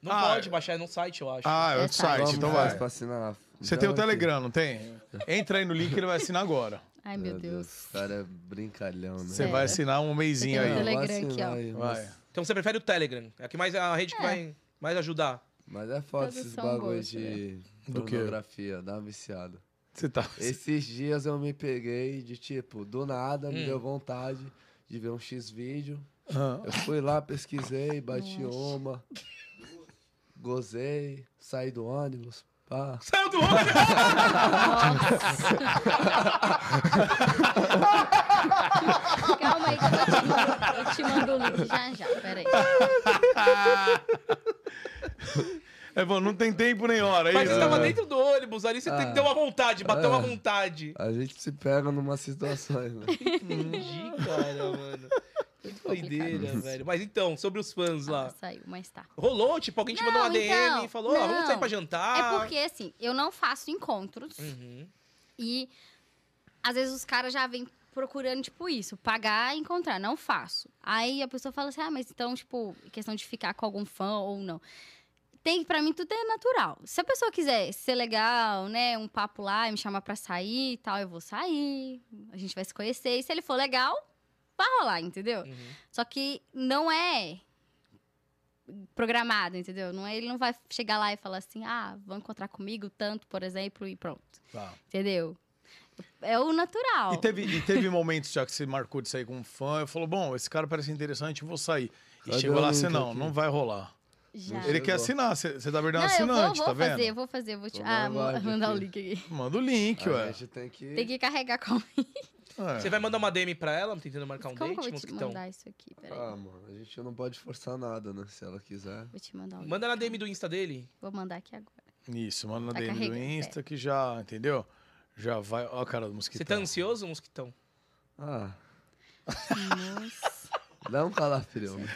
Não Ah, pode é. baixar, é no site, eu acho. Ah, é É outro site, site. então Como vai. faz pra assinar? Você tem o Não, aqui. Telegram, não tem? Entra aí no link, ele vai assinar agora. Ai, meu Deus. O cara é brincalhão, né? Você É. vai assinar um mêsinho Eu aí. tenho vou Telegram aqui, assinar ó. aí, mas- Vai. Então você prefere o Telegram. É a, que mais, a rede que vai mais ajudar. Mas é foda Todos esses são um bagulhos gosto, né? de Do quê? pornografia, dá uma viciada. Você tá. Esses dias eu me peguei de tipo, do nada me Hum. deu vontade de ver um X vídeo. Ah. Eu fui lá, pesquisei, bati Nossa. uma, gozei, saí do ônibus, pá. Saiu do ônibus! Calma aí que eu, vou te mandar- eu te mando o link já já, peraí. É bom, não tem tempo nem hora, é Mas isso? você tava dentro do ônibus ali, você tem que Ah. deu uma vontade, bateu Ah. uma vontade. A gente se pega numa situações, né? Entendi, cara, mano. Que doideira, velho. Mas então, sobre os fãs lá. Saiu, mas tá. Rolou, tipo, alguém te Não, mandou uma DM e então, falou, ó, vamos não. sair pra jantar. É porque, assim, eu não faço encontros Uhum. e às vezes os caras já vêm procurando, tipo, isso, pagar e encontrar. Não faço. Aí a pessoa fala assim, ah, mas então, tipo, questão de ficar com algum fã ou não. Tem, pra mim, tudo é natural. Se a pessoa quiser ser legal, né, um papo lá e me chamar pra sair e tal, eu vou sair, a gente vai se conhecer. E se ele for legal, vai rolar, entendeu? Uhum. Só que não é programado, entendeu? Não é- ele não vai chegar lá e falar assim, ah, vão encontrar comigo tanto, por exemplo, e pronto. Tá. Entendeu? É o natural. E teve, e teve momentos já que você marcou de sair com um fã, eu falou, bom, esse cara parece interessante, vou sair. E Cadê chegou o lá, link você não, aqui? não vai rolar. Já. Ah, Ele chegou. quer assinar, você você tá Não, perdendo eu vou, assinante, vou tá fazer, vendo? eu vou fazer, vou te Vou ah, dar uma ma- olhada mandar o aqui. link aqui. Manda o link, A ué. gente tem que... Tem que carregar como? É. Você vai mandar uma DM pra ela, tentando marcar um como que eu date, vou te mosquitão? mandar isso aqui? Peraí. Ah, mano, a gente não pode forçar nada, né? Se ela quiser. Vou te mandar o link. Manda na DM do Insta dele. Vou mandar aqui agora. Isso, manda na Tá DM do carregando, Insta que já, entendeu? Já vai. Ó, a cara do mosquitão. Você tá ansioso, mosquitão? Ah, Nossa. dá um calafrio. né?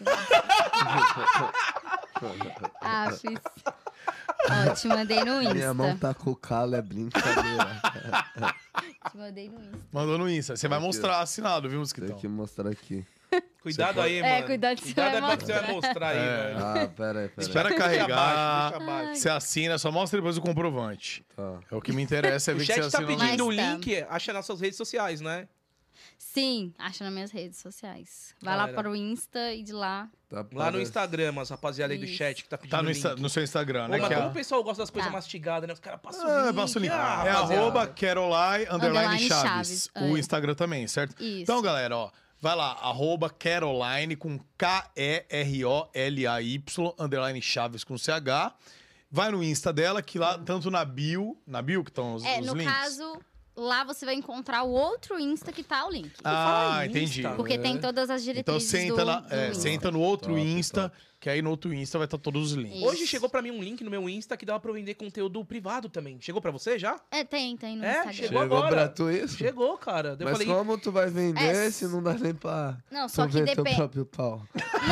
Ah, fiz. Ó, te mandei no Minha mão Insta. tá com o calo, é brincadeira. Te mandei no Insta. Mandou no Insta. Você vai Aqui, ó. mostrar assinado, viu, Então. Tem mosquitão? que mostrar aqui. Cuidado aí, mano. É, cuidado que você vai aí pra que você vai mostrar aí, É. velho. Ah, pera aí, pera aí. Espera Deixa abaixo, carregar. deixa abaixo. Você assina, só mostra depois o comprovante. Tá. É o que me interessa é O ver que você chat tá assinou. Mas pedindo o tá. link, acha nas suas redes sociais, né? Sim, acha nas minhas redes sociais. Vai Galera. lá para o Insta e de lá. Tá Lá no parec- Instagram, mas rapaziada aí do Isso. chat que tá pedindo Tá no, link. Insta- no seu Instagram, Pô, né? mas que é- como o pessoal gosta das coisas Tá. mastigadas, né? Os caras passam Ah, o link. passo o link. ah, é rapaziada. arroba Caroline underline Underline Chaves. Chaves, O é. Instagram também, certo? Isso. Então, galera, ó. Vai lá, arroba Caroline com K-E-R-O-L-A-Y, underline Chaves com CH. Vai no Insta dela, que lá, tanto na bio, na bio que estão os, é, os no links. caso, lá você vai encontrar o outro Insta que tá o link. ah, Fala Insta, entendi. né? Porque tem todas as Então diretrizes senta, do, na- do é, Insta. senta no outro Top, Insta, que aí no outro Insta vai estar todos os links. Isso. Hoje chegou pra mim um link no meu Insta que dava pra eu vender conteúdo privado também. Chegou pra você já? É, tem, tem no É, Instagram. chegou Chegou agora. pra tu isso? Chegou, cara. Daí Eu Mas falei, como tu vai vender É, se não dá nem pra Não, tu só que ver teu depende. próprio pau?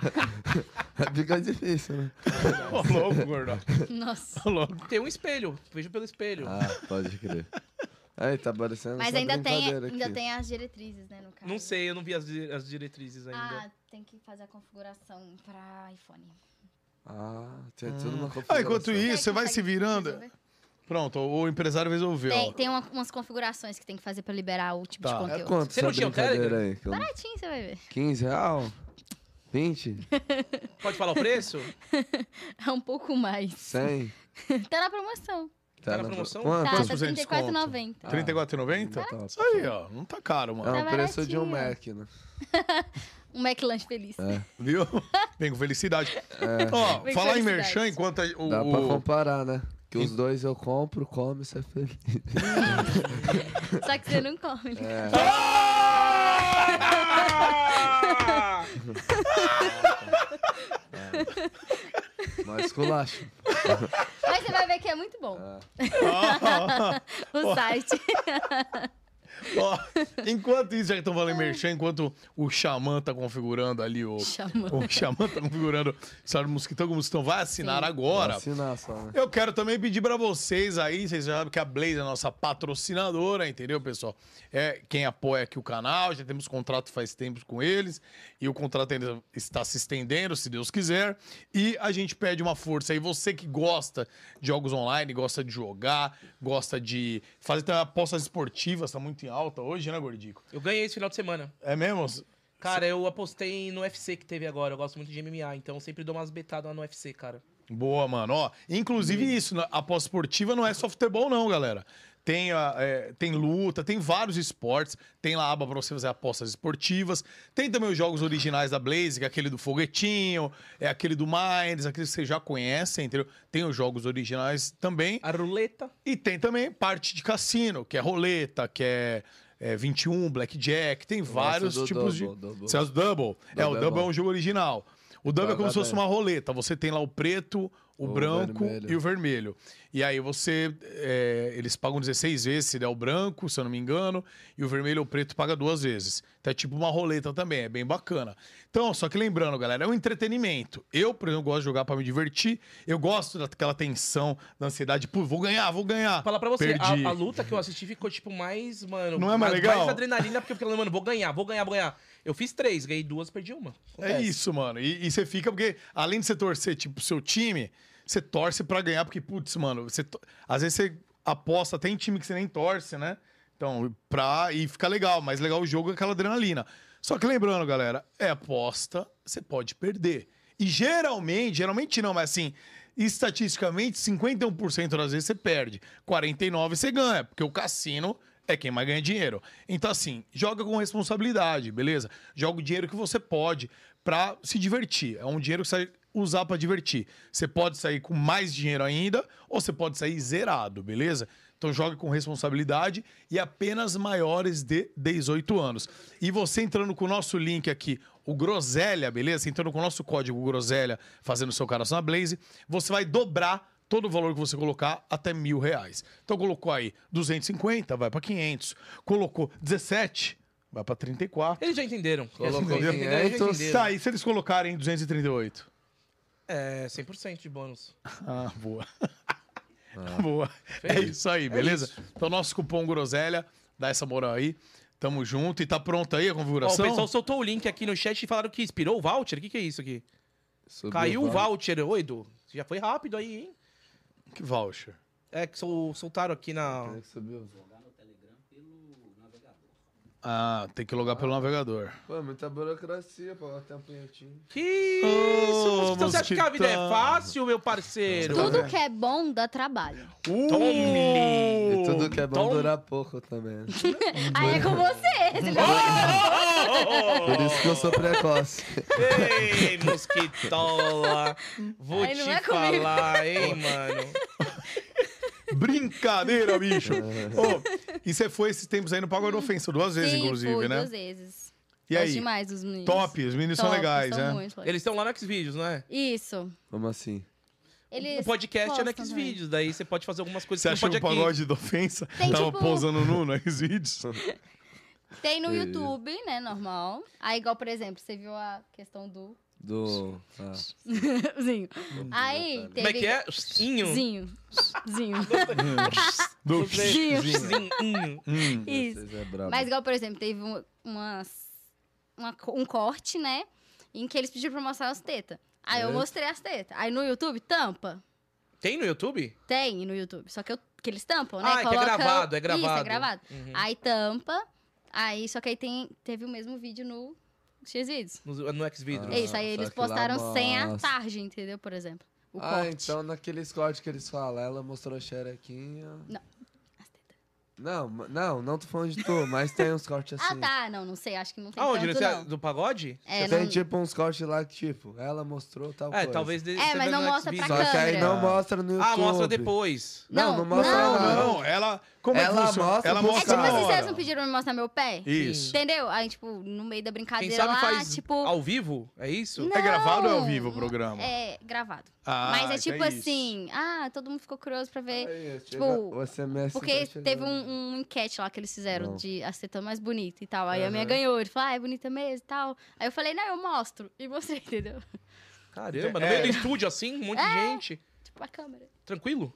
É, Não, Fica difícil, né? Ô, louco, gordão. nossa. Ô, louco. tem um espelho. Vejo pelo espelho. Ah, pode crer. Aí, tá parecendo Mas essa ainda tem, brincadeira ainda aqui. tem as diretrizes, né, no caso. Não sei, eu não vi as, di- as diretrizes ainda. Ah, tem que fazer a configuração pra iPhone. Ah, tinha tudo uma confusão. Ah, enquanto isso, você Será que vai se consegue virando. resolver? Pronto, o empresário resolveu. Tem, ó. tem uma- umas configurações que tem que fazer pra liberar o tipo Tá. de É É conteúdo. quanto Você não essa tinha o brincadeira aí? Que eu- Baratinho, você vai ver. 15 real? 20? Pode falar o preço? É um pouco mais. 100? Tá na promoção. Tá na pro- promoção? Tá, Quanto? tá Quantos por cento de desconto? R$34,90. Ah, 34,90? Tá. Isso aí, ó. Não tá caro, mano. É o Tá preço de um Mac, baratinho. né? Um McLanche feliz. Viu? Vem com felicidade. Ó, Vem com falar em felicidade. merchan enquanto a- o. É. Dá pra o- comparar, né? Que os dois eu compro, como e você é feliz. É. Só que você não come. né? Ah! Mas culacho. Mas você vai ver que é muito bom. o site. Ó, enquanto isso, já que estão falando em merchan, enquanto o Xamã tá configurando ali o. Xamã. O Xamã tá configurando. Sabe, o Mosquitão, o Mosquitão vai assinar Sim. agora. Assinar só, né? Eu quero também pedir pra vocês aí, vocês já sabem que a Blaze é a nossa patrocinadora, entendeu, pessoal? É quem apoia aqui o canal, já temos contrato faz tempo com eles, e o contrato ainda está se estendendo, se Deus quiser, e a gente pede uma força aí, você que gosta de jogos online, gosta de jogar, gosta de fazer também apostas esportivas, tá muito em alta hoje, né, Gordico? Eu ganhei esse final de semana. É mesmo? Cara, eu apostei no UFC que teve agora. Eu gosto muito de MMA, então eu sempre dou umas betadas lá no UFC, cara. Boa, mano. Ó, inclusive isso, na- a pós-esportiva não é só futebol, não, galera. Tem, a- é, tem luta, tem vários esportes. Tem lá a aba pra você fazer apostas esportivas. Tem também os jogos originais da Blaze, que é aquele do Foguetinho, é aquele do Minds, aqueles que você já conhece, entendeu? Tem os jogos originais também. A ruleta. E tem também parte de cassino, que é roleta, que é, é 21, blackjack, tem vários do tipos double, de. double. Você é o double. É, o Double é double é bom. um jogo original. O double é Vai, como vai, se fosse vai. uma roleta. Você tem lá o preto, o, O branco vermelho. e o vermelho. E aí você. é, eles pagam 16 vezes se der o branco, se eu não me engano, e o vermelho ou o preto paga duas vezes. Então é tipo uma roleta também, é bem bacana. Então, só que lembrando, galera, é um entretenimento. Eu, por exemplo, gosto de jogar pra me divertir. Eu gosto daquela tensão, da ansiedade, pô, vou ganhar, vou ganhar. Falar pra você, Perdi. a, a luta que eu assisti ficou, tipo, mais, mano... Não é mais legal? adrenalina, porque eu fiquei, mano, vou ganhar, vou ganhar, vou ganhar. Eu fiz três, ganhei duas, perdi uma. É Acontece. isso, mano. E, e você fica, porque além de você torcer, tipo, pro seu time, você torce pra ganhar, porque, putz, mano, você to- às vezes você aposta até em time que você nem torce, né? Então, pra. E fica legal, mas legal o jogo é aquela adrenalina. Só que lembrando, galera, é aposta, você pode perder. E geralmente, geralmente não, mas assim, estatisticamente, 51% das vezes você perde, 49% você ganha, porque o cassino é quem mais ganha dinheiro. Então, assim, joga com responsabilidade, beleza? Joga o dinheiro que você pode pra se divertir. É um dinheiro que você vai usar pra divertir. Você pode sair com mais dinheiro ainda ou você pode sair zerado, beleza? Então joga com responsabilidade e apenas maiores de 18 anos. E você entrando com o nosso link aqui, o Groselha, beleza? Entrando com o nosso código Groselha, fazendo seu cadastro na Blaze, você vai dobrar todo o valor que você colocar até mil reais. Então colocou aí 250, vai para 500. Colocou 17, vai para 34. Eles já entenderam. Colocou Eles já entenderam, eles já 500. entenderam. Tá, e se eles colocarem 238? É, 100% de bônus. Ah, boa. boa. É isso aí, beleza? Então nosso cupom Groselha, dá essa moral aí. Tamo junto e tá pronta aí a Ó, o configuração? pessoal soltou o link aqui no chat e falaram que expirou o voucher. O que, que é isso aqui? Subiu Caiu um o vale. voucher. Ô, Edu, você já foi rápido aí, hein? Que voucher. É, que sol- soltaram aqui na... Tem que subir o vale. Ah, tem que logar pelo navegador. Pô, é muita burocracia, pô, até um punhetinho. Que isso, Ô, mosquitão. Você acha que a vida é mosquitão. fácil, meu parceiro? Tudo que é bom dá trabalho. Tome! E tudo que é bom Tom- durar pouco também. né? Aí é com você. você já- Por isso que eu sou precoce. Ei, mosquitola. Vou Aí te não é comigo. falar, hein, mano. Brincadeira, bicho! Ô, e você foi esses tempos aí no Pagodofensa duas vezes, Sim, inclusive, fui né? duas tipo, vezes. E Gosto aí? demais os meninos. Top, os meninos são Top, legais, né? muito legais. Eles estão lá no Xvideos, não é? Isso. Como assim? Eles o podcast é no postam né? também. Xvideos, daí você pode fazer algumas coisas Você que achou não um pode aqui. pagode da ofensa? Tem, Tava tipo- pousando nu nos vídeos. Tem no Entendi. YouTube, né? Normal. Aí, igual, por exemplo, você viu a questão do. Do. Ah, Zinho. Aí, teve. Como é que é? Inho. Zinho. Zinho. Do... Zinho. Zinho. Hum. Isso. vocês é brabo. Mas, igual, por exemplo, teve um, umas- uma co- um corte, né? Em que eles pediram pra mostrar as tetas. Aí eu É. mostrei as tetas. Aí no YouTube, tampa. Tem no YouTube? Tem no YouTube. Só que, eu, que eles tampam, né? Ah, é que é Coloca- gravado, é gravado. Isso, é gravado. Uhum. Aí tampa. Aí, só que aí tem, teve o mesmo vídeo no X-Vídeos. No, no Xvideos. Ah, É isso, aí só eles que lá postaram sem a mostra. tarde, entendeu? Por exemplo. O Ah, corte. então naqueles cortes que eles falam, ela mostrou xerequinha. As tetas. Não, ma- não, não tô falando de tu, mas tem uns cortes Ah, assim. tá. Não, não sei. Acho que não tem Aonde? né? tanto, Nesse- não. Do pagode? É, tem não- tipo uns cortes lá que, tipo, ela mostrou tal É, coisa. talvez... de- É, você mas vê não no mostra pra Xvideos. Só que aí câmera. não mostra no YouTube. Ah, mostra depois. Não, Não, não mostra não. nada. Não, ela. Como é que Ela funciona? mostra ela pro É mostra. tipo na assim, hora. vocês não pediram pra me mostrar meu pé? Isso. Entendeu? Aí, tipo, no meio da Quem brincadeira sabe lá, faz tipo. Hum? ao vivo? É isso? Não. É gravado ou é ao vivo o programa? É, gravado. Ah, Mas é então tipo isso. assim, ah, todo mundo ficou curioso pra ver. Aí, tipo, chega- o SMS Porque tá chegando. teve um, um enquete lá que eles fizeram Não. de a seta mais bonita e tal. Aí a minha Aham. ganhou. Ele falou, ah, é bonita mesmo e tal. Aí eu falei, não, eu mostro. E mostrei, entendeu? Caramba, no É. meio do estúdio assim, um monte de gente. Tipo, a câmera. Tranquilo?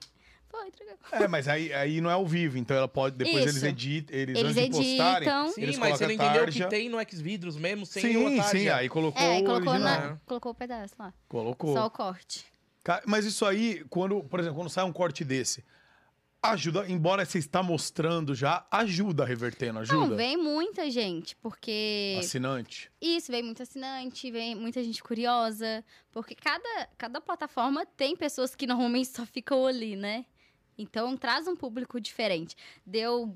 Foi, entregou. É, mas aí, aí não é ao vivo, então ela pode. Depois eles Isso. editam. Eles, Eles antes de postarem, editam. Sim, eles mas você colocam não a entendeu o tarja. que tem no Xvideos mesmo, sem Sim, uma tarja. sim, aí colocou. É, o colocou, original. na- colocou o pedaço lá. Colocou. Só o corte. Ca- Mas isso aí, quando, por exemplo, quando sai um corte desse, ajuda, embora você está mostrando já, ajuda revertendo, Não, ajuda. vem muita gente, porque... Assinante. Isso, vem muito assinante, vem muita gente curiosa, porque cada, cada plataforma tem pessoas que normalmente só ficam ali, né? Então traz um público diferente. Deu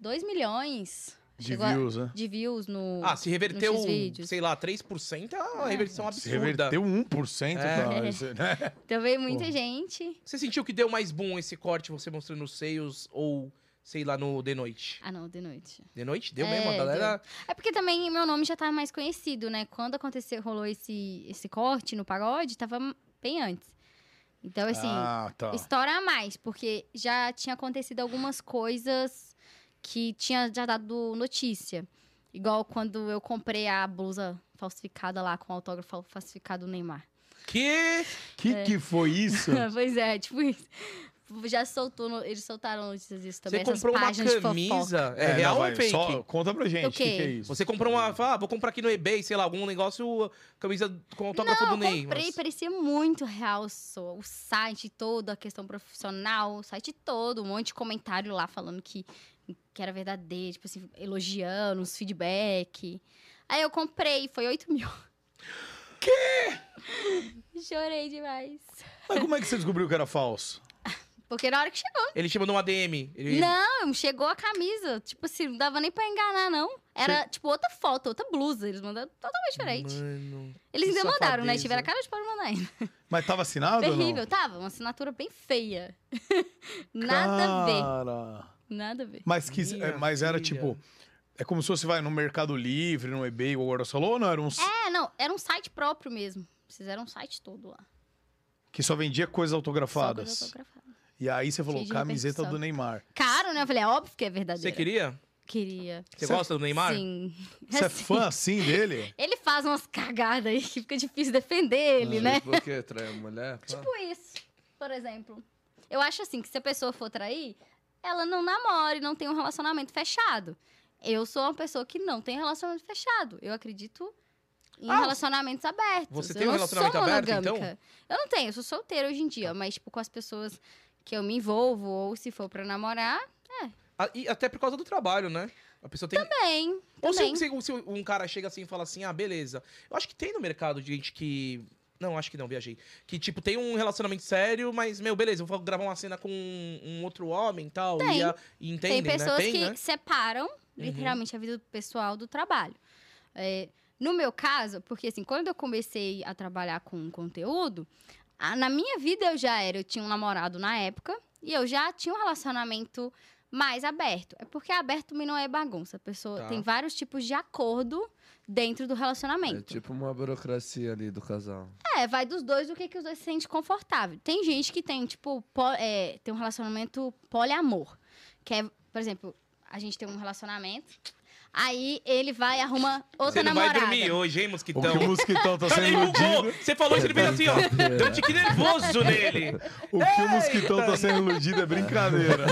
2 milhões De chegou a- views, né? de views no. Ah, se reverteu, Nos Xvideos. sei lá, 3%, é uma reversão Se absurda. reverteu 1%, É. cara. né? Então veio muita Porra. gente. Você sentiu que deu mais boom esse corte, você mostrando os seios ou, sei lá, no The Noite? Ah, não, de noite. The Noite? Deu É, mesmo, a galera... É porque também meu nome já tá mais conhecido, né? Quando aconteceu, rolou esse, esse corte no pagode, tava bem antes. Então, assim. ah, tá. Estoura mais, porque já tinha acontecido algumas coisas que tinha já dado notícia. Igual quando eu comprei a blusa falsificada lá com o autógrafo falsificado do Neymar. Que... Que que foi isso? pois é, um tipo isso. Já soltou, no- eles soltaram notícias disso também. Você essas comprou uma páginas de fofoca. camisa... É, não, real ou vai, fake? Só conta pra gente, o O que, que quê? é isso? Você comprou uma... fala, Ah, vou comprar aqui no eBay, sei lá, algum negócio, camisa com autógrafo Não, do Ney. eu comprei, mas- parecia muito real só. O site todo, a questão profissional, o site todo, um monte de comentário lá falando que, que era verdadeiro, tipo assim, elogiando, os feedback. Aí eu comprei, foi 8 mil. Quê? Chorei demais. Mas como é que você descobriu que era falso? Porque na hora que chegou. Ele te mandou uma DM. Ele... Não, chegou a camisa. Tipo assim, não dava nem pra enganar, não. Era, tipo, outra foto, outra blusa. Eles mandaram totalmente diferente. Mano... Eles que ainda mandaram, safadeza. né? Eles tiveram a cara de pau de mandar ainda. Mas tava assinado Terrível, ou tava. Uma assinatura bem feia. não? nada a ver. Cara. Nada a ver. Mas, que, Minha é, mas era filha. tipo. É como se você vai no Mercado Livre, no eBay, ou agora falou, ou não? Era um s- É, não, era um site próprio mesmo. Fizeram um site todo lá. que só vendia coisas Só coisa autografadas. autografada. E aí você falou, Cheio de camiseta repercussão. do Neymar. Caro, né? Eu falei, é óbvio que é verdadeiro. Você queria? Queria. Você Você- gosta do Neymar? Sim. Você é Assim, fã assim dele? Ele faz umas cagadas aí que fica difícil defender Ah, ele, né? Por tipo quê? Traiu mulher? Pá. Tipo isso, por exemplo. Eu acho assim que se a pessoa for trair, ela não namore, não tem um relacionamento fechado. Eu sou uma pessoa que não tem relacionamento fechado. Eu acredito em Ah, relacionamentos abertos. você Eu tem um não relacionamento sou aberto, monogâmica. então? Eu não tenho, eu sou solteira hoje em dia, mas tipo com as pessoas que eu me envolvo ou se for pra namorar, Ah, A- E até por causa do trabalho, né? A pessoa tem. Também, Ou se, também. se- se um cara chega assim e fala assim, ah, beleza. Eu acho que tem no mercado de gente que. Não, acho que não, viajei. Que, tipo, tem um relacionamento sério, mas, meu, beleza, eu vou gravar uma cena com um, um outro homem e tal. Tem. E, a- e entendem, tem pessoas né? Tem, que né? separam, literalmente, a vida pessoal do trabalho. É, no meu caso, porque assim, quando eu comecei a trabalhar com conteúdo, a- na minha vida eu já era, eu tinha um namorado na época, e eu já tinha um relacionamento mais aberto. É porque aberto também não é bagunça. A pessoa Tá. tem vários tipos de acordo dentro do É relacionamento. tipo uma burocracia ali do casal. É, vai dos dois o que, que os dois se sentem confortável. Tem gente que tem, tipo, po- é, tem um relacionamento poliamor. Que é, por exemplo, a gente tem um relacionamento, aí ele vai e arruma outra Você não vai namorada. dormir hoje, hein, O que mosquitão? o mosquitão tá Cara, sendo Então, ele iludido. bugou. Você falou isso, ele fez assim, ó. Deu um tique nervoso nele. O que o mosquitão tá sendo iludido é brincadeira.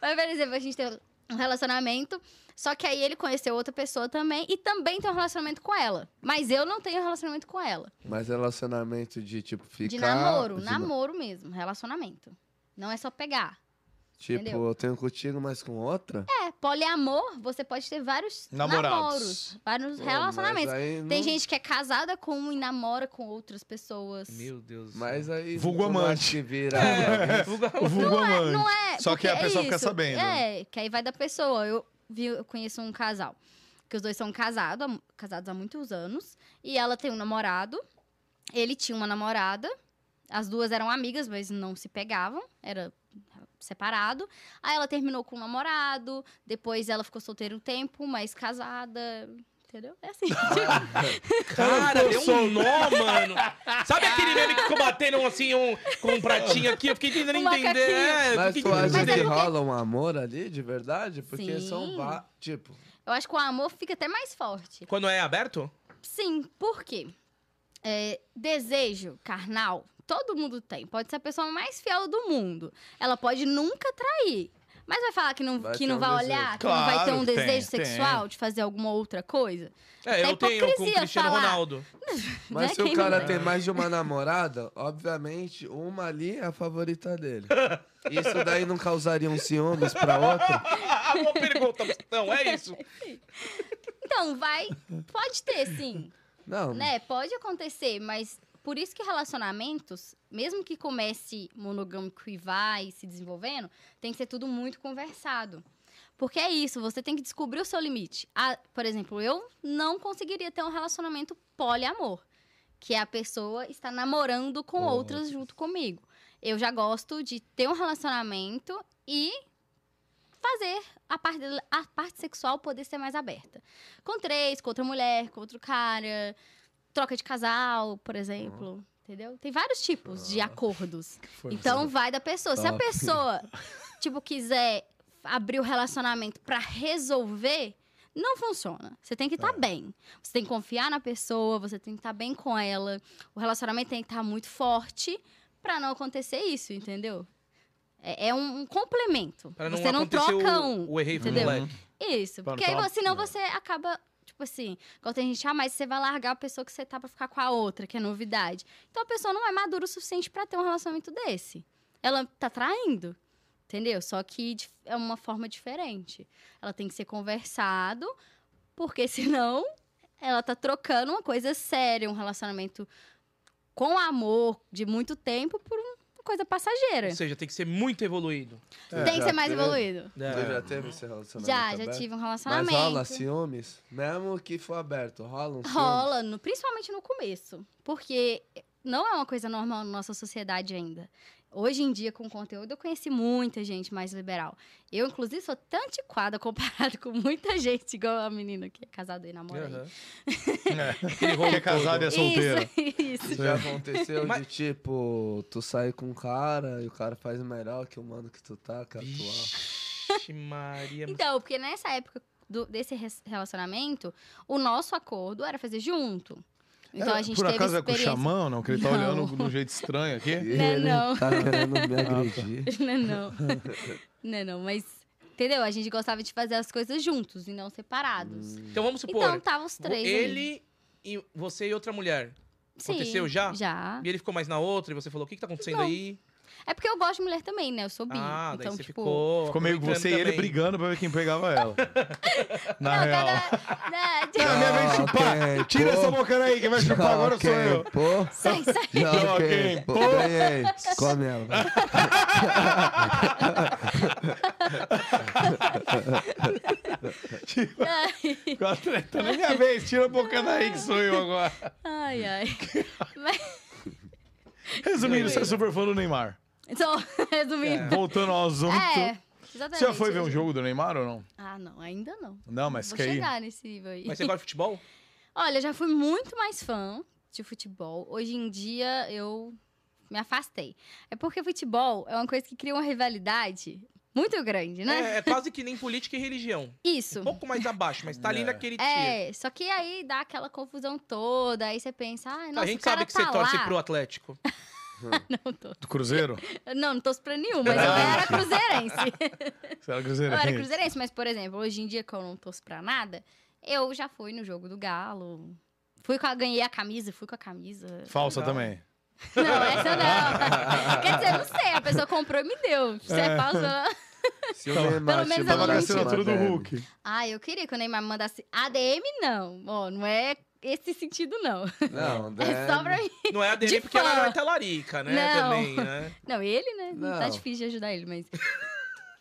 Mas, por exemplo, a gente tem um relacionamento, só que aí ele conheceu outra pessoa também e também tem um relacionamento com ela. Mas eu não tenho relacionamento com ela. Mas relacionamento de tipo ficar. de namoro, de na- namoro mesmo, relacionamento. Não é só pegar. Tipo, entendeu? eu tenho contigo, mas com outra? É, É, poliamor, você pode ter vários Namorados. namoros, vários relacionamentos. Tem gente que é casada com um e namora com outras pessoas. Meu Deus. Mas aí. Vulgo por mais amante. É, Que vira. O vulgo amante. É, Só que porque a pessoa fica isso. sabendo. né? É, que aí vai da pessoa. Eu, vi, eu conheço um casal, que os dois são casado, há mu- casados há muitos anos, e ela tem um namorado, ele tinha uma namorada, as duas eram amigas, mas não se pegavam, era separado. Aí ela terminou com o namorado, depois ela ficou solteira um tempo, mas casada, entendeu? É assim. Cara, deu um nó, mano. Sabe aquele meme que ficou batendo assim um, com um pratinho aqui? Eu fiquei tentando Um entender. macaquinho. É, eu Mas fiquei tu tentando acha Mas é que entender. rola um amor ali, de verdade? Porque Sim. são va... Tipo, Eu acho que o amor fica até mais forte. Quando é aberto? Sim, por quê? É, desejo carnal, todo mundo tem. Pode ser a pessoa mais fiel do mundo. Ela pode nunca trair. Mas vai falar que não Vai vai, que ter não um vai desejo. olhar, que não vai ter Claro um que tem, desejo tem. sexual de fazer alguma outra coisa? É, É eu tenho com o hipocrisia Cristiano falar. Ronaldo. mas Né, se o quem não cara é? tem mais de uma namorada, obviamente uma ali é a favorita dele. Isso daí não causaria um ciúmes pra outra? Ah, boa pergunta. Não, é isso. Então, vai. Pode ter, sim. Não. né? Pode acontecer, mas por isso que relacionamentos, mesmo que comece monogâmico e vai se desenvolvendo, tem que ser tudo muito conversado. Porque é isso, você tem que descobrir o seu limite. Ah, por exemplo, eu não conseguiria ter um relacionamento poliamor, que é a pessoa está namorando com Nossa. outras junto comigo. Eu já gosto de ter um relacionamento e fazer a parte, a parte sexual poder ser mais aberta. Com três, com outra mulher, com outro cara, troca de casal, por Uhum. exemplo. Entendeu? Tem vários tipos Ah. de acordos. é. Então vai da pessoa. Se a Top. pessoa, tipo, quiser abrir o relacionamento pra resolver, não funciona. Você tem que É. estar bem. Você tem que confiar na pessoa, você tem que estar bem com ela. O relacionamento tem que estar muito forte pra não acontecer isso, entendeu? É, é um, um complemento. Pra você não acontecer troca o, um. o errei pro entendeu? moleque. Isso, Pra não porque aí, falar- você- senão é. você acaba, tipo assim, igual tem gente, ah, mas você vai largar a pessoa que você tá pra ficar com a outra, que é novidade. Então a pessoa não é madura o suficiente pra ter um relacionamento desse. Ela tá traindo, entendeu? Só que dif- é uma forma diferente. Ela tem que ser conversado, porque senão ela tá trocando uma coisa séria, um relacionamento com amor de muito tempo por um- uma coisa passageira. Ou seja, tem que ser muito evoluído. É, tem que já ser mais teve? evoluído. Tu É. já teve esse relacionamento? Já, já aberto? tive um Mas relacionamento. rola ciúmes? Mesmo que for aberto, rola um ciúmes? Rola, no- principalmente no começo. Porque não é uma coisa normal na nossa sociedade ainda. Hoje em dia, com o conteúdo, eu conheci muita gente mais liberal. Eu, inclusive, sou tão antiquada comparado com muita gente, igual a menina que é casada e namora. aí. Aham. É. Que é casado e é solteiro. Isso, isso. Já É. aconteceu de Mas- tipo, tu sair com um cara e o cara faz melhor que o mano que tu tá, que é atual. Vixe, Maria. Então, porque nessa época do- desse res- relacionamento, o nosso acordo era fazer junto. Então, a gente Por teve acaso é com o experiência... xamã ou não? Que ele tá Não. olhando de um jeito estranho aqui. E Né, ele não. tá querendo Ah, me agredir. Não, é não. não, é não, mas... Entendeu? A gente gostava de fazer as coisas juntos e não separados. Então vamos supor. Então, tava os três ali. ele e você e outra mulher. aconteceu já? Já. Ah. E ele ficou mais na outra e você falou: o que, que tá acontecendo aí? É porque eu gosto de mulher também, né? Eu sou bi. Ah, daí então, você tipo. ficou. Ficou meio que comentando você e ele também. brigando pra ver quem pegava ela. Não, Na real. cada- né, tipo, É a minha vez de chupar. Ok, Tira pô. essa bocana aí, quem vai chupar agora sou eu. Pô, Sai, sai. já ok, ok, pô. pô. Ganhei. Come ela. Ficou a treta. Na minha vez, tira a bocana aí que sou eu agora. Ai, ai. Mas, Resumindo, você é super fã do Neymar. então, resumindo. Voltando ao assunto. É, exatamente. Você já foi ver um jogo do Neymar ou não? Ah, não, ainda não. Não, mas Vou quer ir. chegar nesse nível aí. Mas você gosta de futebol? Olha, já fui muito mais fã de futebol. Hoje em dia eu me afastei. É porque futebol é uma coisa que cria uma rivalidade muito grande, né? É, é quase que nem política e religião. Isso. Um pouco mais abaixo, mas tá ali É. naquele tiro. É, só que aí dá aquela confusão toda, aí você pensa, ah, nossa, a gente o cara sabe que tá você torce lá. pro Atlético. Não, tô... Do Cruzeiro? não, não torço pra nenhum, mas eu Ah. era cruzeirense. Você era eu Cruzeiro? era cruzeirense, mas, por exemplo, hoje em dia que eu não torço pra nada, eu já fui no jogo do Galo. Fui com a, ganhei a camisa, fui com a camisa. Falsa Não. também. Não, essa não. Quer dizer, eu não sei, a pessoa comprou e me deu. Se é falso, eu- Se o Neymar Pelo menos te Tava ela não com a mandar mentiu. assinatura do DM, Hulk. Ah, eu queria que o Neymar me mandasse ADM, não. Ó, não é esse sentido, não. Não, É DM. só pra mim. Não é a dele De porque ela fã. era telarica, né? Não. Também, né? Não, ele, né? Não, tá Não. difícil de ajudar ele, mas.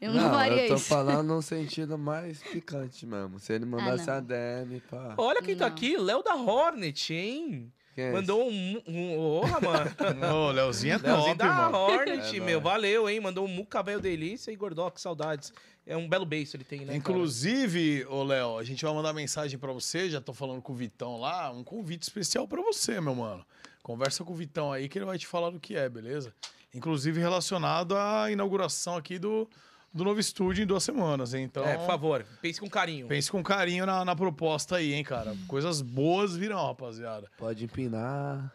Eu não, Não, faria eu tô isso. Ah, falando num sentido mais picante mesmo. Se ele mandasse não. a DM, pá. Olha quem tá Não. aqui, Léo da Hornet, hein? Quem é Mandou um. um Porra, mano. Ô, Leozinho é Leozinho top, da mano. Hornet, É, meu. não é. Valeu, hein? Mandou um Muca Velho Delícia e Gordox, saudades. É um belo beijo ele tem, né? cara? Inclusive, ô Léo, a gente vai mandar mensagem pra você, já tô falando com o Vitão lá, um convite especial pra você, meu mano. Conversa com o Vitão aí que ele vai te falar do que é, beleza? Inclusive relacionado à inauguração aqui do, do novo estúdio em duas semanas, hein? Então, É, por favor, pense com carinho. Hum. pense com carinho na, na proposta aí, hein, cara? Coisas boas virão, rapaziada. um- esse? Pode empinar.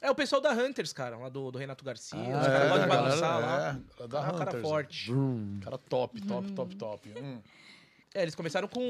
É o pessoal da Hunters, cara, lá do, do Renato Garcia. Ah, os caras é, gostam de a galera- balançar lá. é, a galera da É um cara Hunters, né? forte. Vroom. Cara top, top, top, top. Hum. É, eles começaram com.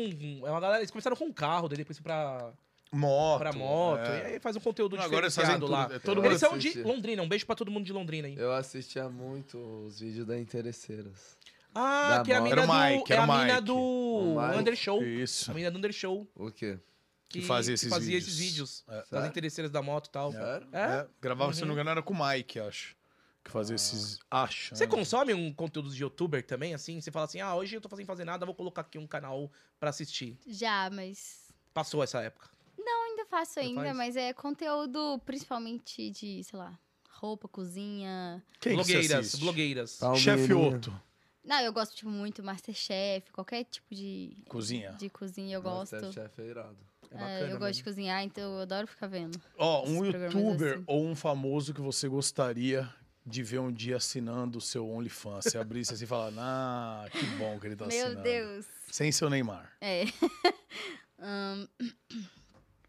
É uma galera, eles começaram com um carro, daí depois foi pra, Moto. pra moto. é. E aí faz um conteúdo Agora eles fazem diferenciado tudo, lá. é todo Eu mundo Eles são assisti. de Londrina, um beijo pra todo mundo de Londrina aí. Eu assistia muito os vídeos da Interesseiras. Ah, Da que é a moto. mina Era o do. Mike, é era a o mina Mike. do O Mike. Undershow. Isso. A mina do Undershow. O quê? Que fazia esses vídeos. esses vídeos. Das Sério? interesseiras da moto e tal. Sério? É? É, Ah. Gravava, se não me engano, era com o Mike, acho. Que fazia esses. Acho. Você né? consome um conteúdo de youtuber também, assim? Você fala assim, ah, hoje eu tô sem fazer nada, vou colocar aqui um canal pra assistir. Já, mas. Passou essa época. Eu ainda faço ainda, faz? mas é conteúdo principalmente de, sei lá, roupa, cozinha. Quem que você blogueiras, assiste? blogueiras. Tá um Chefe menino. Otto. Não, eu gosto, tipo, muito Masterchef, qualquer tipo de. Cozinha. De cozinha eu gosto. Nossa, Chefe é né? irado. É É, bacana eu gosto de mesmo. cozinhar, então eu adoro ficar vendo. Ó, Esses um é programas youtuber assim. ou um famoso que você gostaria de ver um dia assinando o seu OnlyFans. Você abrisse assim e falar, ah, que bom que ele tá Meu assinando. Deus. Sem seu Neymar. É.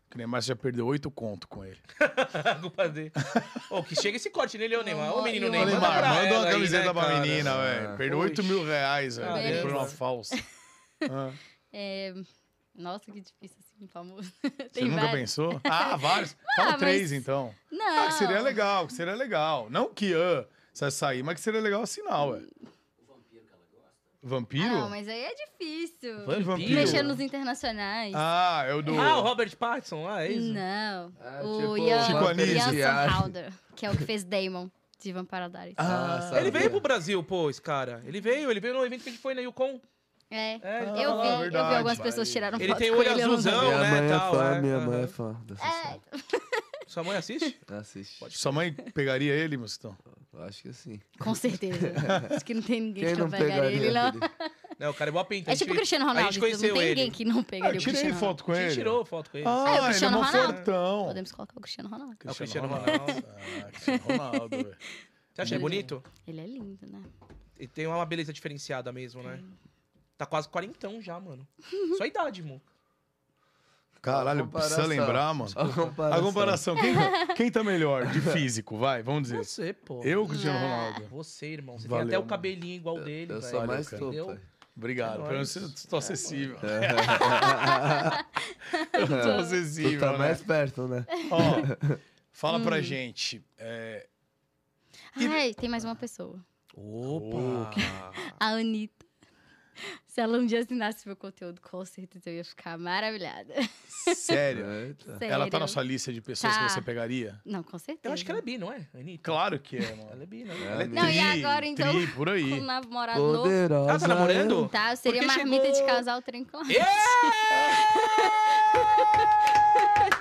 Que o Neymar já perdeu oito conto com ele. A culpa dele. Ô, que chega esse corte nele, ô Neymar. Ô, Amor, menino eu Ô, Neymar. amo. Neymar, pra manda ela uma aí, camiseta né, pra cara? menina, velho. Perdeu Poxa. 8 mil reais, Ah, velho. Caramba. Por uma falsa. Ah, Nossa, que difícil assim, famoso. você Tem nunca vários. pensou? Ah, vários. Fala mas- três, então. Não. Ah, que seria legal, que seria legal. Não que ah, você vai sair, mas que seria legal sinal, ué. Ah, Vampiro? não, mas aí é difícil. Fã de vampiro? Mexer nos internacionais. Ah, é o do. Ah, o Robert Pattinson, ah, é isso? Não. Ah, o tipo, Ian, Chico Anísio. Ian Diário. Somerhalder, que é o que fez Damon de Vampire Diaries. Ah, Ah, Ele sabia. veio pro Brasil, pô, esse cara. Ele veio, ele veio no evento que a gente foi na Yukon. É, É. ele Eu tava lá. vi, eu vi algumas verdade. pessoas tiraram Ele foto tem com olho eu não vi. azulzão. Não, minha né, mãe tal, é fã, é, minha aham. mãe é fã dessa série. então. Sua mãe assiste? Assiste. Sua mãe pegaria ele, Mosquitão? Eu Acho que sim. Com certeza. Acho que não tem ninguém Quem que não não pegaria pegaria ele, não. aquele? Não, o cara é igual a pinta. É tipo o Cristiano Ronaldo, a gente então não conheceu tem ele. ninguém que não Ah, pegaria eu o Cristiano tirei Ronaldo. foto com A gente ele. tirou foto com ele. Ah, é o Ah, ele é Cristiano mó Ronaldo. fortão. Podemos colocar o Cristiano Ronaldo. É o Cristiano Ah, Cristiano Ronaldo, velho. Você acha ele bonito? Ele é lindo, né? Ele tem uma beleza diferenciada mesmo, né? Tá quase quarentão já, mano. Sua idade, mo. Caralho, A precisa comparação. lembrar, mano. A comparação. A comparação, quem, quem tá melhor de físico, vai, vamos dizer. Você, pô. Eu ou Cristiano Ah. Ronaldo? Você, irmão. Você Valeu, tem até mano. o cabelinho igual dele, Eu velho. sou mais cara. topo. Entendeu? pai. Obrigado. É Pelo menos nóis. eu tô acessível. É. Eu tô Tu acessível. tá né? mais perto, né? Hum. Ó, fala pra gente. é, E- Ai, tem mais uma pessoa. Opa! A Anitta. Se ela um dia assinasse meu conteúdo, com certeza eu ia ficar maravilhada. Sério. Eita. Ela tá Sério. na sua lista de pessoas Tá. que você pegaria? Não, com certeza. Eu acho que ela é bi, não é, Anitta? Claro que é, mano. Ela é bi, né? Ela é Não, e agora, então? Tri, por Com um aí. namorado novo. Poderosa. Ah, tá namorando? Tá, eu seria é Porque marmita de chegou- casal tranquilo. Ê!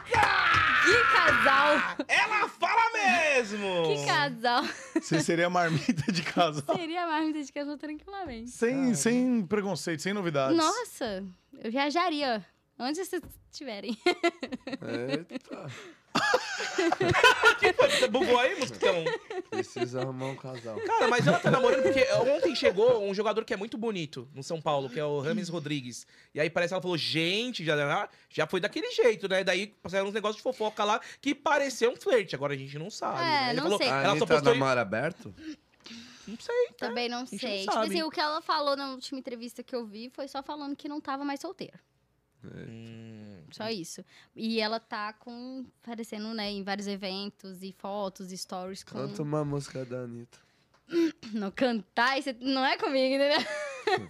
Que casal! Ela fala mesmo! Que casal! Você seria marmita de casal. Seria marmita de casal tranquilamente. Sem, sem preconceito, sem novidades. Nossa, eu viajaria. Onde vocês estiverem. eu. Eita. Que foi? Você bugou aí, mosquitão? Precisa arrumar um casal. Cara, mas ela tá namorando porque ontem chegou um jogador que é muito bonito no São Paulo, que é o Rames Rodrigues. E aí parece que ela falou, gente, já, já foi daquele jeito, né? Daí passaram uns negócios de fofoca lá que pareceu um flerte. Agora a gente não sabe. É, né? Ele não falou, sei. Ela Ela só tá postou. namoro aberto? Não sei. Também não gente sei. não tipo sabe. assim, o que ela falou na última entrevista que eu vi foi só falando que não tava mais solteira. Hum, Só isso. E ela tá com. aparecendo, né, em vários eventos e fotos, e stories com. Canta uma música da Anitta. Não cantar, isso não é comigo, entendeu?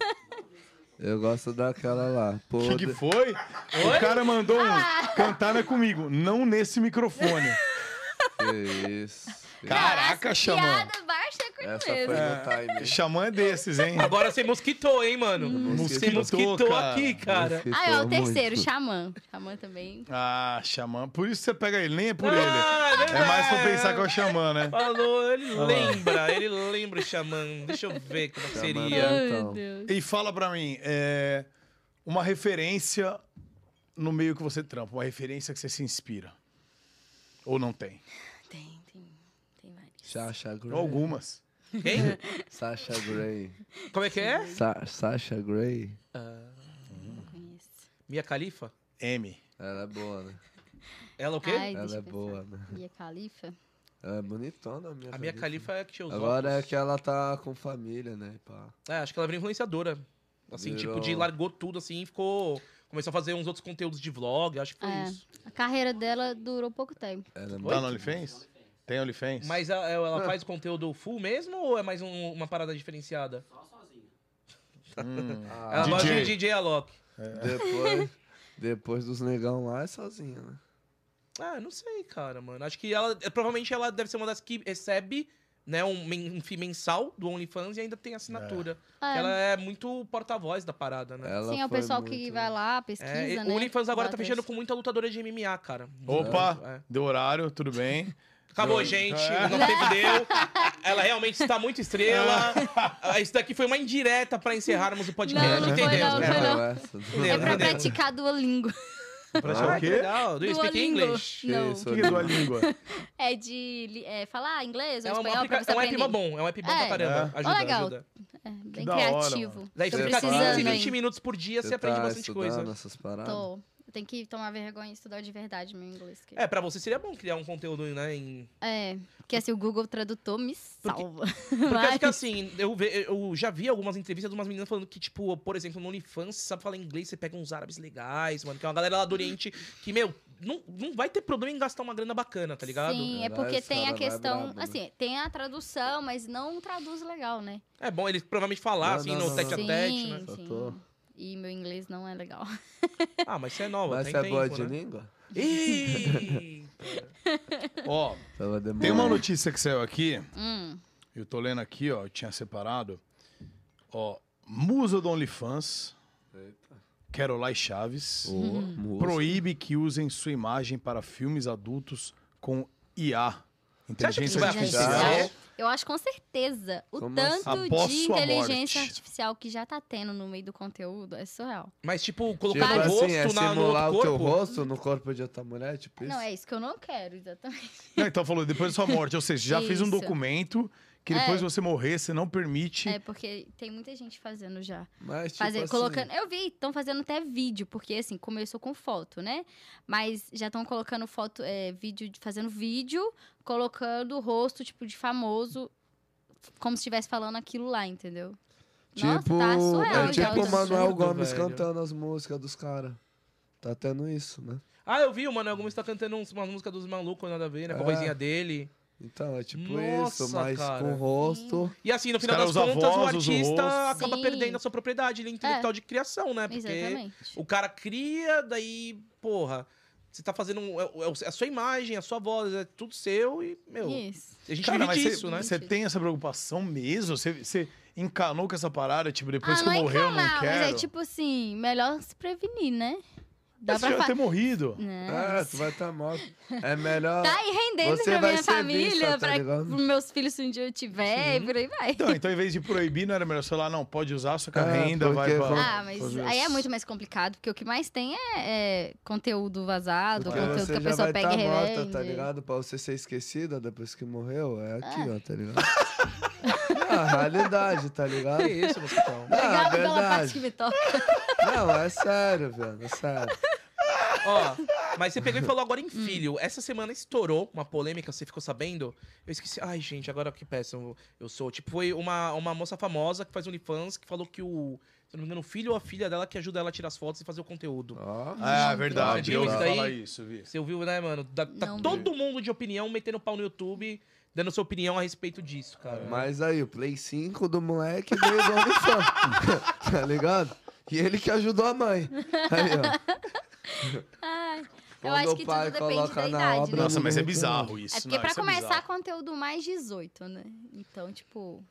Eu gosto daquela lá. O que, que Poder... foi? O cara mandou um cantar não é comigo, não nesse microfone. Isso. Caraca, Xamã. Piada baixa é comigo Essa foi mesmo. no time. Xamã é desses, hein? Agora você mosquitou, hein, mano? Você Hum. Mosquitou, mosquitou cara. aqui, cara. Ah, é o terceiro, Xamã. Xamã também. Ah, Xamã. Por isso você pega ele, nem é por ele. Ah, É mais pra verdade. pensar que é o Xamã, né? Falou, ele lá. lembra, ele lembra o xamã. Deixa eu ver como é que Xamã. seria. Ai, então. meu Deus. E fala pra mim, é, uma referência no meio que você trampa, uma referência que você se inspira. Ou não tem? Tem, tem. Tem vários. Sasha Grey. Algumas. Quem? Sasha Grey. Como é que é? Sa Sasha Grey. Não conheço. Mia Khalifa? M. Ela é boa, né? Ela o quê? Ai, Ela deixa é eu pensar. boa, né? Mia Khalifa? Ela é bonitona, a minha A minha Khalifa. califa é a que tinha os Agora é óculos. que ela tá com família, né? Pá. É, acho que ela virou influenciadora. Assim, Virou. tipo, de largou tudo assim e ficou. Começou a fazer uns outros conteúdos de vlog, acho que foi É. isso. A carreira dela durou pouco tempo. Ela é Tá muito- no OnlyFans? Tem OnlyFans? Mas ela, ela Ah. faz o conteúdo full mesmo ou é mais um- uma parada diferenciada? Hum. Ah, Ela gosta de DJ. DJ Alok. depois, depois dos negão lá é sozinha, né? Ah, não sei, cara, mano. Acho que ela. é, Provavelmente ela deve ser uma das que recebe, né, um, men- um FII mensal do OnlyFans e ainda tem assinatura. É. Ela é muito porta-voz da parada, né? Ela Sim, é o foi pessoal que muito- vai lá, É, pesquisa, e né? O OnlyFans agora tá Bota fechando isso. com muita lutadora de MMA, cara. Opa! É. Deu horário, tudo bem. Acabou, Deu. gente. É. O nosso tempo deu. Ela realmente está muito estrela. É. Ah, Isso daqui foi uma indireta para encerrarmos o podcast, Não, não foi, entendeu? não, né? foi não. Essa, É Entendeu, pra entendeu? praticar Duolingo. Pra Ah, achar Ah, o que quê? legal. Do you speak Duolingo. English? Não. isso, né? O que é do a língua? É de li- é, falar inglês ou É, uma espanhol pra aplica- você é um app aprender. mó bom, é um app bom pra É. caramba. É. Ajuda, Ó, legal. ajuda. É, bem da hora, criativo. Daí Tô você tá fica 15, precisando, 20 hein? minutos por dia, você, aprende tá bastante coisa. tá Essas paradas? Tô. Eu tenho que tomar vergonha e estudar de verdade meu inglês. que- É, pra você seria bom criar um conteúdo, né? em- É, porque assim, o Google Tradutor me salva. Porque Mas- acho que assim, eu, ve- eu já vi algumas entrevistas de umas meninas falando que, tipo, por exemplo, no OnlyFans, você sabe falar inglês, você pega uns árabes legais, mano. Que é uma galera lá Uhum. do Oriente que, meu, não, não vai ter problema em gastar uma grana bacana, tá ligado? Sim, é Caralho, porque esse tem a cara vai questão. brabo, né? assim, tem a tradução, mas não traduz legal, né? É bom eles provavelmente falar, Não, assim, não, no não, tete a não. tete, né? Só Sim. tô- E meu inglês não é legal. Ah, mas você é nova, Mas tem você é tempo, boa de né? língua? Eita! Ó, Tava demorando. tem uma notícia que saiu aqui. Hum. Eu tô lendo aqui, ó. Eu tinha separado. Ó, musa do OnlyFans, Eita. Caroline Chaves. Ô, Uhum. moço. proíbe que usem sua imagem para filmes adultos com IA. Você acha que isso Inteligência vai artificial. acontecer? Eu acho com certeza o Como tanto assim? Após de sua inteligência morte. artificial que já tá tendo no meio do conteúdo é surreal. Mas, tipo, Tipo colocando o rosto assim, é na, no simular outro o teu corpo. rosto no corpo de outra mulher, tipo isso? Não, é isso que eu não quero, exatamente. Não, então falou, depois da sua morte. Ou seja, já fez um Isso. documento que depois você morrer, você não permite. É, porque tem muita gente fazendo já. Mas, tipo Fazer, assim, colocando. Eu vi, estão fazendo até vídeo, porque assim, começou com foto, né? Mas já estão colocando foto, é, vídeo, de- fazendo vídeo, colocando o rosto, tipo, de famoso, como se estivesse falando aquilo lá, entendeu? Tipo, Nossa, tá surreal é já tipo o o Manuel absurdo, Gomes velho. cantando as músicas dos caras. Tá tendo isso, né? Ah, eu vi, mano. Algumas tá cantando uns- uma música dos malucos, nada a ver, né? Com a É. vozinha dele. Então, é tipo Nossa, isso, mas cara. com o rosto. E assim, no Os final caras das usam a contas, o voz, usam o artista rosto. acaba Sim. perdendo a sua propriedade ele é intelectual de criação, É né? Porque Exatamente. o cara cria, daí, porra, você tá fazendo. um- é- é a sua imagem, a sua voz, é tudo seu e, meu. Isso. A gente Cara, vive mas disso, você, né? você tem essa preocupação mesmo? Você, você encanou com essa parada, tipo, depois ah, que não eu é morrer, eu não encanar, quero? mas é tipo assim, melhor se prevenir, né? Dá Mas você pra Né. já falar. ter morrido. É, tu vai estar morto. É melhor. Tá aí rendendo Você pra vai minha ser família, vista, tá pra ligado? pros meus filhos se um dia eu tiver, e por aí vai. Então, então, em vez de proibir, não era melhor falar, não, pode usar, só que a É, renda vai porque pra... vão- Ah, mas fazer aí é isso. muito mais complicado, porque o que mais tem é, é conteúdo vazado, Porque conteúdo que você a já pessoa vai pega estar e revende. morta, tá ligado? Pra você ser esquecida depois que morreu, é aqui, Ah. ó, tá ligado? É a realidade, tá ligado? É Que isso, mosquitão. Não, é Obrigada pela parte que verdade. me toca. Não, é sério, velho, é sério. Ó, mas você pegou e falou agora Hum. em filho. Essa semana estourou uma polêmica, você ficou sabendo? Eu esqueci. Ai, gente, agora que péssimo eu sou. Tipo, foi uma, uma moça famosa que faz OnlyFans que falou que o. Se eu não me engano, o filho ou a filha dela que ajuda ela a tirar as fotos e fazer o conteúdo. Ó, Ah, é verdade, viu eu ouvi isso daí? falar isso, vi. Você ouviu, né, mano? Tá, tá Não vi. todo mundo de opinião metendo pau no YouTube, dando sua opinião a respeito disso, cara. Mas aí, o Play 5 do moleque veio do OnlyFans, tá ligado? E ele que ajudou a mãe. Aí, ó. Ai, eu Quando acho o que pai tudo depende da coloca na idade, obra- né? Nossa, mas é Não, bizarro isso. É porque não, pra isso começar, bizarro. conteúdo mais 18, né? Então, tipo,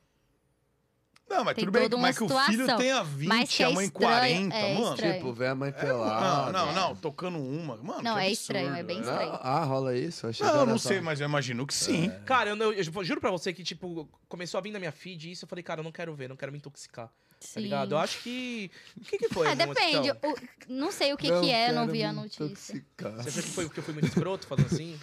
Não, mas tem tudo bem, toda uma mas que o filho situação. tenha Mas 20, que é a mãe estranho, 40, é mano. estranho. Tipo, vê a mãe Não, pelada. não, não, tocando uma. Mano, Não, que é absurdo, estranho, é bem né? estranho. Ah, rola isso? Achei que Não, era não só- sei, mas eu imagino que sim. É. Cara, eu, não- eu juro pra você que, tipo, começou a vir na minha feed isso, eu falei, cara, eu não quero ver, não quero me intoxicar, tá sim. ligado? Eu acho que... O que que foi, Ah, depende. mosquitão? O- não sei o que, Não que é, não quero vi a me notícia. intoxicar. Você achou que foi porque eu fui muito escroto falando assim?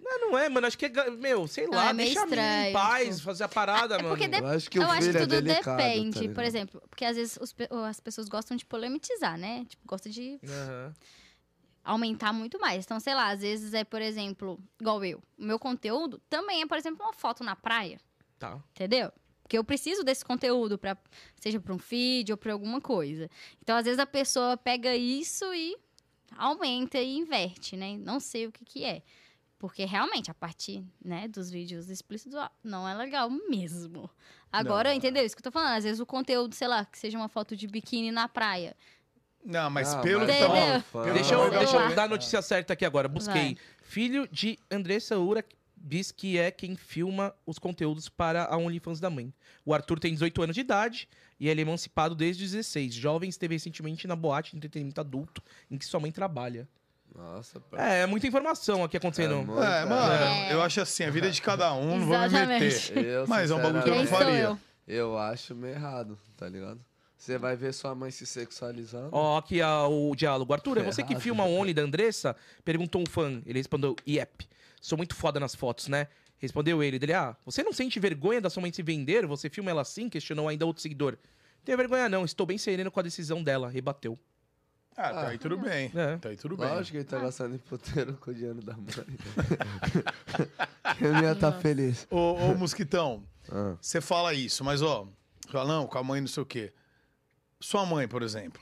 não, não é, mano. Acho que é. ga- Meu, sei Não, lá, é meio deixa a menina em estranho, paz, tipo. fazer a parada, É mano. porque Eu acho que o Eu acho filho que é tudo delicado, tá depende. ligado? Por exemplo, porque às vezes os pe- as pessoas gostam de polemitizar, né? Tipo, gostam de Aham. aumentar muito mais. Então, sei lá, às vezes é, por exemplo, igual eu. O meu conteúdo também é, por exemplo, uma foto na praia, Tá. entendeu? Porque eu preciso desse conteúdo, pra, seja pra um feed ou pra alguma coisa. Então, às vezes a pessoa pega isso e aumenta e inverte, né? Não sei o que que é. Porque realmente, a partir né, dos vídeos explícitos, ó, não é legal mesmo. Agora, Não, é. entendeu? Isso que eu tô falando. Às vezes o conteúdo, sei lá, que seja uma foto de biquíni na praia. Não, mas Ah, pelo mas que tá Entendeu? ó, fala- deixa eu, Sei deixa eu lá. dar a notícia certa aqui agora. Busquei. Vai. Filho de Andressa Ura diz que é quem filma os conteúdos para a OnlyFans da mãe. O Arthur tem 18 anos de idade e ele é emancipado desde 16. Jovem esteve recentemente na boate de entretenimento adulto em que sua mãe trabalha. Nossa, pô. É, é muita informação aqui acontecendo. É, mano. É, mano, É. eu acho assim, a vida é de cada um, não vou me meter. Exatamente. Eu, Mas é um bagulho que eu não Quem sinceramente, sou faria. eu? Eu acho meio errado, tá ligado? Você vai ver sua mãe se sexualizando. Ó, aqui ah, o diálogo. Arthur, é você que Ferrado. filma o Only da Andressa? Perguntou um fã. Ele respondeu, yep. Sou muito foda nas fotos, né? Respondeu ele. Dele, ah, você não sente vergonha da sua mãe se vender? Você filma ela assim? Questionou ainda outro seguidor. Tenho vergonha não, estou bem sereno com a decisão dela. Rebateu. Ah, tá aí tudo bem. É. Tá aí tudo bem. Lógico que ele tá gastando em puteiro com o dinheiro da mãe. que eu ia tá feliz. Ô, ô Mosquitão, Ah. você fala isso, mas ó, fala, não, com a mãe não sei o quê. Sua mãe, por exemplo.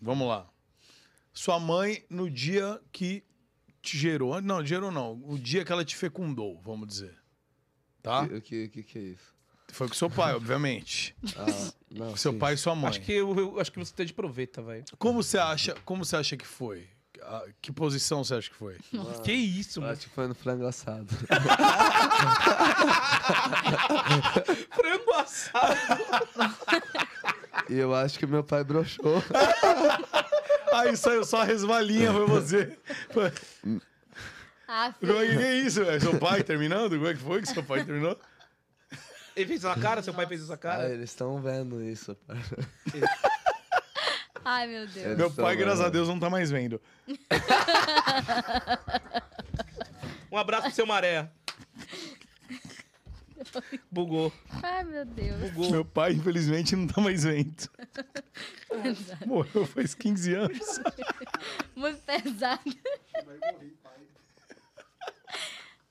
Vamos lá. Sua mãe, no dia que te gerou. Não, gerou não. O dia que ela te fecundou, vamos dizer. Tá? O que, que, que é isso? Foi com seu pai, obviamente. Ah, não, Com seu sim. pai e sua mãe. Acho que, eu, eu acho que você tá de proveta, velho. Como você acha, como você acha que foi? Ah, Que posição você acha que foi? Mano, Que isso, eu mano. Acho que foi no frango assado. Frango assado. e eu acho que meu pai broxou. Aí saiu só a resvalinha, foi você. Foi- Ah, Como é que que é isso, velho? Seu pai terminando? Como é que foi que seu pai terminou? Ele fez essa cara? Seu pai fez essa Ah, cara? eles estão vendo isso, pai. Ai, meu É Deus. Meu pai, graças a Deus, não tá mais vendo. Um abraço pro seu maré. Bugou, Ai, meu Deus. bugou. Meu pai, infelizmente, não tá mais vendo. Morreu faz 15 anos. Muito pesado.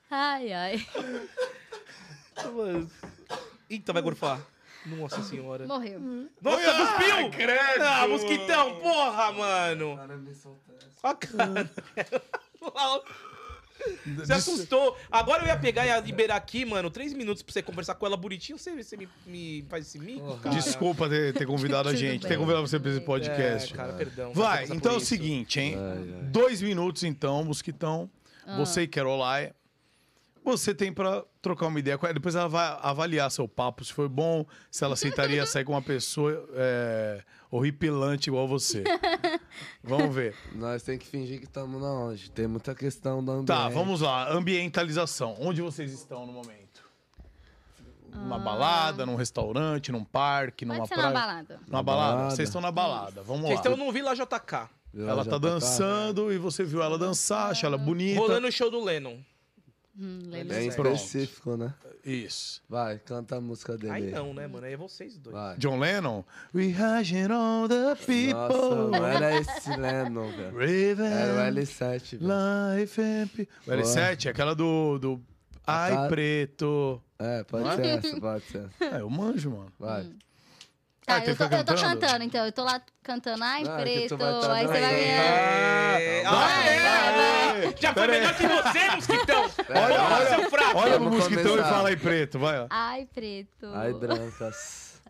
Ai, ai. Mas- Eita, tá, vai gorfar. Nossa senhora. Morreu. Nossa, cuspiu! Ah, mosquitão, porra, mano! Cara, me soltando. Ó a cara. dela. Você Des- assustou. Agora eu ia pegar e ia liberar aqui, mano, três minutos pra você conversar com ela bonitinho. Você, você me, me faz esse mico, Porra. cara? Desculpa ter, ter convidado a Tudo gente, ter bem. convidado você pra esse podcast. É, cara, perdão. Vai, Passar por então é o isso. seguinte, hein? Ai, ai. Dois minutos, então, Mosquitão. Ah. Você e Caroline. Você tem pra trocar uma ideia com ela. Depois ela vai avaliar seu papo, se foi bom, se ela aceitaria sair com uma pessoa é, horripilante igual você. Vamos ver. Nós tem que fingir que estamos na onde. Tem muita questão da ambiente. Tá, vamos lá. Ambientalização. Onde vocês estão no momento? Numa balada, num restaurante, num parque, numa Ah. Pode ser praia? na balada. Numa balada? Balada. Vocês estão na balada. Vamos Vocês lá. estão no Vila JK, Viu, Ela já tá dançando e você viu ela dançar, acha ela bonita. rolando o show do Lennon. Hum, Leila. Bem Pronto. É específico, né? Isso. Vai, canta a música dele. Aí não, né, mano? Aí é vocês dois. Vai. John Lennon. We hashing all the Nossa, people. não era esse Lennon, velho. Era o né? Raven. L7, velho. Life and pe- O L7 é aquela do. do Ai, Tá. preto. É, pode ser essa, pode ser. É, eu manjo, mano. Vai. Tá, Ah, tem eu, que tô, ficar eu tô cantando? cantando, então. Eu tô lá cantando, ai, Não, é que preto. tu vai tá aí você dando vai aí. ganhar. É... Ah, é, Vai, é. vai. Já foi Pera aí. melhor que você, Mosquitão! Olha, Porra, olha, seu fraco! olha pro Vamos mosquitão e começar. fala aí, preto. Vai, ó. Ai, preto. Ai, brancas.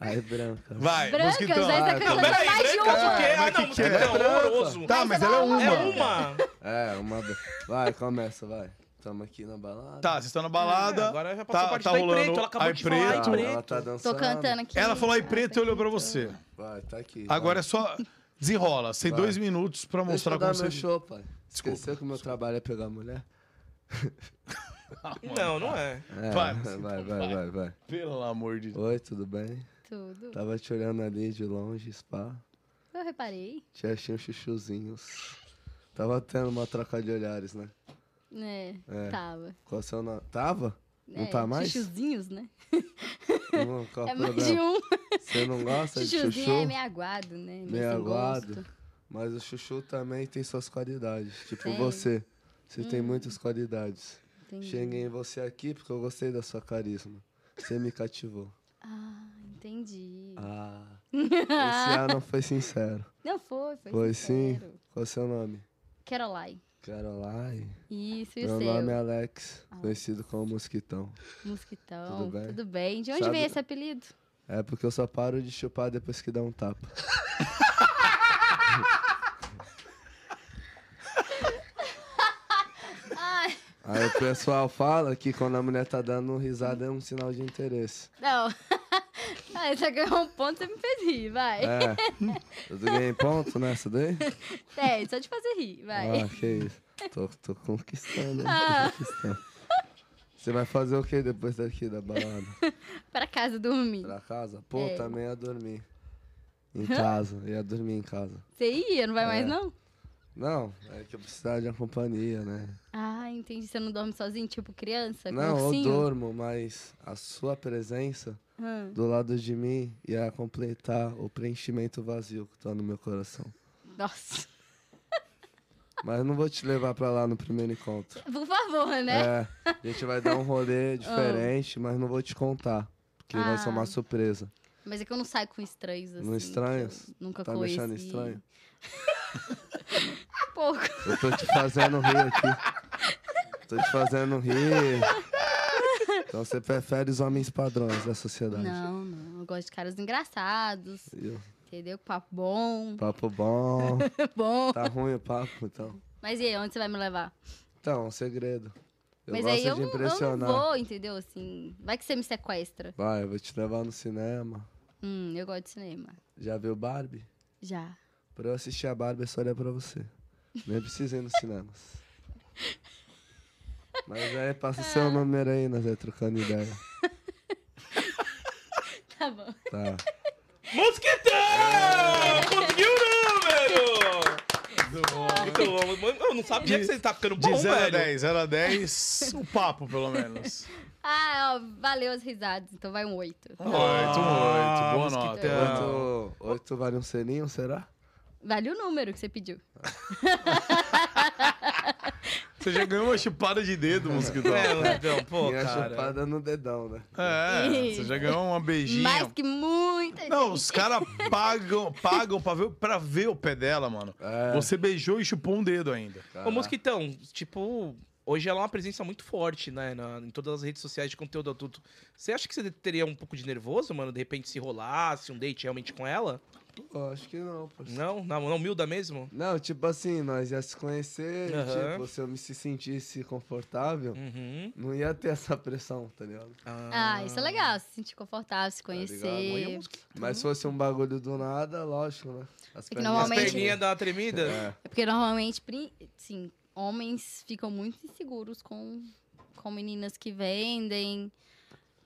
Ai, brancas. Vai, Brancas, mosquitão. aí Ah, tá Não, cantando peraí, mais de branca, uma. porque... Ah, Mas não, que que é? Mosquitão, horroroso. Tá, mas ela é É uma. uma. É, uma. be- Vai, começa, vai. Tamo aqui na balada. Tá, vocês estão na balada. É, agora já passou tá, a parte tá do Ai rolando. Preto, ela acabou Ai de falar, Ai Preto. Ah, Ela preto. tá dançando. Tô cantando aqui. Ela falou ai Ah, preto e olhou pra você. Vai, tá aqui. Agora é vai. só. Desenrola. Você tem Vai. dois minutos pra Deixa mostrar eu dar como meu você. show, pai. Desculpa, Esqueceu que o meu trabalho é pegar mulher? Não, não é. É, Vai, vai, vai, vai, vai. Pelo amor de Deus. Oi, tudo bem? Tudo. Tava te olhando ali de longe, spa. Eu reparei. Te achei uns chuchuzinhos. Tava tendo uma troca de olhares, né? É, É. tava. Qual seu nome? Tava? Não É, tá mais? Chuchuzinhos, né? Não, qual o É mais de problema? um. Você não gosta de Chuchuzinho chuchu? é meio aguado, né? Meio sem aguado. gosto. Mas o chuchu também tem suas qualidades. Tipo Tem? Hum. você. Você tem muitas qualidades. Entendi. Cheguei em você aqui porque eu gostei da sua carisma. Você me cativou. Ah, entendi. Ah. Esse ano foi sincero. Não foi, foi. Foi sim. sincero. Qual é o seu nome? Caroline. Caroline. Isso, e o Meu seu? nome é Alex, Ah. conhecido como Mosquitão. Mosquitão. Tudo Tudo bem? bem? De onde Sabe- veio esse apelido? É porque eu só paro de chupar depois que dá um tapa. Ai, Aí o pessoal fala que quando a mulher tá dando risada é um sinal de interesse. não. Ah, você ganhou um ponto, você me fez rir, vai. É. Eu ganhei ponto nessa daí? É, só de fazer rir, vai. Ah, que isso. Tô, tô conquistando. hein? Ah. Tô conquistando. Você vai fazer o que depois daqui da balada? Pra casa dormir. Pra casa? Pô, É. também ia dormir. Em casa. Ia dormir em casa. Você ia, não vai É. mais não? Não, é que eu precisava de uma companhia, né? Ah, entendi. Você não dorme sozinho, tipo criança? com Não, eu ursinho? dormo, mas a sua presença Ah, do lado de mim ia completar o preenchimento vazio que tá no meu coração. nossa. Mas não vou te levar pra lá no primeiro encontro. Por favor, né? É, a gente vai dar um rolê diferente, mas não vou te contar. Porque vai ser Ah. uma surpresa. Mas é que eu não saio com estranhos assim. Não estranhos? que eu Nunca Tá me conheci. achando estranho? Um pouco. Eu tô te fazendo rir aqui. Tô te fazendo rir. Então você prefere os homens padrões da sociedade. Não, não. Eu gosto de caras engraçados, Viu? entendeu? Papo bom, Papo bom. bom. Tá ruim o papo, então. Mas e aí, onde você vai me levar? Então, um segredo. Eu Mas gosto aí eu, de não- eu não impressionar. vou, entendeu? Assim, vai que você me sequestra. Vai, eu vou te levar no cinema. Hum, eu gosto de cinema. Já viu Barbie? Já. Pra eu assistir a Barbie, é só olhar pra você. Nem precisa ir nos cinemas. Mas aí, passa Ah. seu número aí, nós vai trocando ideia. Tá bom. Tá. Mosquitão! Conseguiu o número! Muito bom. Mano, Eu não De- sabia que você tá ficando De bom, 0 a velho. 10, 0 a 10, o papo, pelo menos. Ah, ó, valeu as risadas. Então vai um oito. Ah. Oito, oito, boa mosquitão. nota. Oito, oito vale um selinho, será? Vale o número que você pediu. Você já ganhou uma chupada de dedo, mosquitão. É, um Mosquitão, pô, Minha cara. chupada no dedão, né? É, você já ganhou uma Mais beijinha. que muita Não, os caras pagam, pagam pra, ver, pra ver o pé dela, mano. É. Você beijou e chupou um dedo ainda. Ô, Mosquitão, tipo... Hoje ela é uma presença muito forte, né? na- em todas as redes sociais de conteúdo adulto. Você acha que você teria um pouco de nervoso, mano? De repente se rolasse um date realmente com ela? Pô, acho que não, parceiro. Não? Na, na humilda mesmo? Não, tipo assim, nós ia se conhecer, Aham. tipo, se eu me se sentisse confortável, Uhum. não ia ter essa pressão, tá ligado? Ah, isso é legal. Se sentir Tá confortável, se é Olha, conhecer. mas- Mas se fosse um bagulho do nada, lógico, né? As É que perninhas- As Normalmente- perninhas da tremida? É. É porque normalmente, pri- sim, homens ficam muito inseguros com, com meninas que vendem.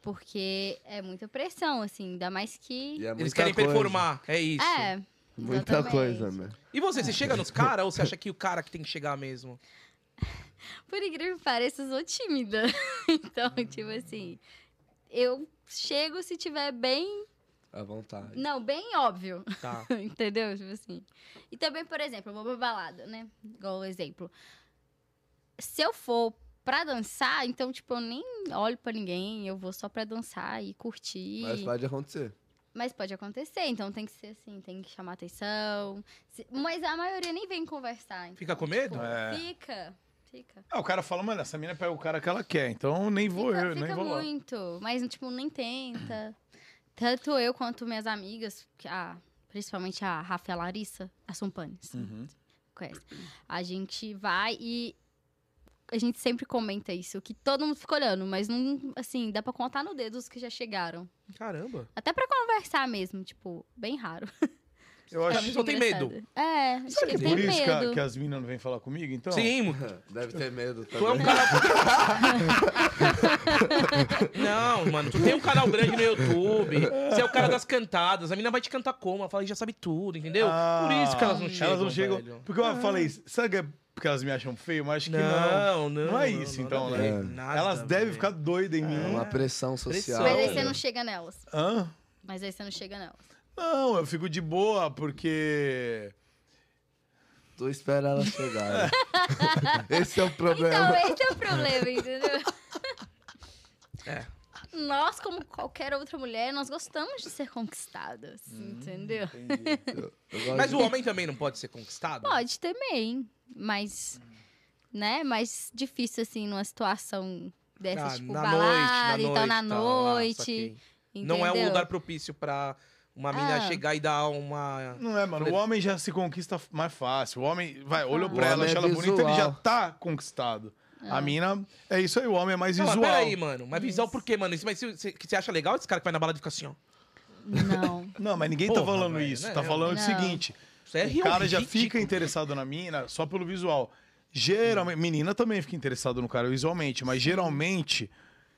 Porque é muita pressão, assim, ainda mais E que. é Eles muita querem coisa. performar, é isso. É, Muita exatamente. coisa, né? E você, você chega nos caras ou você acha que o cara que tem que chegar mesmo? Por incrível que pareça, eu sou tímida. Então, tipo assim, eu chego se tiver bem. À vontade. Não, bem óbvio. Tá. Entendeu? Tipo assim. E também, por exemplo, eu vou pra balada, né? Igual o exemplo. Se eu for pra dançar, então, tipo, eu nem olho pra ninguém, eu vou só pra dançar e curtir. Mas Mas, pode acontecer. pode acontecer, então tem que ser assim, tem que chamar atenção. Se- Mas a maioria nem vem conversar. Então, Fica com medo? tipo, É. Fica, fica. Ah, o cara fala, mano, essa mina pega o cara que ela quer, então nem vou Fica, eu, nem fica vou lá. muito, mas, tipo, nem tenta. Tanto eu quanto minhas amigas, que a- principalmente a Rafa e a Larissa, a Sumpanes. Uhum. conhece. A gente vai e a gente sempre comenta isso, que todo mundo fica olhando, mas não, assim, dá pra contar no dedo os que já chegaram. Caramba. Até pra conversar mesmo, tipo, bem raro. Eu Cara, acho mas só tem medo. É, Será que é tem por isso que, a- medo. que as minas não vêm falar comigo, então? Sim, mo- Deve ter medo tu é um também. cara. Não, mano, tu tem um canal grande no YouTube. Você é o cara das cantadas. A mina vai te cantar como? Ela fala, já sabe tudo, entendeu? Ah, Por isso que elas não chegam. Elas não chegam. velho. Ah. Porque eu falei isso. Será que é porque elas me acham feio? Mas acho que não. Não, não. Não é isso, então, nada né? a ver, nada elas a devem ver. ficar doidas em É mim. uma pressão social. Mas aí Não. você não chega nelas. Hã? Mas aí você não chega nelas. Não, eu fico de boa, porque. Tu espera ela chegar. né? Esse é o Então, problema. esse é o problema, entendeu? É. Nós, como qualquer outra mulher, nós gostamos de ser conquistadas, Hum, entendeu? Eu gosto Mas de- o homem também não pode ser conquistado? Pode também, mas, né, mais difícil, assim, numa situação dessa, Ah, tipo, balada e tal, na tá, noite, saquei. Não é um entendeu? lugar propício pra uma mina Ah. chegar e dar uma. Não é, mano. O homem já se conquista mais fácil. O homem, vai, olhou Ah. pra O ela, homem é achou ela bonita, ele já visual. tá conquistado. A mina, é isso aí, o homem é mais Não, mas visual. peraí, mano. Mas visual Isso. por quê, mano? Isso, mas se- se- que você acha legal esse cara que vai na balada e fica assim, ó? Não, Não, mas ninguém tá Porra, falando velho, isso. né? Tá falando o Não. seguinte: Isso é o cara já ridículo. fica interessado na mina só pelo visual. Geralmente, menina também fica interessada no cara visualmente, mas geralmente,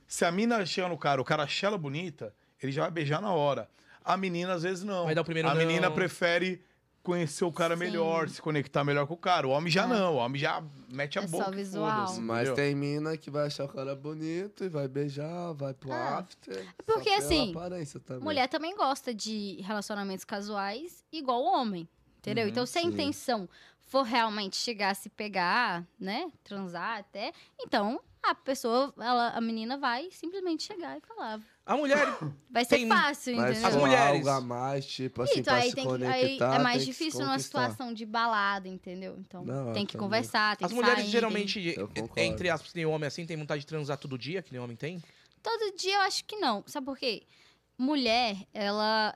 se a mina chega no cara, o cara acha ela bonita, ele já vai beijar na hora. A menina, às vezes, não. Vai dar o primeiro a não. menina prefere conhecer o cara Sim. melhor, se conectar melhor com o cara. O homem É. já não, o homem já mete a É só boca. e visual. foda-se, Mas entendeu? tem mina que vai achar o cara bonito e vai beijar, vai pro Ah, after. porque, só pela assim, aparência também. mulher também gosta de relacionamentos casuais igual o homem, entendeu? Uhum, então, se a sim. intenção for realmente chegar a se pegar, né, transar até, então a pessoa, ela, a menina vai simplesmente chegar e falar. A mulher. Vai ser Tem- fácil, Mas entendeu? As as mulheres. algo a mais, tipo assim, Isso, pra aí, se tem que, conectar, aí é mais tem que se difícil numa conquistar. situação de balada, entendeu? Então Não, tem que também. conversar, tem as que mulheres sair, tem- geralmente, eh, Eu concordo. entre aspas, que nem homem assim, tem vontade de transar todo dia, que nem homem tem. Todo dia eu acho que não. Sabe por quê? Mulher, ela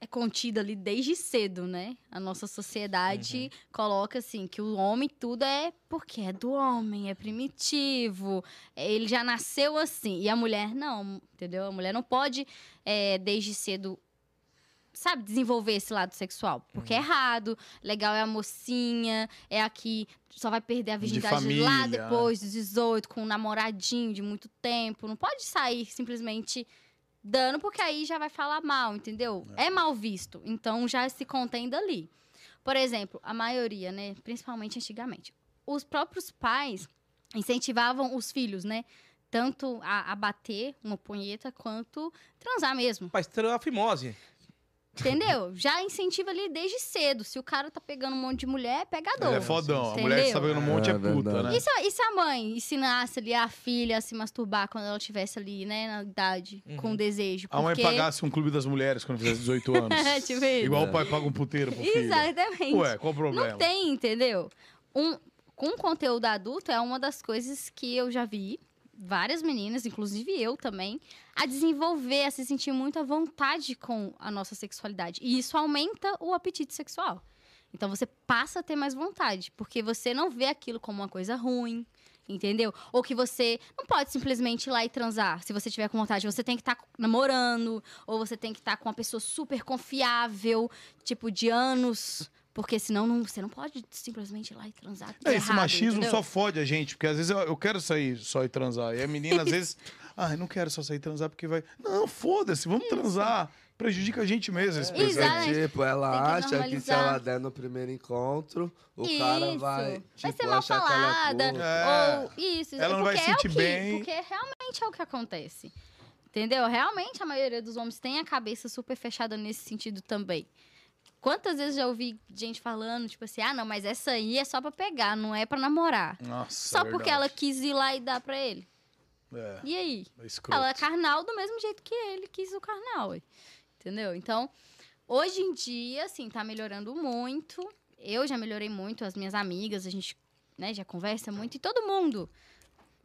é contida ali desde cedo, né? A nossa sociedade coloca assim que o homem tudo é porque é do homem, é primitivo, é- ele já nasceu assim. E a mulher não, entendeu? A mulher não pode é, desde cedo sabe desenvolver esse lado sexual, porque Uhum. é errado. Legal é a mocinha, é a que só vai perder a De virgindade lá família, né? depois dos 18 com um namoradinho de muito tempo. Não pode sair simplesmente dando, porque aí já vai falar mal, entendeu? É, mal visto. Então já se contém dali. Por exemplo, a maioria, né? Principalmente antigamente. Os próprios pais incentivavam os filhos, né? Tanto a, a bater uma punheta quanto transar mesmo. Mas tra- a fimose. Entendeu? Já incentiva ali desde cedo. Se o cara tá pegando um monte de mulher, é pegador. Ele é fodão. A Entendeu? mulher que tá pegando um monte é, É puta, verdade. né? E se, a- e se a mãe ensinasse ali a filha a se masturbar quando ela tivesse ali, né, na idade, Uhum. com desejo? A mãe Porque- pagasse um clube das mulheres quando fizesse 18 anos. É, tipo isso. Igual o pai paga um puteiro pro filho. Exatamente. Ué, qual o problema? Não tem, entendeu? Um, com conteúdo adulto é uma das coisas que eu já vi várias meninas, inclusive eu também, a desenvolver, a se sentir muito à vontade com a nossa sexualidade. E isso aumenta o apetite sexual. Então você passa a ter mais vontade, porque você não vê aquilo como uma coisa ruim, entendeu? Ou que você não pode simplesmente ir lá e transar. Se você tiver com vontade, você tem que estar namorando, ou você tem que estar com uma pessoa super confiável, tipo de anos, porque senão não, você não pode simplesmente ir lá e transar. tudo É, esse errado, machismo entendeu? só fode a gente, porque às vezes eu, eu quero sair só e transar. E a menina, às vezes, ah, eu não quero só sair e transar porque vai. Não, foda-se, vamos transar. Prejudica a gente mesmo. Esse É. Exato. processo. Exatamente. Tipo, ela Tem que acha que se normalizar. ela der no primeiro encontro, o cara Isso. vai. Vai tipo, ser mal achar que ela é falada, puta. É. Ou isso, Ela não vai porque se sentir é o que, bem. Porque realmente é o que acontece. Entendeu? Realmente a maioria dos homens tem a cabeça super fechada nesse sentido também. Quantas vezes já ouvi gente falando, tipo assim, ah, não, mas essa aí é só pra pegar, não é pra namorar. Nossa, só porque ela é verdade. quis ir lá e dar pra ele. É, E aí? é escroto. Ela é carnal do mesmo jeito que ele quis o carnal. ué. Entendeu? Então, hoje em dia, assim, tá melhorando muito. Eu já melhorei muito, as minhas amigas, a gente né, já conversa muito. E todo mundo.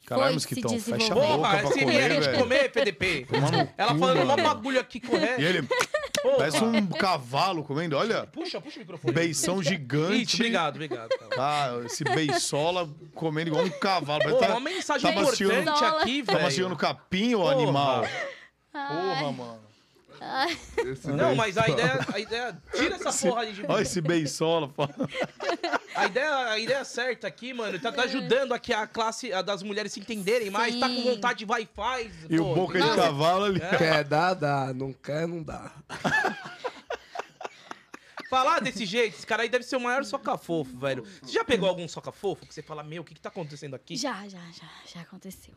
Caralho, foi mosquitão, se fecha a desenvolver. boca Tá pra Porra, se comer, vier a gente velho. comer, PDP. Tomar no Ela cu, falando um mano. bagulho aqui E correto. ele Porra. parece um cavalo comendo. Olha, Puxa, puxa o microfone. beição Isso, gigante. obrigado, obrigado. cara. Ah, esse beiçola comendo igual um cavalo. Pô, Parece que uma mensagem tá mastiando- importante aqui, Tá, tá mastiando velho. capim, ô Porra. animal. Ai, Porra, mano. Esse É. Não, daí- mas a ideia, a ideia. Tira essa porra aí de. Olha esse beiçola. pô. A ideia, a ideia certa aqui, mano, tá, tá ajudando aqui a classe a das mulheres se entenderem mais, tá com É. Sim. vontade de vai faz. E o boca de Nossa. cavalo ali. É. Quer dar, dá. Não quer, não dá. Falar desse jeito, esse cara aí deve ser o maior soca-fofo, velho. Você já pegou algum soca-fofo que você fala, meu, o que que tá acontecendo aqui? é. Já, já, já, já aconteceu.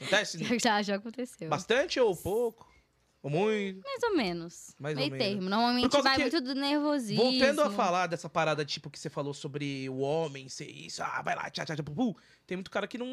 Acontece Já, já aconteceu. bastante ou pouco? Ou muito? Mais ou menos. Mais ou Meio menos. termo. Por Normalmente causa vai que- muito do nervosismo. Voltando a falar dessa parada, tipo, que você falou sobre o homem ser isso, ah, vai lá, tchá, tchá, tchá, pu, pu. Tem muito cara que não,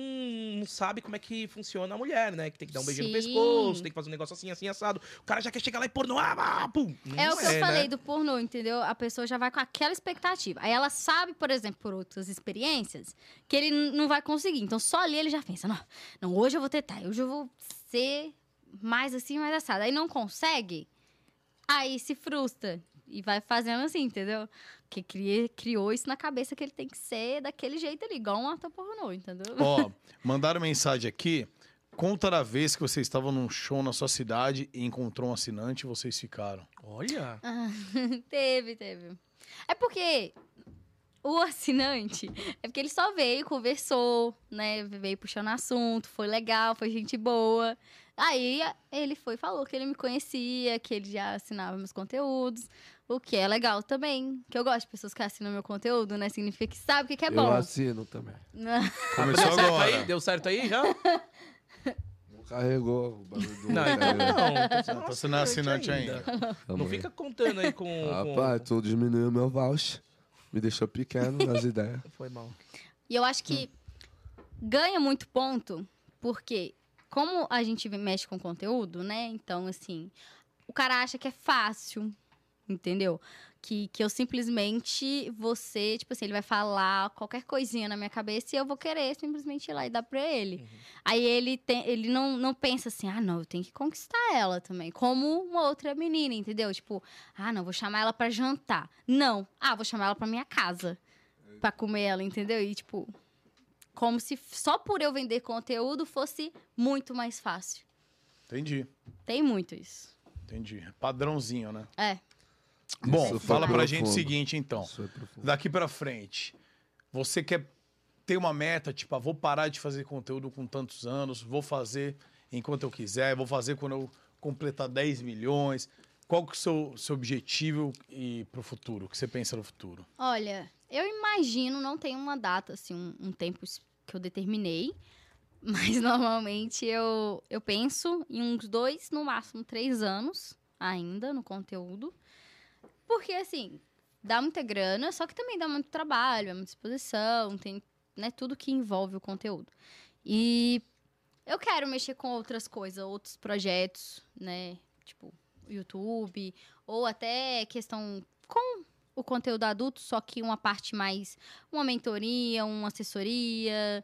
não sabe como é que funciona a mulher, né? Que tem que dar um beijinho no Sim. pescoço, tem que fazer um negócio assim, assim, assado. O cara já quer chegar lá e pôr no ah, ah, pum. Não É o que eu né? falei do pornô, entendeu? A pessoa já vai com aquela expectativa. Aí ela sabe, por exemplo, por outras experiências, que ele n- não vai conseguir. Então só ali ele já pensa: não, não hoje eu vou tentar, hoje eu vou ser mais assim, mais assado. Aí não consegue, aí se frustra. E vai fazendo assim, entendeu? Porque cria- criou isso na cabeça que ele tem que ser daquele jeito ali, igual um ator pornô, entendeu? Ó, mandaram mensagem aqui. Conta da vez que você estava num show na sua cidade e encontrou um assinante e vocês ficaram. Olha. Ah, teve, teve. É porque o assinante, é porque ele só veio, conversou, né? Veio puxando assunto, foi legal, foi gente boa. Aí a- ele foi e falou que ele me conhecia, que ele já assinava meus conteúdos, o que é legal também. Que eu gosto de pessoas que assinam meu conteúdo, né? Significa que sabe o que, que é Eu bom. Né? assino também. Começou deu certo aí? agora. Deu certo aí já? Não carregou o bagulho do Não, então cara. não. Então você não é assinante ainda. Não Amor. fica contando aí com. com- Rapaz, tu diminuiu meu voucher. Me deixou pequeno nas ideias. Foi mal. E eu acho que ganha muito ponto, porque como a gente mexe com conteúdo, né? Então, assim, o cara acha que é fácil, entendeu? Que, que eu simplesmente você, tipo assim, ele vai falar qualquer coisinha na minha cabeça e eu vou querer simplesmente ir lá e dar pra ele. Aí ele, tem, ele não, não pensa assim, ah, não, eu tenho que conquistar ela também. Como uma outra menina, entendeu? Tipo, ah, não, vou chamar ela pra jantar. Não, ah, vou chamar ela pra minha casa. Pra comer ela, entendeu? E, tipo, como se f- só por eu vender conteúdo fosse muito mais fácil. Entendi, Tem muito isso. entendi. Padrãozinho, né? É. Bom, Isso fala foi pra gente o profundo. seguinte, então. Isso é profundo. Daqui pra frente, você quer ter uma meta, tipo, ah, vou parar de fazer conteúdo com tantos anos, vou fazer enquanto eu quiser, vou fazer quando eu completar 10 milhões. Qual que é o seu, seu objetivo e pro futuro? O que você pensa no futuro? Olha, eu imagino, não tem uma data, assim, um, um tempo es- que eu determinei. Mas normalmente eu, eu penso em uns dois, no máximo três anos ainda no conteúdo. Porque, assim, dá muita grana, só que também dá muito trabalho, é muita exposição, tem né, tudo que envolve o conteúdo. E eu quero mexer com outras coisas, outros projetos, né? Tipo, YouTube, ou até questão com o conteúdo adulto, só que uma parte mais. Uma mentoria, uma assessoria.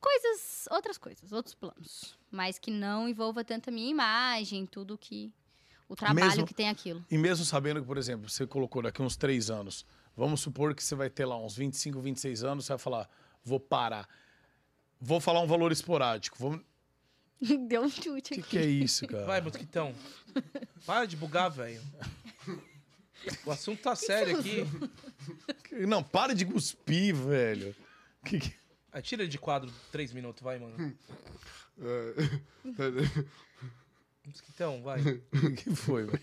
Coisas. Outras coisas, outros planos. Mas que não envolva tanto a minha imagem, tudo que. O trabalho Mesmo- que tem aquilo. E mesmo sabendo que, por exemplo, você colocou daqui uns três anos, vamos supor que você vai ter lá uns 25, 26 anos, você vai falar, vou parar. Vou falar um valor esporádico. Vamos... Deu um O chute que, aqui. que é isso, cara? Vai, Mosquitão. Para de bugar, velho. O assunto tá sério aqui. Não, para de cuspir, velho. Que que- Ah, tira ele de quadro três minutos, vai, mano. Mosquitão, Então, vai. O que foi, velho?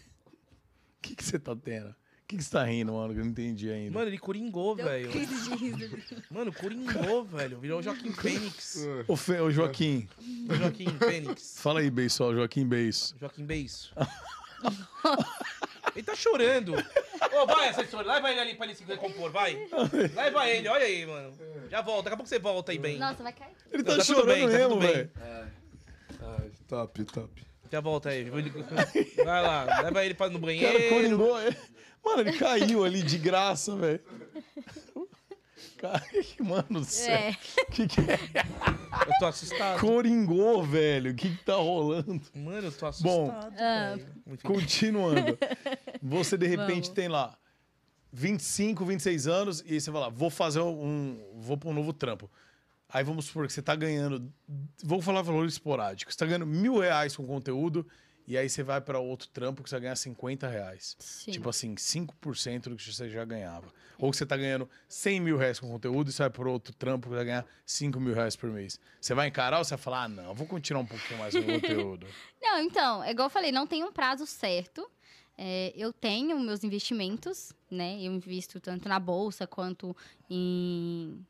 O que, que você tá tendo? O que, que você tá rindo, mano? Que eu não entendi ainda. Mano, ele coringou, Deu velho. crise de riso. Mano, coringou, velho. Virou o Joaquim Fênix. Ô, Fe- ô, Joaquim, O Joaquim Fênix. fala aí, Beisol, Joaquim Beis. Joaquim Beiço. ele tá chorando. Ô, vai, assessor, leva ele ali pra ele se recompor, vai. Leva ele, olha aí, mano. Já volta, daqui a pouco você volta aí, bem. Nossa, vai cair. Ele Tá tá, tudo chorando bem, tá mesmo, tudo bem. velho. Ai, top, top. Já volta aí. vou lhe- Vai lá, leva ele pra, no Cara, banheiro. coringou. é. Mano, ele caiu ali de graça, velho. Cara, que- mano do céu. É. Que que é? Eu tô assustado. Coringou, velho. O que, que tá rolando? Mano, eu tô assustado. Bom. Ah. velho. Enfim. Continuando. Você, de repente, Vamos. tem lá 25, 26 anos e aí você vai lá, vou fazer um. Vou pra um novo trampo. Aí vamos supor que você tá ganhando. Vou falar valores esporádicos. Você tá ganhando mil reais com conteúdo e aí você vai pra outro trampo que você vai ganhar 50 reais. Sim. Tipo assim, 5% do que você já ganhava. Ou que você tá ganhando 100 mil reais com conteúdo e você vai para outro trampo que vai ganhar 5 mil reais por mês. Você vai encarar ou você vai falar, ah, não, eu vou continuar um pouquinho mais com o conteúdo. Não, então, é igual eu falei, não tem um prazo certo. É, eu tenho meus investimentos, né? Eu invisto tanto na bolsa quanto em.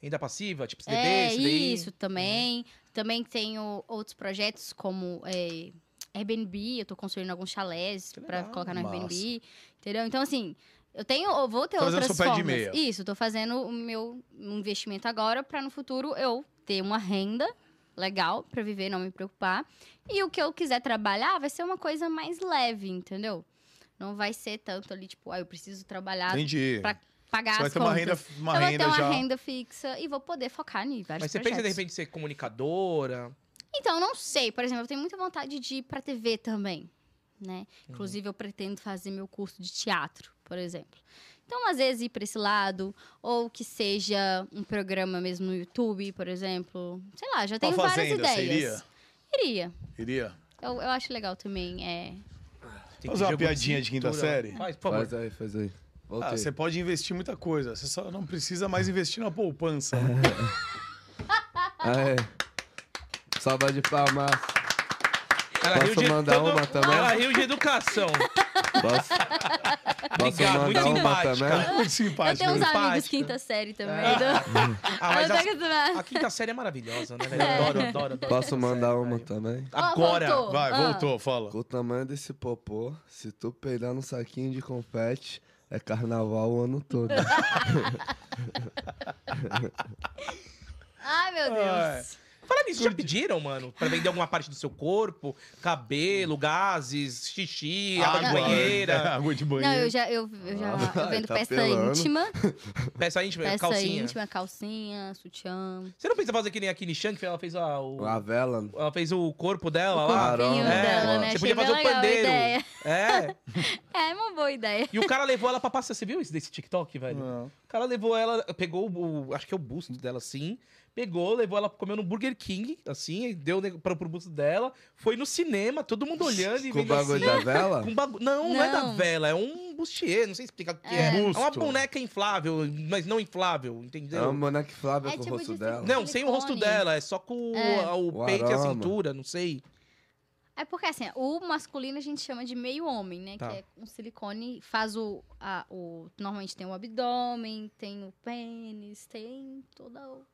Renda passiva, tipo CDB, é CDI. isso também. É. Também tenho outros projetos como é, Airbnb, eu tô construindo alguns chalés Que pra legal. colocar no Massa. Airbnb. Entendeu? Então, assim, eu tenho, eu vou ter Tá fazendo outras seu pé de formas. meia. Isso, eu tô fazendo o meu um investimento agora pra no futuro eu ter uma renda legal pra viver, não me preocupar. E o que eu quiser trabalhar vai ser uma coisa mais leve, entendeu? Não vai ser tanto ali, tipo, ah, eu preciso trabalhar, Entendi. Pra pagar Você vai as ter contas. uma renda, uma eu vou renda ter uma já. renda fixa e vou poder focar em vários Mas você pensa, projetos. de repente, ser comunicadora? Então, não sei. Por exemplo, eu tenho muita vontade de ir pra TV também, Uhum. né? Inclusive, eu pretendo fazer meu curso de teatro, por exemplo. Então, às vezes, ir pra esse lado, ou que seja um programa mesmo no YouTube, por exemplo. Sei lá, já Tá Pra tenho várias fazenda, você ideias. Iria. iria? Iria. Eu, eu acho legal também, é... Tem Vamos fazer uma jogo piadinha de quinta cintura. série? Faz, por favor. Faz aí, faz aí. Voltei. Ah, você pode investir muita coisa. Você só não precisa Ah. mais investir na poupança. né? Aê. Salva de palmas. Ela riu Posso de- mandar todo- uma também? Ela riu de educação. Posso, posso Obrigado, muito mandar uma simpática. também? é Muito Eu simpático. tenho uns né? amigos Simpática. quinta série também. Ah, então- Ah, mas eu tô a, acostumada. a quinta série é maravilhosa, né, velho? É. Eu Adoro, adoro, adoro. Posso quinta mandar série, uma velho. também? Ó, Agora, voltou. Vai, Ah. voltou, fala. Com o tamanho desse popô, se tu peidar num saquinho de confete, é carnaval o ano todo. Ai, meu Ah, Deus. Fala nisso, já pediram, mano? Pra vender alguma parte do seu corpo? Cabelo, gases, xixi, Ah, água de É, banheira. água de Não, eu banheira. já, eu, eu já eu Ah, vendo tá peça apelando. íntima, Peça íntima, peça calcinha. íntima, calcinha, sutiã. Você não pensa fazer que nem a Kini Shan, que ela fez a, o, A vela. ela fez o corpo dela O lá? corpinho é, dela, né? Você Achei podia bem fazer o legal a pandeiro. ideia. É. É uma boa ideia. E o cara levou ela pra passear. Você viu isso desse TikTok, velho? Não. O cara levou ela, pegou o. Acho que é o busto dela, assim. Pegou, levou ela comeu no Burger King, assim, e deu ne- pra, pro busto dela. Foi no cinema, todo mundo olhando e Com o vendo assim. bagulho da vela? Com bagu... não, não, é da Não. vela, é um bustier, não sei explicar o que é. Busto. É uma boneca inflável, mas não inflável, entendeu? É uma boneca inflável É com o tipo rosto de- dela. Não, sem o rosto silicone. dela, é só com É. a- o, O peito e a aroma. cintura, não sei. É porque assim, o masculino a gente chama de meio homem, né? Tá. Que é um silicone, faz o, a- o- Normalmente tem o abdômen, tem o pênis, tem toda o.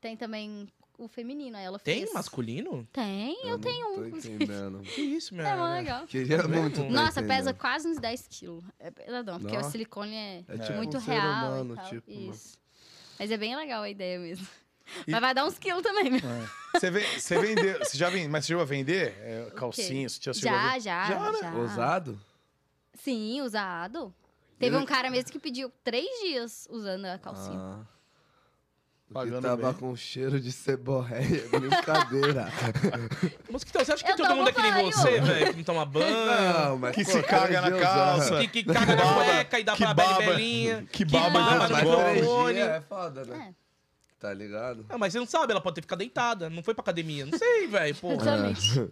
Tem também o feminino. Aí ela Tem fez. masculino? Tem, eu, não tenho Tô um. entendendo. Que isso, minha. É mó legal. Queria Tá muito. vendo? tá Nossa, pesa entendendo. quase uns 10 quilos. É pesadão, porque o Nossa. silicone é, É tipo muito um ser real. e humano, tal. tipo, mano. Isso. Mas é bem legal a ideia mesmo. E- Mas vai dar uns quilos também, meu. É. Você, vem, você vendeu. Você já vende, mas você chegou a vender? É, calcinha, sutiã, você chegou a Já, vender? já, Já, já. né? Ousado? Sim, usado. Teve um cara mesmo que pediu três dias usando a calcinha. Ah. Porque Pagando tava bem. com cheiro de ceborréia. Brincadeira. Mosquitão, você acha que Eu todo tomo mundo é que nem banho. você, velho? Que não toma banho, Não, mas, Ah, Que pô, se caga três na dias, calça. ó. que, que caga na baba, cueca e dá que pra bela baba. belinha. Que baba baba baba de Mas no futebol. três microfone. dias é foda, né? É. Tá ligado? Ah, mas você não sabe, ela pode ter ficado deitada. Não foi pra academia. Não sei, velho, pô. Exatamente. Ah,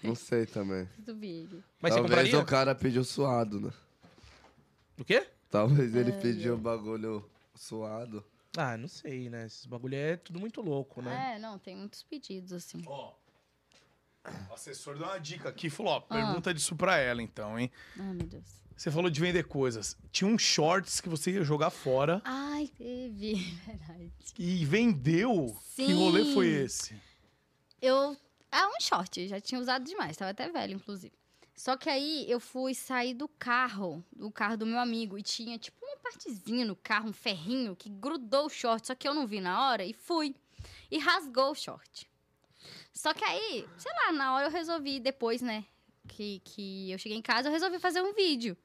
Não sei também. Subi ele. Mas você Talvez compraria? o cara pediu suado, né? O quê? Talvez ele É. pediu o bagulho suado. Ah, não sei, né? Esses bagulho é tudo muito louco, né? É, não, tem muitos pedidos, assim. Ó, o assessor deu uma dica aqui, falou, Ah. ó, pergunta disso pra ela então, hein? Ai, meu Deus. Você falou de vender coisas. Tinha uns shorts que você ia jogar fora Ai, teve, verdade. e vendeu. Que Sim. rolê foi esse? Eu. Ah, um short, já tinha usado demais, tava até velho, inclusive. Só que aí eu fui sair do carro, do carro do meu amigo, e tinha tipo uma partezinha no carro, um ferrinho, que grudou o short, só que eu não vi na hora e fui. E rasgou o short. Só que aí, sei lá, na hora eu resolvi, depois, né, que, que eu cheguei em casa, eu resolvi fazer um vídeo.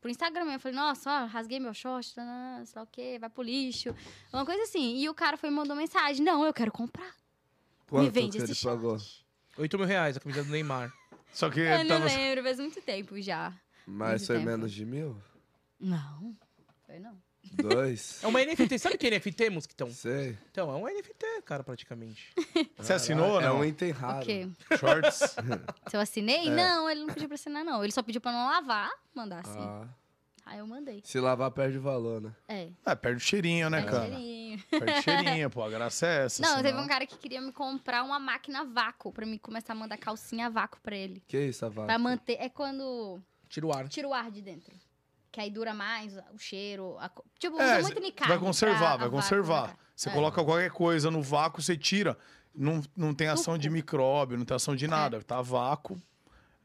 Pro Instagram mesmo. Eu falei, nossa, ó, rasguei meu short, tanã, sei lá o quê, vai pro lixo. Uma coisa assim. E o cara foi e mandou mensagem: não, eu quero comprar. Quanto Me vende que esse ele pagou? short. 8 mil reais a camisa do Neymar. Só que Eu não tava. lembro, faz muito tempo já. Mas Muito foi tempo. menos de mil? Não. Foi não. Dois? É uma NFT. Sabe o que é NFT, Mosquitão? Sei. Então, é um NFT, cara, praticamente. Você assinou ou É não? um item raro. O quê? Shorts? Se eu assinei? É. Não, ele não pediu pra assinar, não. Ele só pediu pra não lavar, mandar assim. Ah. Aí eu mandei. Se lavar perde o valor, né? É. Ah, perde o cheirinho, né, Aí cara? cheirinho. Perde o cheirinho, pô. A graça é essa. Não, senão- teve um cara que queria me comprar uma máquina a vácuo pra mim começar a mandar calcinha a vácuo pra ele. Que isso, Avá? Pra manter. É quando Tira o ar. tira o ar de dentro. Que aí dura mais o cheiro. a co- Tipo, É, usa muito nicar. vai conservar, vai conservar. Você É. coloca qualquer coisa no vácuo, você tira. Não, não tem ação de Suco. micróbio, não tem ação É. de nada. Tá vácuo,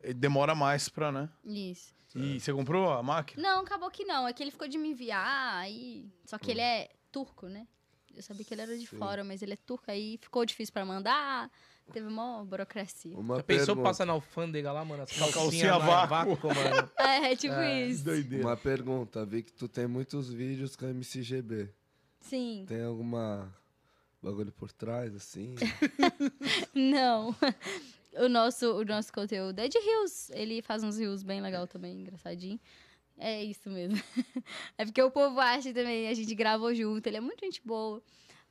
e demora mais pra, né? Isso. E você comprou a máquina? Não, acabou que não. É que ele ficou de me enviar, aí. Só que ele é turco, né? Eu sabia que ele era de Sim. fora, mas ele é turco, aí ficou difícil pra mandar. Teve uma burocracia. Uma Já pensou pergunta. passar na alfândega lá, mano? As calcinha calcinhas a lá, vácuo. vácuo, mano. É, é tipo isso. Doideira. Uma pergunta, vi que tu tem muitos vídeos com a MCGB. Sim. Tem alguma bagulho por trás, assim? Não. O nosso, o nosso conteúdo é de rios. Ele faz uns rios bem legal também, engraçadinho. É isso mesmo. É porque o povo acha também, a gente gravou junto, ele é muito gente boa.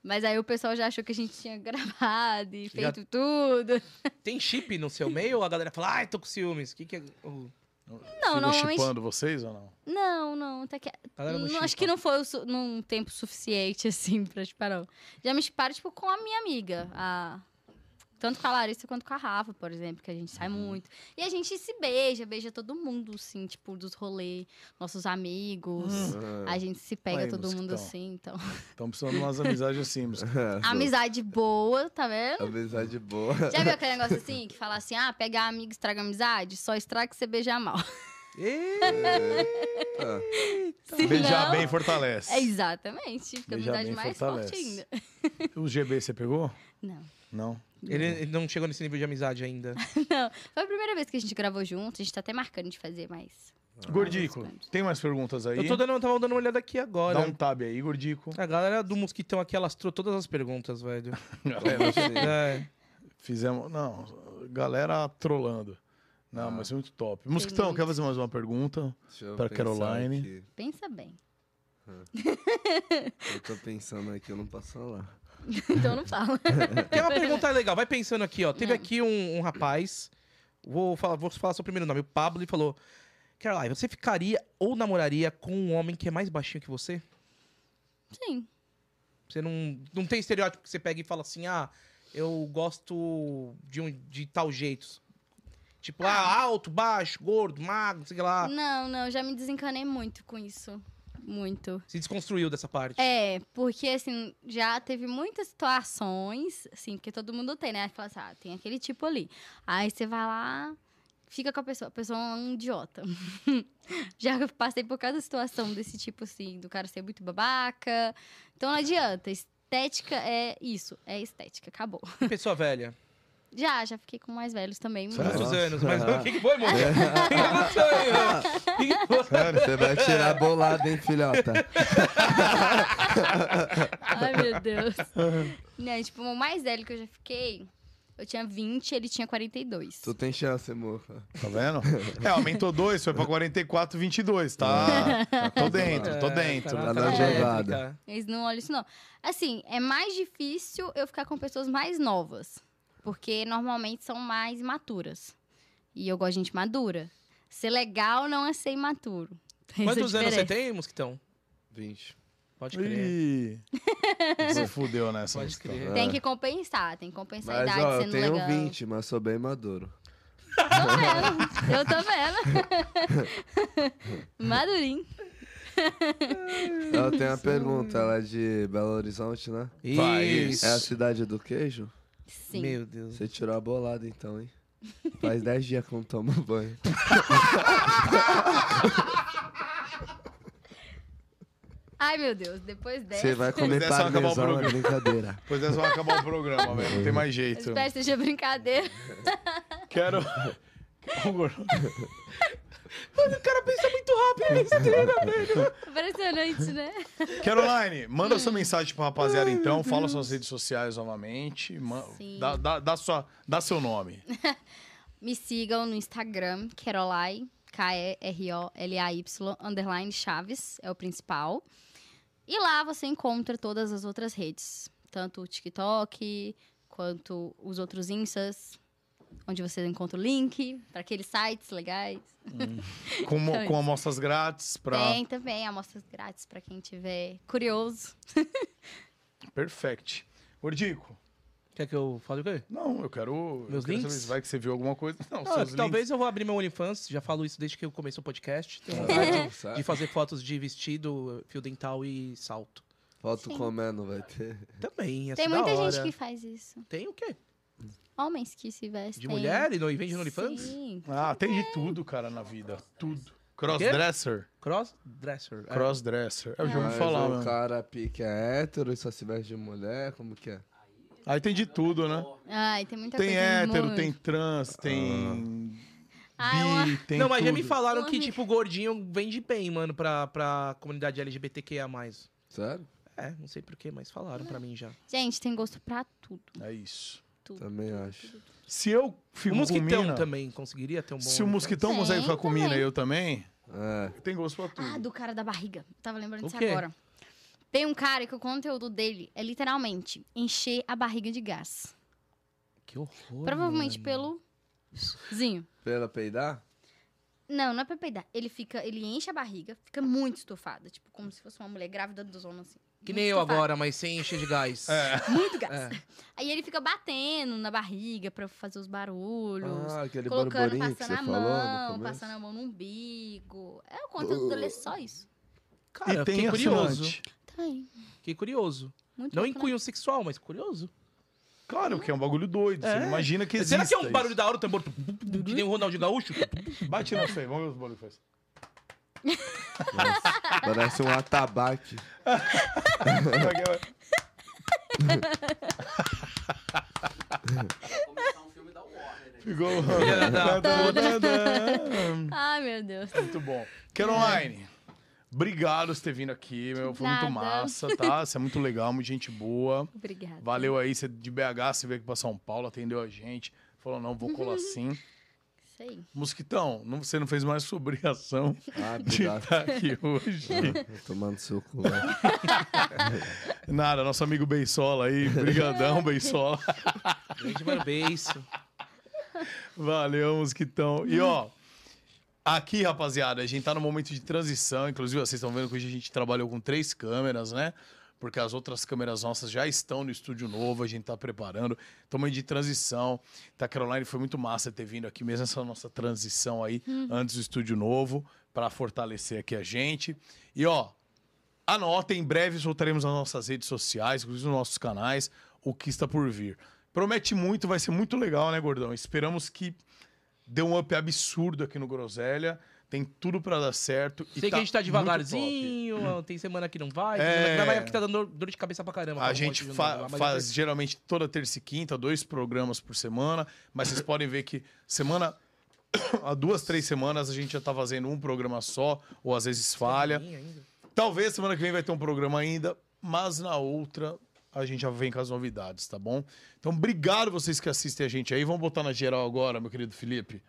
Mas aí o pessoal já achou que a gente tinha gravado e Já- feito tudo. Tem chip no seu meio? ou A galera fala, ai, tô com ciúmes. O que que é... o- Não, Ficam normalmente- chipando vocês ou não? Não, não, até que. A galera não Não, acho chipa. que tá? não foi o su- num tempo suficiente, assim, pra chipar, não. Já me chiparam, tipo, com a minha amiga. a- Tanto com a Larissa quanto com a Rafa, por exemplo, que a gente sai Uhum. muito. E a gente se beija, beija todo mundo, assim, tipo, dos rolês, nossos amigos. Uhum. Ah, A gente se pega Aí, todo mundo mosquitão. assim, então. Estão precisando de umas amizades assim. mas- Amizade boa, tá vendo? Ah, Amizade boa. Já viu aquele negócio assim, que fala assim, ah, pegar amigo estraga amizade? Só estraga se você beijar mal. Ih, É, Eita. Se Beijar não, bem fortalece. é Exatamente, fica a Beijar amizade bem mais fortalece. forte ainda. Os GB você pegou? Não. Não. Ele, ele não chegou nesse nível de amizade ainda. Foi a primeira vez que a gente gravou junto, a gente tá até marcando de fazer mais. Gordico, tem mais perguntas aí? Eu tô dando, eu tava dando uma olhada aqui agora. Dá um tab aí, Gordico. A galera do Mosquitão aqui alastrou todas as perguntas, velho. Assim, É. Fizemos. Não, galera trolando. Não, mas foi muito top. Mosquitão, muito. quer fazer mais uma pergunta? deixa eu Pra pensar Caroline. aqui. Pensa bem. Eu tô pensando aqui, eu não posso falar. Então não fala. Tem uma pergunta legal, vai pensando aqui, ó. Teve aqui um, um rapaz, vou falar, vou falar seu primeiro nome, o Pablo, ele falou: Caroline, você ficaria ou namoraria com um homem que é mais baixinho que você? Sim. Você não, não tem estereótipo que você pega e fala assim: ah, eu gosto de, um, de tal jeito. Tipo, ah, alto, baixo, gordo, magro, sei lá. Não, não, já me desencanei muito com isso. Muito. Se desconstruiu dessa parte. É, porque assim, já teve muitas situações, assim, porque todo mundo tem, né? Fala assim, ah, tem aquele tipo ali. Aí você vai lá, fica com a pessoa, a pessoa é um idiota. já passei por cada situação desse tipo, assim, do cara ser muito babaca. Então não adianta. Estética é isso, é estética, acabou. E Pessoa velha. Já, já fiquei com mais velhos também. mas- Sério? Muitos Nossa. é anos, mas o que que foi, moço? O que que aconteceu aí, meu? O que que foi? Sério? Você vai tirar bolada, hein, filhota? Ai, meu Deus. Não, tipo, o mais velho que eu já fiquei, eu tinha 20 ele tinha 42. Tu tem chance, mofa. Tá vendo? É, aumentou 2, foi pra 44, 22. Ah, Tá. Tô dentro, tô dentro. tá na jogada. Eles não olham isso, não. Assim, é mais difícil eu ficar com pessoas mais novas. Porque normalmente são mais imaturas. E eu gosto de gente madura. Ser legal não é ser imaturo. Tem essa Quantos anos você diferença. tem, Mosquitão? 20. Pode crer. Ih, você fudeu nessa. Pode questão. crer. Tem que compensar, tem que compensar a Ah. Mas, idade ó, eu sendo tenho legal. 20, mas sou bem maduro. Tô vendo, eu tô vendo. Madurinho. Eu tenho uma pergunta, ela é de Belo Horizonte, né? Vai, Isso. É a cidade do queijo? Sim. Meu Deus. Você tirou a bolada então, hein? Faz 10 dias que eu não tomo banho. Ai, meu Deus, depois dessa. Você vai Pois comer dessa vai acabar o parmesão, é programa. brincadeira. Pois é, só vai acabar o programa, velho. Não tem mais Eu jeito. Espero que seja brincadeira. Quero. Ô, gordo. O cara pensa muito rápido, é besteira, velho. Impressionante, né? Caroline, manda sua mensagem pra rapaziada então. Fala suas redes sociais novamente. ma- Sim. Dá, dá- dá sua, dá seu nome. Me sigam no Instagram, Kerolai, K-E-R-O-L-A-Y, underline Chaves, é o principal. E lá você encontra todas as outras redes, tanto o TikTok, quanto os outros Instas, onde você encontra o link para aqueles sites legais. Com, mo- com amostras grátis pra. Tem também amostras grátis para quem tiver curioso. Perfect. Gordico. Quer que eu fale o quê? Não, eu quero. Meus eu quero links? saber se vai que você viu alguma coisa. Não, Ah, seus links. talvez eu vou abrir meu OnlyFans, já falo isso desde que eu comecei o podcast. Tenho vontade de Caralho, fazer fotos de vestido, fio dental e salto. Foto Sim. comendo, vai ter. Também, ia Tem ser é da muita hora. gente que faz isso. Tem o quê? Homens que se vestem. De mulher e não e vende no OnlyFans? Sim. Ah, tem de tudo, cara, na vida. Tudo. Crossdresser? Crossdresser. é. Crossdresser. Eu já Ah, Mas ouvi falar, o mano. cara pique é hétero e só se veste de mulher, como que é? Aí tem de tudo, né? Ai, tem muita Tem coisa. hétero, muito. tem trans, tem. Ah. Ai, eu bi, tem. não, mas já me tudo. falaram Uma que, amiga- tipo, gordinho vende bem, mano, pra, pra comunidade LGBTQIA. Sério? É, não sei porquê, mas falaram É. pra mim já. Gente, tem gosto pra tudo. É isso. tudo. Também acho. Se eu fico o com mosquitão mina, também conseguiria ter um bom. se o mosquitão Tem consegue ficar com mina também. e eu também, É. tem gosto pra tudo. Ah, do cara da barriga. Eu tava lembrando O disso quê? agora. Tem um cara que o conteúdo dele é literalmente encher a barriga de gás. Que horror. Provavelmente mano. pelo. Zinho. Pela peidar? Não, não é pra peidar. Ele fica, ele enche a barriga, fica muito estufada. Tipo, como se fosse uma mulher grávida do zona assim. Que Muito nem eu estufada. agora, mas sem encher de gás. É. Muito gás. É. Aí ele fica batendo na barriga pra fazer os barulhos. Ah, aquele colocando, borborinho que passando você a falou no mão, começo. passando a mão no umbigo. É o conteúdo dele, é só isso. Cara, e eu tem fiquei curioso. assinante. Tá aí. Fiquei curioso. Muito Não bacana. em cunho sexual, mas curioso. Claro, que é um bagulho doido. Você É. não imagina que existe. Será que é um barulho da hora o tambor? Que nem o Ronaldinho Gaúcho? Bate na feia, vamos ver os barulhos que faz. Nossa, Parece um atabaque. um Começar um filme da Warner, né? Ficou. Filha da Ai, meu Deus. Muito bom. Caroline, obrigado por você ter vindo aqui, meu. Foi muito Nada. massa, tá? Você é muito legal, muita gente boa. Obrigada. Valeu aí, você é de BH, você veio aqui pra São Paulo, atendeu a gente. Falou, não, vou colar sim. Isso aí. Mosquitão, não- você não fez mais sua obrigação Ah, de obrigado. estar aqui hoje. Tomando né? seu cu. velho. Nada, nosso amigo Beisola aí. Brigadão, Beisola. Grande mano, beijo. Valeu, Mosquitão. E ó, aqui, rapaziada, a gente tá no momento de transição. Inclusive, vocês estão vendo que hoje a gente trabalhou com três câmeras, né? Porque as outras câmeras nossas já estão no estúdio novo, a gente tá preparando. Estamos de transição. Tá, Caroline, foi muito massa ter vindo aqui mesmo essa nossa transição aí, Uhum. antes do estúdio novo, para fortalecer aqui a gente. E ó, Anotem, em breve soltaremos nas nossas redes sociais, inclusive nos nossos canais, o que está por vir. Promete muito, vai ser muito legal, né, gordão? Esperamos que dê um up absurdo aqui no Groselha. Tem tudo pra dar certo. e Sei que a gente tá muito devagarzinho, tem semana que não vai, tem É. semana que não vai, aqui tá dando dor de cabeça pra top. caramba. tá A Fala, gente pode, fa- não, né? mas faz geralmente toda terça e quinta, dois programas por semana, mas vocês podem ver que semana há duas, três semanas a gente já tá fazendo um programa só, ou às vezes falha. Talvez semana que vem vai ter um programa ainda, mas na outra a gente já vem com as novidades, tá bom? Então, obrigado vocês que assistem a gente aí. Vamos botar na geral agora, meu querido Felipe.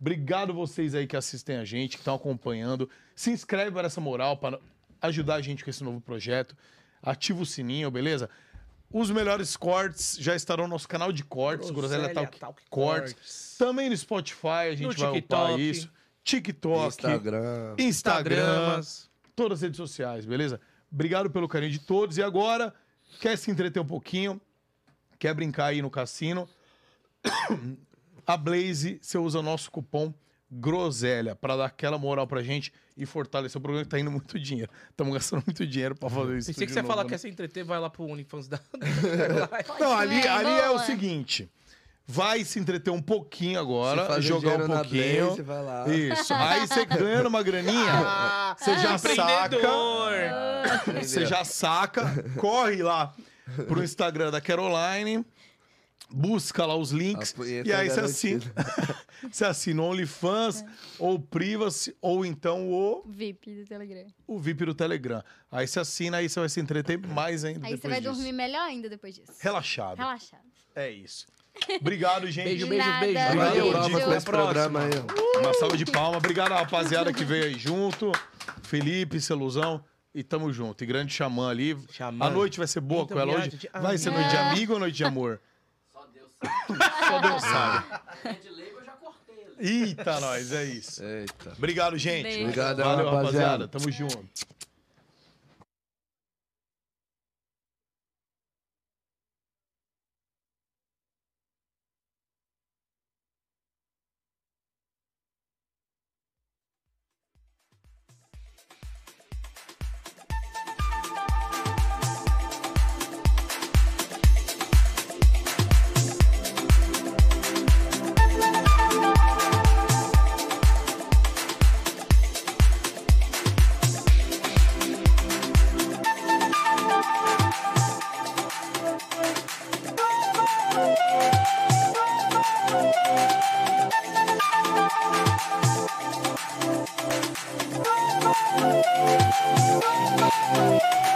Obrigado vocês aí que assistem a gente, que estão acompanhando. Se inscreve para essa moral, para ajudar a gente com esse novo projeto. Ativa o sininho, beleza? Os melhores cortes já estarão no nosso canal de cortes, Groselha tá. Talk, Cortes. Também no Spotify a gente vai upar TikTok. isso. TikTok, Instagram, Instagram. Instagramas. todas as redes sociais, beleza? Obrigado pelo carinho de todos. E agora, quer se entreter um pouquinho, quer brincar aí no cassino, a Blaze, você usa o nosso cupom Groselha para dar aquela moral pra gente e fortalecer o programa que tá indo muito dinheiro. Estamos gastando muito dinheiro pra fazer isso. Pensei que de você ia novo, falar né? que é se entreter, vai lá pro OnlyFans da. Não, ali, né? É, ali é o boa. seguinte. Vai se entreter um pouquinho Se agora, fazer jogar um dinheiro na pouquinho. Blaze, vai lá. Isso. Aí você ganha uma graninha, você já saca. Empreendedor. é. Você já saca, corre lá pro Instagram da Caroline, busca lá os links A punheta e aí você assina, garantida. você assina o OnlyFans ou Privacy ou então o, VIP do Telegram. o VIP do Telegram. Aí você assina, aí você vai se entreter mais ainda Aí depois você vai disso. dormir melhor ainda depois disso. Relaxado. Relaxado. É isso. Obrigado, gente. Beijo, De beijo, nada, beijo. Viva a Valeu, Europa Diego. com Até esse programa aí. ó. Uma salva de palma. Obrigado, rapaziada, que veio aí junto. Felipe, Celuzão. E tamo junto. E grande xamã ali. Xamã. A noite vai ser boa Muito com ela obrigado, hoje. de Vai ser noite de amigo. amigo ou noite de amor? Só Deus sabe. Só Deus sabe. A de leigo eu já cortei ali. Eita, nós, é isso. Eita. Obrigado, gente. Beijo. Obrigado, Valeu, rapaziada. rapaziada. Tamo junto. Thank